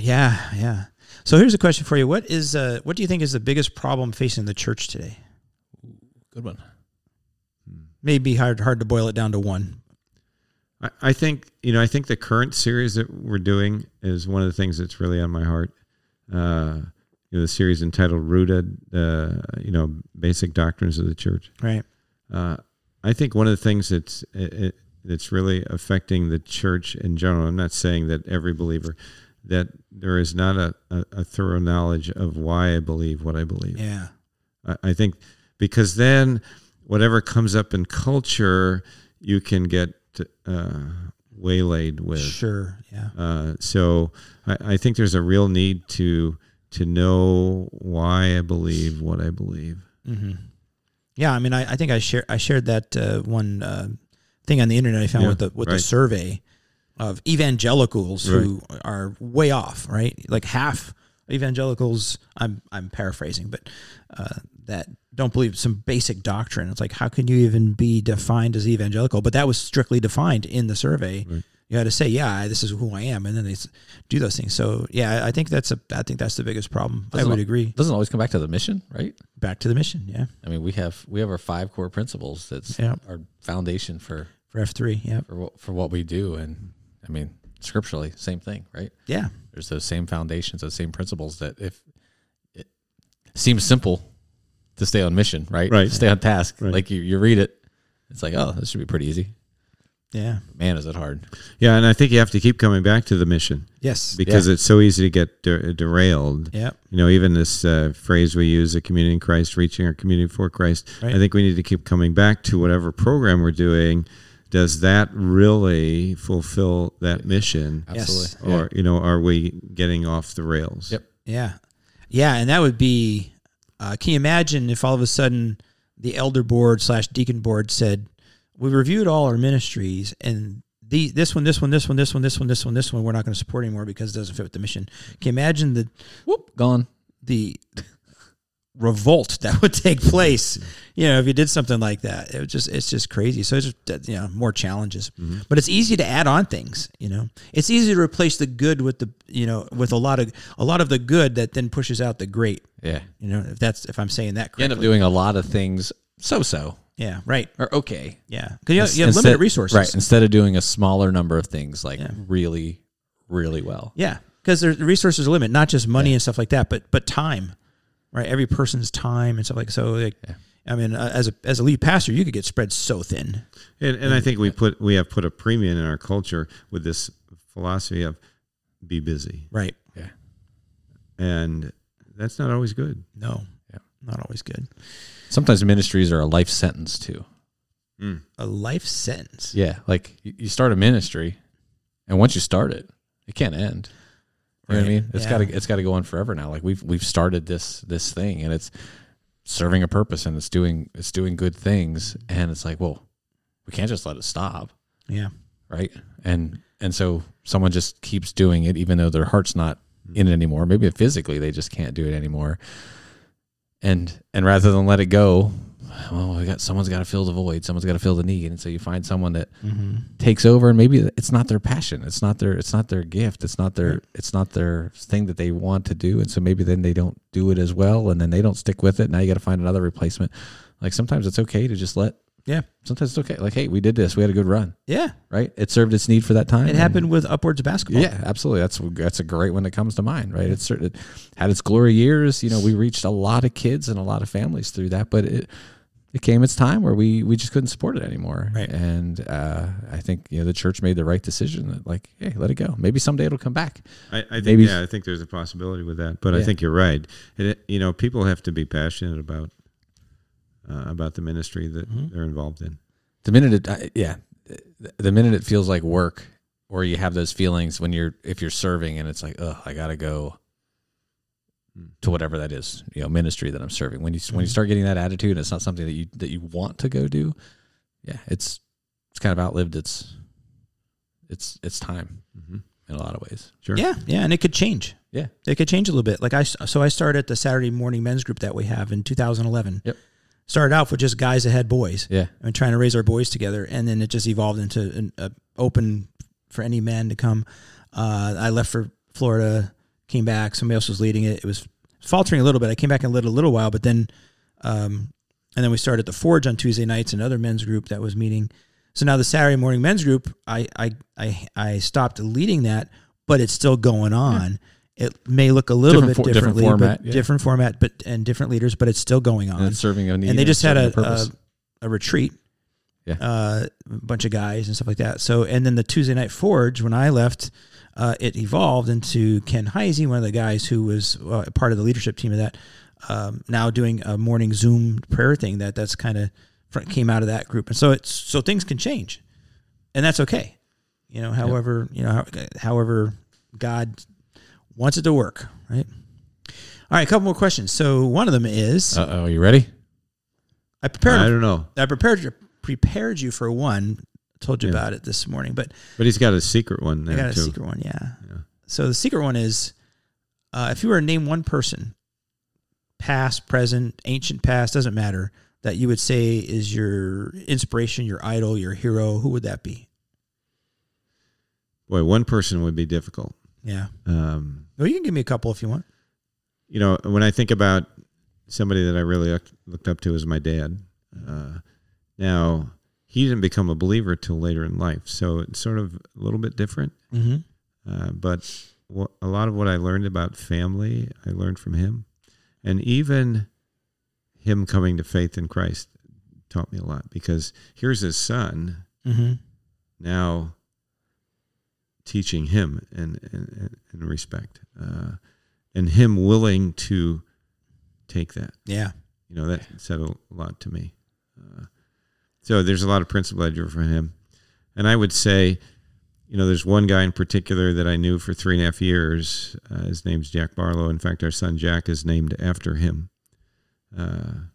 S2: Yeah. Yeah. So here's a question for you. What is uh, what do you think is the biggest problem facing the church today?
S3: Good one.
S2: Maybe hard hard to boil it down to one.
S4: I, I think, you know, I think the current series that we're doing is one of the things that's really on my heart. Uh, you know, the series entitled Rooted, uh, you know, Basic Doctrines of the Church.
S2: Right.
S4: Uh, I think one of the things that's it, it, that's really affecting the church in general. I'm not saying that every believer that there is not a, a, a thorough knowledge of why I believe what I believe.
S2: Yeah.
S4: I, I think because then whatever comes up in culture, you can get uh, waylaid with.
S2: Sure. Yeah.
S4: Uh, so I, I think there's a real need to to know why I believe what I believe.
S2: hmm Yeah, I mean, I, I think I share I shared that uh, one uh, thing on the internet I found
S4: Yeah,
S2: with the with the
S4: right.
S2: survey of evangelicals who are way off, right? Like half evangelicals. I'm I'm paraphrasing, but uh, that don't believe some basic doctrine. It's like how can you even be defined as evangelical? But that was strictly defined in the survey. You had to say, yeah, I- this is who I am, and then they s- do those things. So, yeah, I- I think that's a, I think that's the biggest problem. I
S3: Doesn't
S2: would
S3: al-
S2: agree.
S3: Doesn't always come back to the mission, right?
S2: Back to the mission, yeah,
S3: I mean, we have we have our five core principles that's
S2: Yeah.
S3: our foundation for
S2: for F three, yeah,
S3: for what, for what we do, and I mean, scripturally, same thing, right?
S2: yeah.
S3: There's those same foundations, those same principles that if it seems simple to stay on mission, right?
S4: Right.
S3: Stay on task.
S4: Right.
S3: Like you, you read it, it's like, oh, this should be pretty easy.
S2: Yeah.
S3: Man, is it hard?
S4: Yeah, and I think you have to keep coming back to the mission.
S2: Yes.
S4: because it's so easy to get der- derailed.
S2: Yep.
S4: You know, even this uh, phrase we use, a community in Christ, reaching our community for Christ.
S2: Right.
S4: I think we need to keep coming back to whatever program we're doing. Does that really fulfill that mission?
S2: Yes.
S3: Absolutely.
S4: Or, you know, are we getting off the rails?
S3: Yep.
S2: Yeah. Yeah. And that would be, uh, can you imagine if all of a sudden the elder board slash deacon board said, we reviewed all our ministries and the, this one, this one, this one, this one, this one, this one, this one, we're not going to support anymore because it doesn't fit with the mission. Can you imagine the,
S3: Whoop, gone.
S2: the revolt that would take place, you know, if you did something like that, it would just, it's just crazy. So it's just, uh, you know, more challenges,
S3: Mm-hmm.
S2: but it's easy to add on things, you know, it's easy to replace the good with the, you know, with a lot of, a lot of the good that then pushes out the great,
S3: Yeah.
S2: you know, if that's, if I'm saying that
S3: You end up
S2: correctly.
S3: doing a lot of things so so
S2: Yeah. Right.
S3: or okay.
S2: Yeah. Cause you have, you have limited resources.
S3: Right. Instead of doing a smaller number of things like really, really well.
S2: Yeah, because the resources are limited, not just money and stuff like that, but but time, right? Every person's time and stuff like so. Like, I mean, uh, as a as a lead pastor, you could get spread so thin.
S4: And, and I think we put we have put a premium in our culture with this philosophy of be busy,
S2: Right.
S3: Yeah.
S4: and that's not always good.
S2: No.
S3: Yeah.
S2: Not always good.
S3: Sometimes ministries are a life sentence too.
S2: A life sentence.
S3: Yeah, like you you start a ministry, and once you start it, it can't end. You know what I
S2: Right.
S3: mean? It's
S2: Yeah.
S3: got to it's got to go on forever now. Like we've we've started this this thing, and it's serving a purpose, and it's doing it's doing good things, and it's like, well, we can't just let it stop,
S2: Yeah.
S3: right? And and so someone just keeps doing it, even though their heart's not in it anymore. Maybe physically they just can't do it anymore. And and rather than let it go, well, we got someone's got to fill the void, someone's got to fill the need, and so you find someone that takes over, and maybe it's not their passion, it's not their, it's not their gift, it's not their, it's not their thing that they want to do, and so maybe then they don't do it as well, and then they don't stick with it. Now you got to find another replacement. Like sometimes it's okay to just let.
S2: Yeah.
S3: Sometimes it's okay. Like, hey, we did this. We had a good run,
S2: Yeah.
S3: right? It served its need for that time.
S2: It
S3: and-
S2: happened with Upwards Basketball.
S3: yeah, absolutely. That's that's a great one that comes to mind, right? It's certain, it had its glory years. You know, we reached a lot of kids and a lot of families through that, but it it came its time where we we just couldn't support it anymore.
S2: Right.
S3: And uh, I think you know the church made the right decision. That like, hey, let it go. Maybe someday it'll come back.
S4: I, I think
S3: Maybe-
S4: yeah, I think there's a possibility with that, but I
S3: Yeah.
S4: think you're right. And It, you know, people have to be passionate about uh, about the ministry that
S2: Mm-hmm.
S4: they're involved in.
S3: The minute it, I- yeah, the- the minute it feels like work, or you have those feelings when you're if you're serving and it's like, oh, I gotta go to whatever that is, you know, ministry that I'm serving. When you when you start getting that attitude, and it's not something that you that you want to go do. Yeah, it's it's kind of outlived its its its time
S4: Mhm.
S3: in a lot of ways.
S4: Sure.
S2: Yeah. Yeah. And it could change.
S3: Yeah,
S2: It could change a little bit. Like I, so I started the Saturday morning men's group that we have in 2011.
S3: Yep.
S2: Started off with just guys that had boys.
S3: yeah,
S2: and trying to raise our boys together. And then it just evolved into an a open for any man to come. Uh, I left for Florida, came back. Somebody else was leading it. It was faltering a little bit. I came back and led a little while, but then, um, and then we started the Forge on Tuesday nights, another men's group that was meeting. So now the Saturday morning men's group, I I I, I stopped leading that, but it's still going on. It may look a little
S3: Different
S2: bit
S3: fo- different
S2: differently,
S3: format,
S2: but
S3: yeah.
S2: different format, but and different leaders, but it's still going on
S3: and it's serving a need.
S2: and they just had
S3: serving
S2: a, a, a retreat,
S3: Yeah.
S2: uh, a bunch of guys and stuff like that. So, and then the Tuesday night forge when I left, uh, it evolved into Ken Heisey, one of the guys who was uh, part of the leadership team of that. Um, now doing a morning Zoom prayer thing that that's kind of fr- came out of that group, and so it's so things can change, and that's okay. You know, however, you know, how- however God wants it to work, right? All right, a couple more questions. So one of them is
S3: uh oh, you ready?
S2: I prepared
S4: I don't know,
S2: I prepared you prepared you for one. Told you about it this morning, but
S4: but he's got a secret one
S2: I
S4: there
S2: got a
S4: too.
S2: secret one. Yeah. So the secret one is, uh, if you were to name one person, past, present, ancient, past, doesn't matter, that you would say is your inspiration, your idol, your hero. Who would that be?
S4: Boy, one person would be difficult.
S2: Yeah.
S4: Um,
S2: Well, you can give me a couple if you want.
S4: you know, when I think about somebody that I really looked, looked up to is my dad. Uh, now, he didn't become a believer till later in life, so it's sort of a little bit different.
S2: Mm-hmm.
S4: Uh, but wha a lot of what I learned about family, I learned from him, and even him coming to faith in Christ taught me a lot because here's his son
S2: Mm-hmm.
S4: now teaching him and and, and respect, uh, and him willing to take that.
S2: Yeah.
S4: You know that said a lot to me. Uh, so there's a lot of principle I drew from him, and I would say, you know, there's one guy in particular that I knew for three and a half years. Uh, his name's Jack Barlow. In fact, our son Jack is named after him. Uh,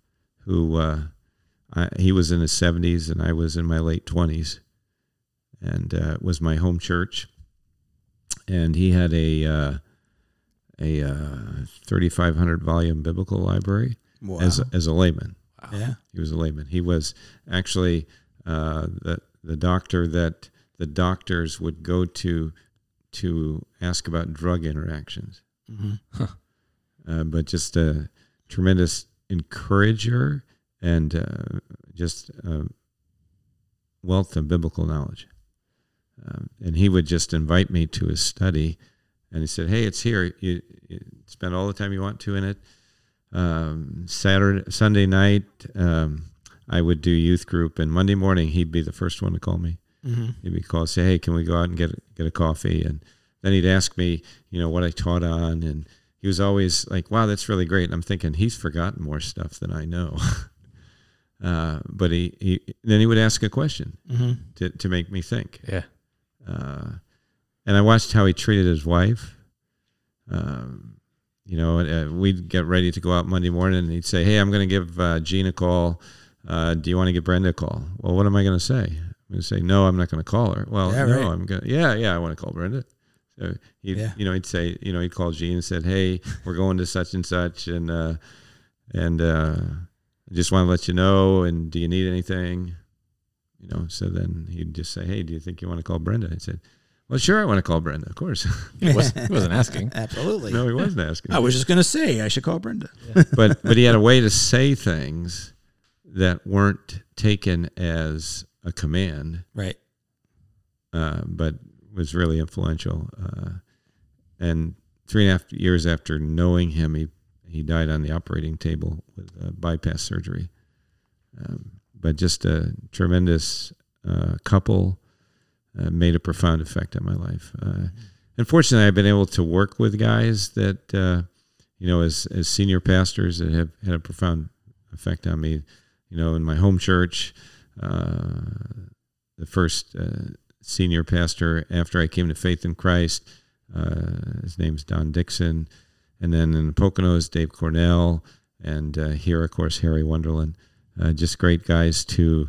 S4: who uh, I, he was in his 70s, and I was in my late 20s, and uh, it was my home church. And he had a uh, a uh, 3,500 volume biblical library
S2: Wow.
S4: as as a layman.
S2: yeah.
S4: He was a layman. He was actually uh, the the doctor that the doctors would go to to ask about drug interactions.
S2: Mhm.
S4: Uh, but just a tremendous encourager and uh, just a wealth of biblical knowledge. Um, and he would just invite me to his study, and he said, "Hey, it's here. You, you spend all the time you want to in it." Um, Saturday, Sunday night, um, I would do youth group, and Monday morning he'd be the first one to call me.
S2: Mhm.
S4: He'd be called, say, "Hey, can we go out and get a- get a coffee?" And then he'd ask me, you know, what I taught on, and he was always like, "Wow, that's really great." And I'm thinking he's forgotten more stuff than I know. uh, but he, he then he would ask a question
S2: Mhm.
S4: to to make me think,
S3: Yeah,
S4: uh, and I watched how he treated his wife. Um, you know, and, uh, we'd get ready to go out Monday morning, and he'd say, "Hey, I'm going to give uh, Gene a call. Uh, do you want to give Brenda a call?" Well, what am I going to say? I'm going to say, "No, I'm not going to call her." Well,
S2: Yeah,
S4: no,
S2: right.
S4: I'm going. to Yeah, yeah, I want to call Brenda. So Uh, he,
S2: Yeah.
S4: you know, he'd say, you know, he'd call Gene and said, "Hey, we're going to such and such, and uh, and uh, I just want to let you know. And do you need anything? You know, so then he'd just say, Hey, do you think you want to call Brenda? I said, Well, sure, I want to call Brenda, of course.
S3: He wasn't, he wasn't asking.
S2: Absolutely.
S4: no, he wasn't asking.
S2: I was just gonna say I should call Brenda.
S4: but but he had a way to say things that weren't taken as a command,
S2: Right.
S4: uh, but was really influential. Uh, and three and a half years after knowing him, he he died on the operating table with uh, bypass surgery. Um, but just a tremendous uh, couple uh, made a profound effect on my life. Uh, unfortunately, I've been able to work with guys that uh, you know as as senior pastors that have had a profound effect on me. You know, in my home church, uh, the first uh, senior pastor after I came to faith in Christ. Uh, his name's Don Dixon. And then in the Poconos, Dave Cornell. And uh, here, of course, Harry Wonderland. Uh, just great guys to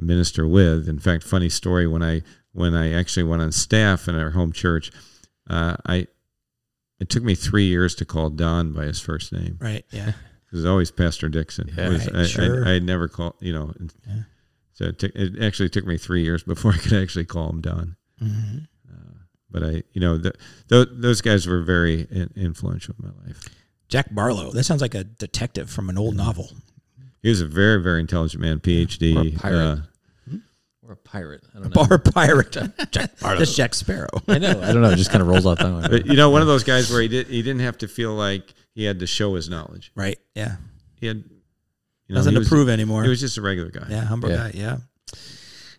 S4: minister with. In fact, funny story when I when I actually went on staff in our home church, uh, I it took me three years to call Don by his first name
S2: Right. Yeah.
S4: because it's always Pastor Dixon. It was-
S2: Right,
S4: I, I-
S2: sure.
S4: I, never called, you know. and- So it, took, it actually took me three years before I could actually call him Don.
S2: Mm-hmm.
S4: Uh, but I, you know, th th- those guys were very in- influential in my life.
S2: Jack Barlow. That sounds like a detective from an old novel.
S4: He was a very, very intelligent man, PhD.
S3: Or a pirate.
S4: uh,
S3: Or a pirate. I don't know.
S2: Bar pirate. Jack Barlow. That's Jack Sparrow.
S3: I know. I don't know. It just kind of rolls off that one.
S4: but you know, one of those guys where he did he didn't have to feel like he had to show his knowledge.
S2: right. Yeah.
S4: He had you know,
S2: Nothing
S4: he
S2: to
S4: was,
S2: prove anymore.
S4: He was just a regular guy.
S2: yeah. Humble
S3: Yeah.
S2: guy. Yeah.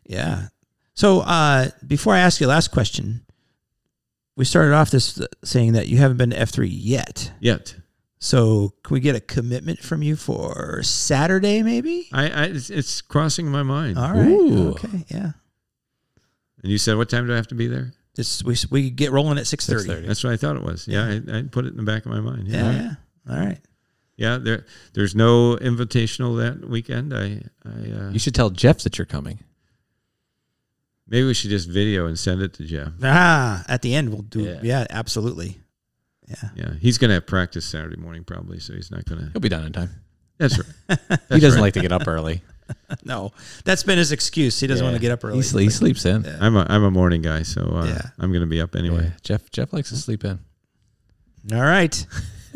S2: Yeah. So uh, before I ask you the last question, we started off this uh, saying that you haven't been to F three yet.
S4: Yet.
S2: So can we get a commitment from you for Saturday, maybe?
S4: I, I it's, it's crossing my mind.
S2: All right.
S3: Ooh.
S2: Okay. Yeah.
S4: And you said, what time do I have to be there?
S2: This we we get rolling at six thirty.
S3: 6:30.
S4: That's what I thought it was. Yeah, I, I put it in the back of my mind.
S2: Yeah. Yeah. All right.
S4: yeah. There, there's no invitational that weekend. I, I uh,
S3: You should tell Jeff that you're coming.
S4: maybe we should just video and send it to Jeff.
S2: Ah, at the end we'll do. Yeah,
S3: Yeah.
S2: absolutely. Yeah.
S4: Yeah, he's gonna have practice Saturday morning probably, so he's not gonna.
S3: He'll be done in time.
S4: That's right.
S3: he doesn't like to get up early.
S2: No, that's been his excuse. He doesn't want to get up early.
S3: He, sle- he sleeps in.
S2: Yeah.
S4: I'm a I'm a morning guy, so uh,
S2: Yeah.
S4: I'm gonna be up anyway.
S3: Yeah. Jeff Jeff likes to sleep in.
S2: All right.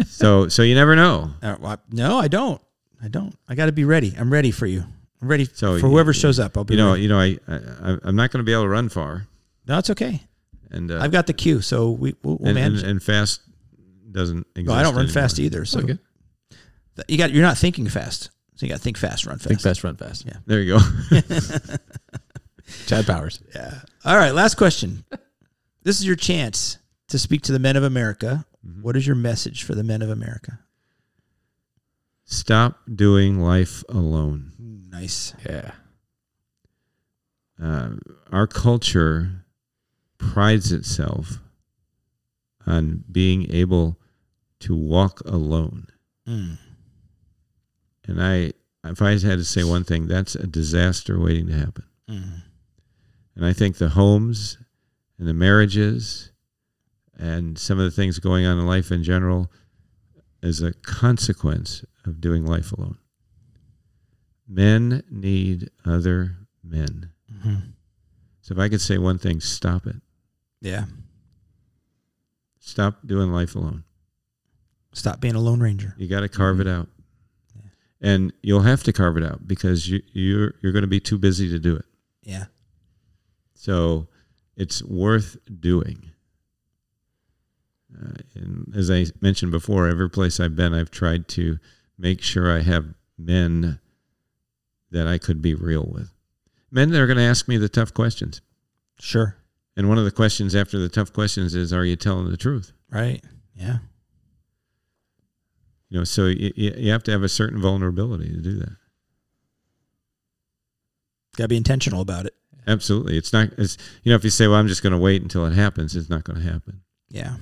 S4: So so you never know.
S2: All right, well, I- no, I don't. I don't. I got to be ready. I'm ready for you. I'm ready
S4: So
S2: for
S4: you-
S2: whoever shows up. I'll be.
S4: You know
S2: ready.
S4: you know I, I I- I'm not gonna be able to run far,
S2: no, it's okay.
S4: and uh,
S2: I've got the cue, so we we'll, we'll
S4: and, and,
S2: manage. it.
S4: and fast doesn't exist.
S2: No, I don't run
S4: anymore.
S2: fast either. So
S3: Okay.
S2: you got you're not thinking fast. So you got to think fast, run fast.
S3: Think fast, run fast.
S2: Yeah.
S4: There you go.
S3: Chad Powers.
S2: Yeah. All right. Last question. this is your chance to speak to the men of America.
S4: Mm-hmm.
S2: What is your message for the men of America?
S4: Stop doing life alone.
S2: Nice.
S3: Yeah.
S4: uh, our culture prides itself on being able to walk alone.
S2: Mm.
S4: And I, if I had to say one thing, that's a disaster waiting to happen.
S2: Mm.
S4: And I think the homes and the marriages and some of the things going on in life in general is a consequence of doing life alone. Men need other men. Mm-hmm.
S2: Mhm.
S4: So if I could say one thing, stop it.
S2: Yeah.
S4: Stop doing life alone.
S2: Stop being a Lone Ranger.
S4: You got to carve it out, and you'll have to carve it out because you, you're you're going to be too busy to do it.
S2: Yeah.
S4: So it's worth doing. Uh, and as I mentioned before, every place I've been, I've tried to make sure I have men that I could be real with, men that are going to ask me the tough questions.
S2: Sure.
S4: And one of the questions after the tough questions is, "Are you telling the truth?"
S2: Right. Yeah.
S4: You know, so you, you you have to have a certain vulnerability to do that.
S2: Got to be intentional about it.
S4: Absolutely. It's not, it's, you know, if you say, well, I'm just going to wait until it happens, it's not going to happen.
S2: Yeah.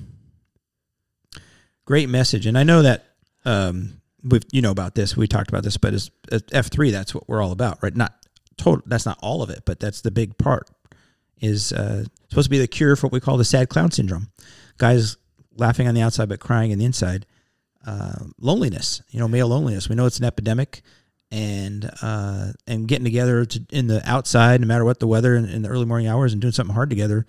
S2: Great message. And I know that um we've you know about this. We talked about this, but as F three, that's what we're all about, right? Not total that's not all of it, but that's the big part. Is uh supposed to be the cure for what we call the sad clown syndrome. Guys laughing on the outside but crying in the inside. Uh, loneliness, you know, male loneliness. We know it's an epidemic and uh, and getting together to, in the outside, no matter what the weather, in, in the early morning hours, and doing something hard together,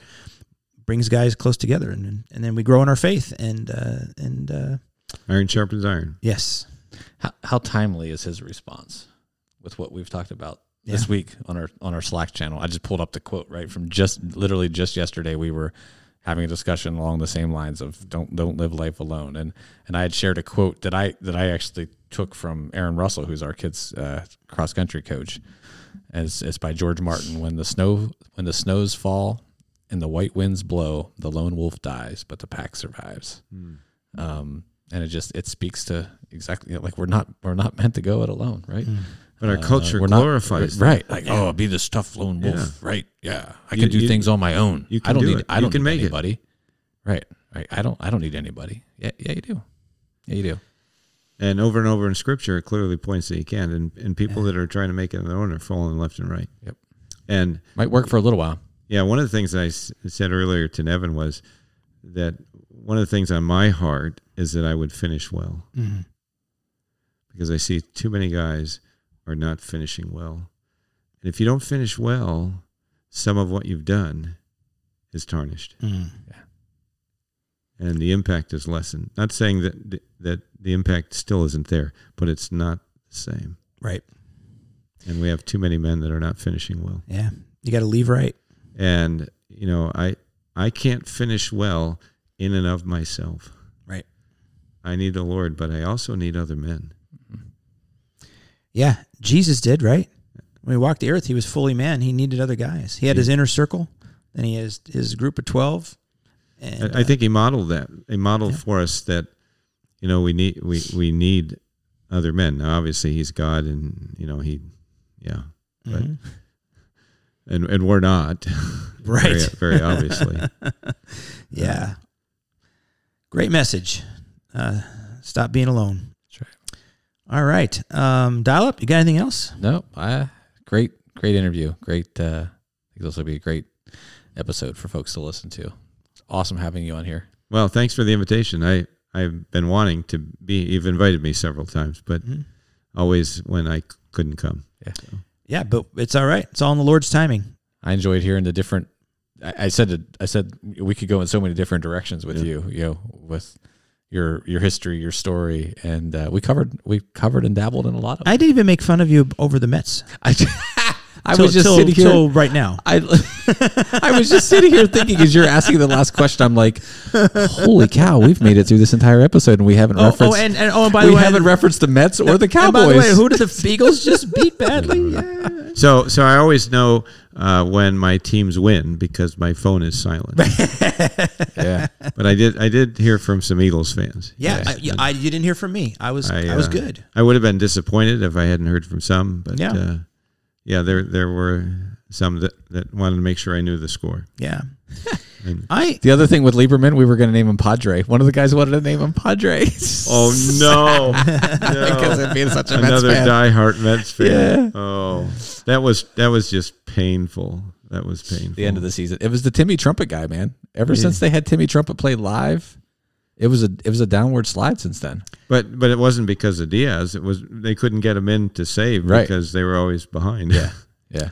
S2: brings guys close together, and and then we grow in our faith, and uh, and uh,
S4: Iron sharpens iron.
S2: yes,
S3: How, how timely is his response with what we've talked about this week on our on our Slack channel? I just pulled up the quote right from just literally just yesterday. We were having a discussion along the same lines of don't don't live life alone, and and I had shared a quote that I that I actually took from Aaron Russell, who's our kids' uh, cross country coach. And It's, it's by George Martin. When the snow when the snows fall and the white winds blow, the lone wolf dies, but the pack survives um, and it just it speaks to exactly you know, like we're not we're not meant to go it alone, right?
S4: But our culture
S3: Uh, we're
S4: glorifies.
S3: not, right? Like oh, be this tough lone wolf, right? Yeah, I can do
S4: you-
S3: things on my own.
S4: you
S3: I
S4: can
S3: don't
S4: do
S3: need
S4: it.
S3: I
S4: You
S3: don't
S4: can
S3: need
S4: make it.
S3: anybody, right? right? I don't I don't need anybody. Yeah, yeah, you do. Yeah, you do.
S4: that. And over and over in Scripture, it clearly points that you can. And, and people that are trying to make it on their own are falling left and right.
S3: Yep.
S4: And
S3: Might work for a little while.
S4: Yeah, one of the things I s- said earlier to Nevin was that one of the things on my heart is that I would finish well because I see too many guys are not finishing well. And if you don't finish well, some of what you've done is tarnished and the impact is lessened. Not saying that th- that the impact still isn't there, but it's not the same.
S2: right,
S4: And we have too many men that are not finishing well.
S2: yeah, you got to leave right,
S4: and you know i i can't finish well in and of myself
S2: right,
S4: i need the lord but i also need other men
S2: yeah. Jesus did right when he walked the earth; he was fully man. He needed other guys. He had his inner circle, then he has his group of twelve. And uh,
S4: I, I think he modeled that he modeled for us that you know we need we we need other men now obviously he's god and you know he yeah but and and we're not very,
S2: Right.
S4: very obviously
S2: Yeah. Great message. Uh, stop being alone.
S3: That's right.
S2: All right. Um, dial up. You got anything else?
S3: No, I great great interview. Great. Uh, I think this will be a great episode for folks to listen to. It's awesome having you on here.
S4: Well, thanks for the invitation. I I've been wanting to be. You've invited me several times, but
S2: Mm-hmm.
S4: always when I c- couldn't come.
S2: Yeah, but it's all right. It's all in the Lord's timing.
S3: I enjoyed hearing the different. I, I said to- I said we could go in so many different directions with you. You know, with your your history, your story, and uh, we covered we covered and dabbled in a lot of.
S2: I didn't even make fun of you over the Mets.
S3: I, I
S2: Till-
S3: was just
S2: till-
S3: sitting here.
S2: till right now.
S3: I, I was just sitting here thinking as you're asking the last question, I'm like, holy cow, we've made it through this entire episode and we haven't
S2: Oh,
S3: referenced.
S2: oh, and, and oh, and by
S3: we
S2: the way,
S3: haven't referenced the Mets or the
S2: and
S3: Cowboys.
S2: by the way, who did the Beagles just beat badly? Yeah.
S4: So so I always know uh, when my teams win because my phone is silent.
S3: yeah,
S4: but I did I did hear from some Eagles fans.
S2: Yeah, I, yeah, I, you didn't hear from me. I was I, was
S4: uh,
S2: good.
S4: I would have been disappointed if I hadn't heard from some, but
S2: Yeah.
S4: yeah, uh, yeah there there were some that, that wanted to make sure I knew the score.
S2: Yeah. I
S3: the other thing with Lieberman, we were going to name him Padre. One of the guys wanted to name him Padre.
S4: Oh no!
S3: because of being such a Mets
S4: Another
S3: fan.
S4: diehard Mets fan.
S3: Yeah.
S4: Oh, that was that was just painful. That was painful.
S3: the end of the season. It was the Timmy Trumpet guy, man. Ever since they had Timmy Trumpet play live, it was a it was a downward slide since then.
S4: but but it wasn't because of Diaz. It was they couldn't get him in to save
S3: Right.
S4: because they were always behind. Yeah,
S3: Yeah,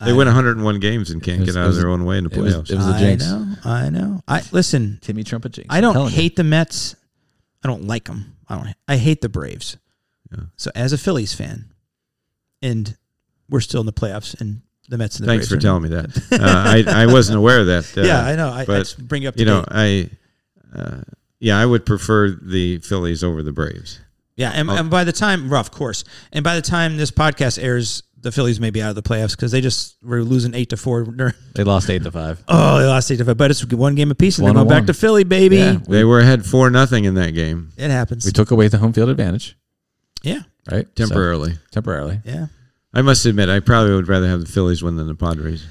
S4: they win 101 games and can't
S3: It was-
S4: get
S3: it
S4: out of
S3: was-
S4: their own way in the
S3: it was,
S4: playoffs.
S3: it was a
S2: I
S3: jinx.
S2: know. I know. I listen.
S3: Timmy Trumpet jinx.
S2: I
S3: I'm
S2: don't
S3: telling you.
S2: hate the Mets. I don't like them. I don't. I hate the Braves. So as a Phillies fan, and we're still in the playoffs, and the Mets and the
S4: Thanks for
S2: Braves.
S4: telling me that. Uh, I I wasn't aware of that. Uh,
S2: Yeah, I know. I- I
S4: but,
S2: just bring you up to
S4: You know, I. Uh, yeah, I would prefer the Phillies over the Braves.
S2: Yeah, and,
S4: Oh.
S2: and by the time, well, of course, and by the time this podcast airs, the Phillies may be out of the playoffs because they just were losing eight to four. during-
S3: They lost eight to five.
S2: Oh, they lost eight to five, but it's one game apiece, and they're
S3: One
S2: going
S3: on
S2: back
S3: one.
S2: to Philly, baby.
S3: Yeah.
S4: They were ahead four nothing in that game
S2: It happens.
S3: We took away the home field advantage,
S2: yeah,
S3: right? So,
S4: temporarily.
S3: temporarily.
S2: yeah,
S4: I must admit, I probably would rather have the Phillies win than the Padres.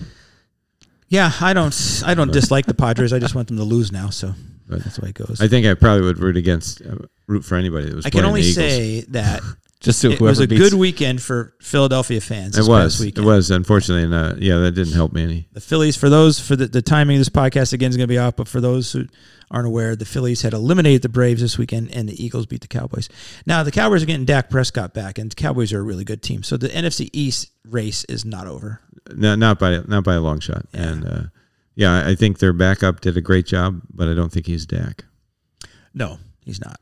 S2: yeah. I don't, I don't dislike the Padres. I just want them to lose now, so
S4: But
S2: that's the way it goes.
S4: I think I probably would root against uh, root for anybody that was.
S2: I can
S4: playing
S2: only
S4: the Eagles.
S2: say that
S3: Just so
S2: It
S3: whoever
S2: was a
S3: beats.
S2: good weekend for Philadelphia fans.
S4: It
S2: This
S4: was.
S2: past
S4: It
S2: weekend.
S4: was, unfortunately. And, uh, yeah, that didn't help me any.
S2: The Phillies, for those, for the, the timing of this podcast, again, is going to be off, but for those who aren't aware, the Phillies had eliminated the Braves this weekend, and the Eagles beat the Cowboys. Now, the Cowboys are getting Dak Prescott back, and the Cowboys are a really good team. So the NFC East race is not over.
S4: No, not by not by a long shot. And uh, yeah, I- I think their backup did a great job, but I don't think he's Dak.
S2: No, he's not.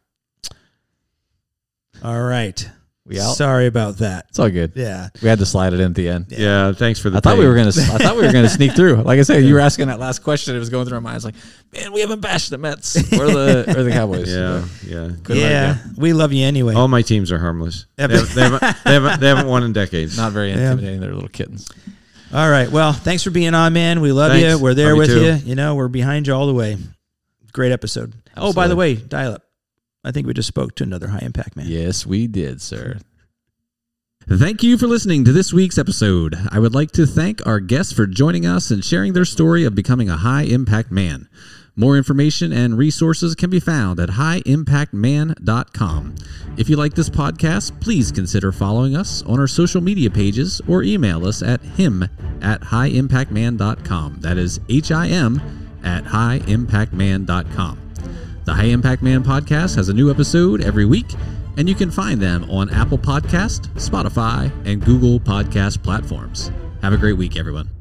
S2: All right.
S3: We out?
S2: Sorry about that.
S3: It's all good.
S2: Yeah.
S3: We had to slide it in at the end.
S4: Yeah, thanks for the.
S3: I thought we
S4: pain.
S3: were gonna. I thought we were gonna sneak through. Like I said, you were asking that last question. It was going through my mind. It's like, man, we haven't bashed the Mets or the or the Cowboys.
S4: Yeah, yeah.
S2: yeah. We love you anyway.
S4: All my teams are harmless. They
S2: Yeah,
S4: haven't, they, haven't, they, haven't, they haven't won in decades.
S3: not very
S2: Yeah.
S3: intimidating. They're little kittens.
S2: All right. Well, thanks for being on, man. We love
S4: Thanks.
S2: you. We're there
S4: Love
S2: with
S4: you
S2: you. You know, we're behind you all the way. Great episode. Oh, by the way, dial up. I think we just spoke to another high impact man.
S3: Yes, we did, sir.
S5: Thank you for listening to this week's episode. I would like to thank our guests for joining us and sharing their story of becoming a high impact man. More information and resources can be found at highimpactman.com. If you like this podcast, please consider following us on our social media pages or email us at him at highimpactman.com. That is H I M at highimpactman.com. The High Impact Man podcast has a new episode every week, and you can find them on Apple Podcast, Spotify, and Google Podcast platforms. Have a great week, everyone.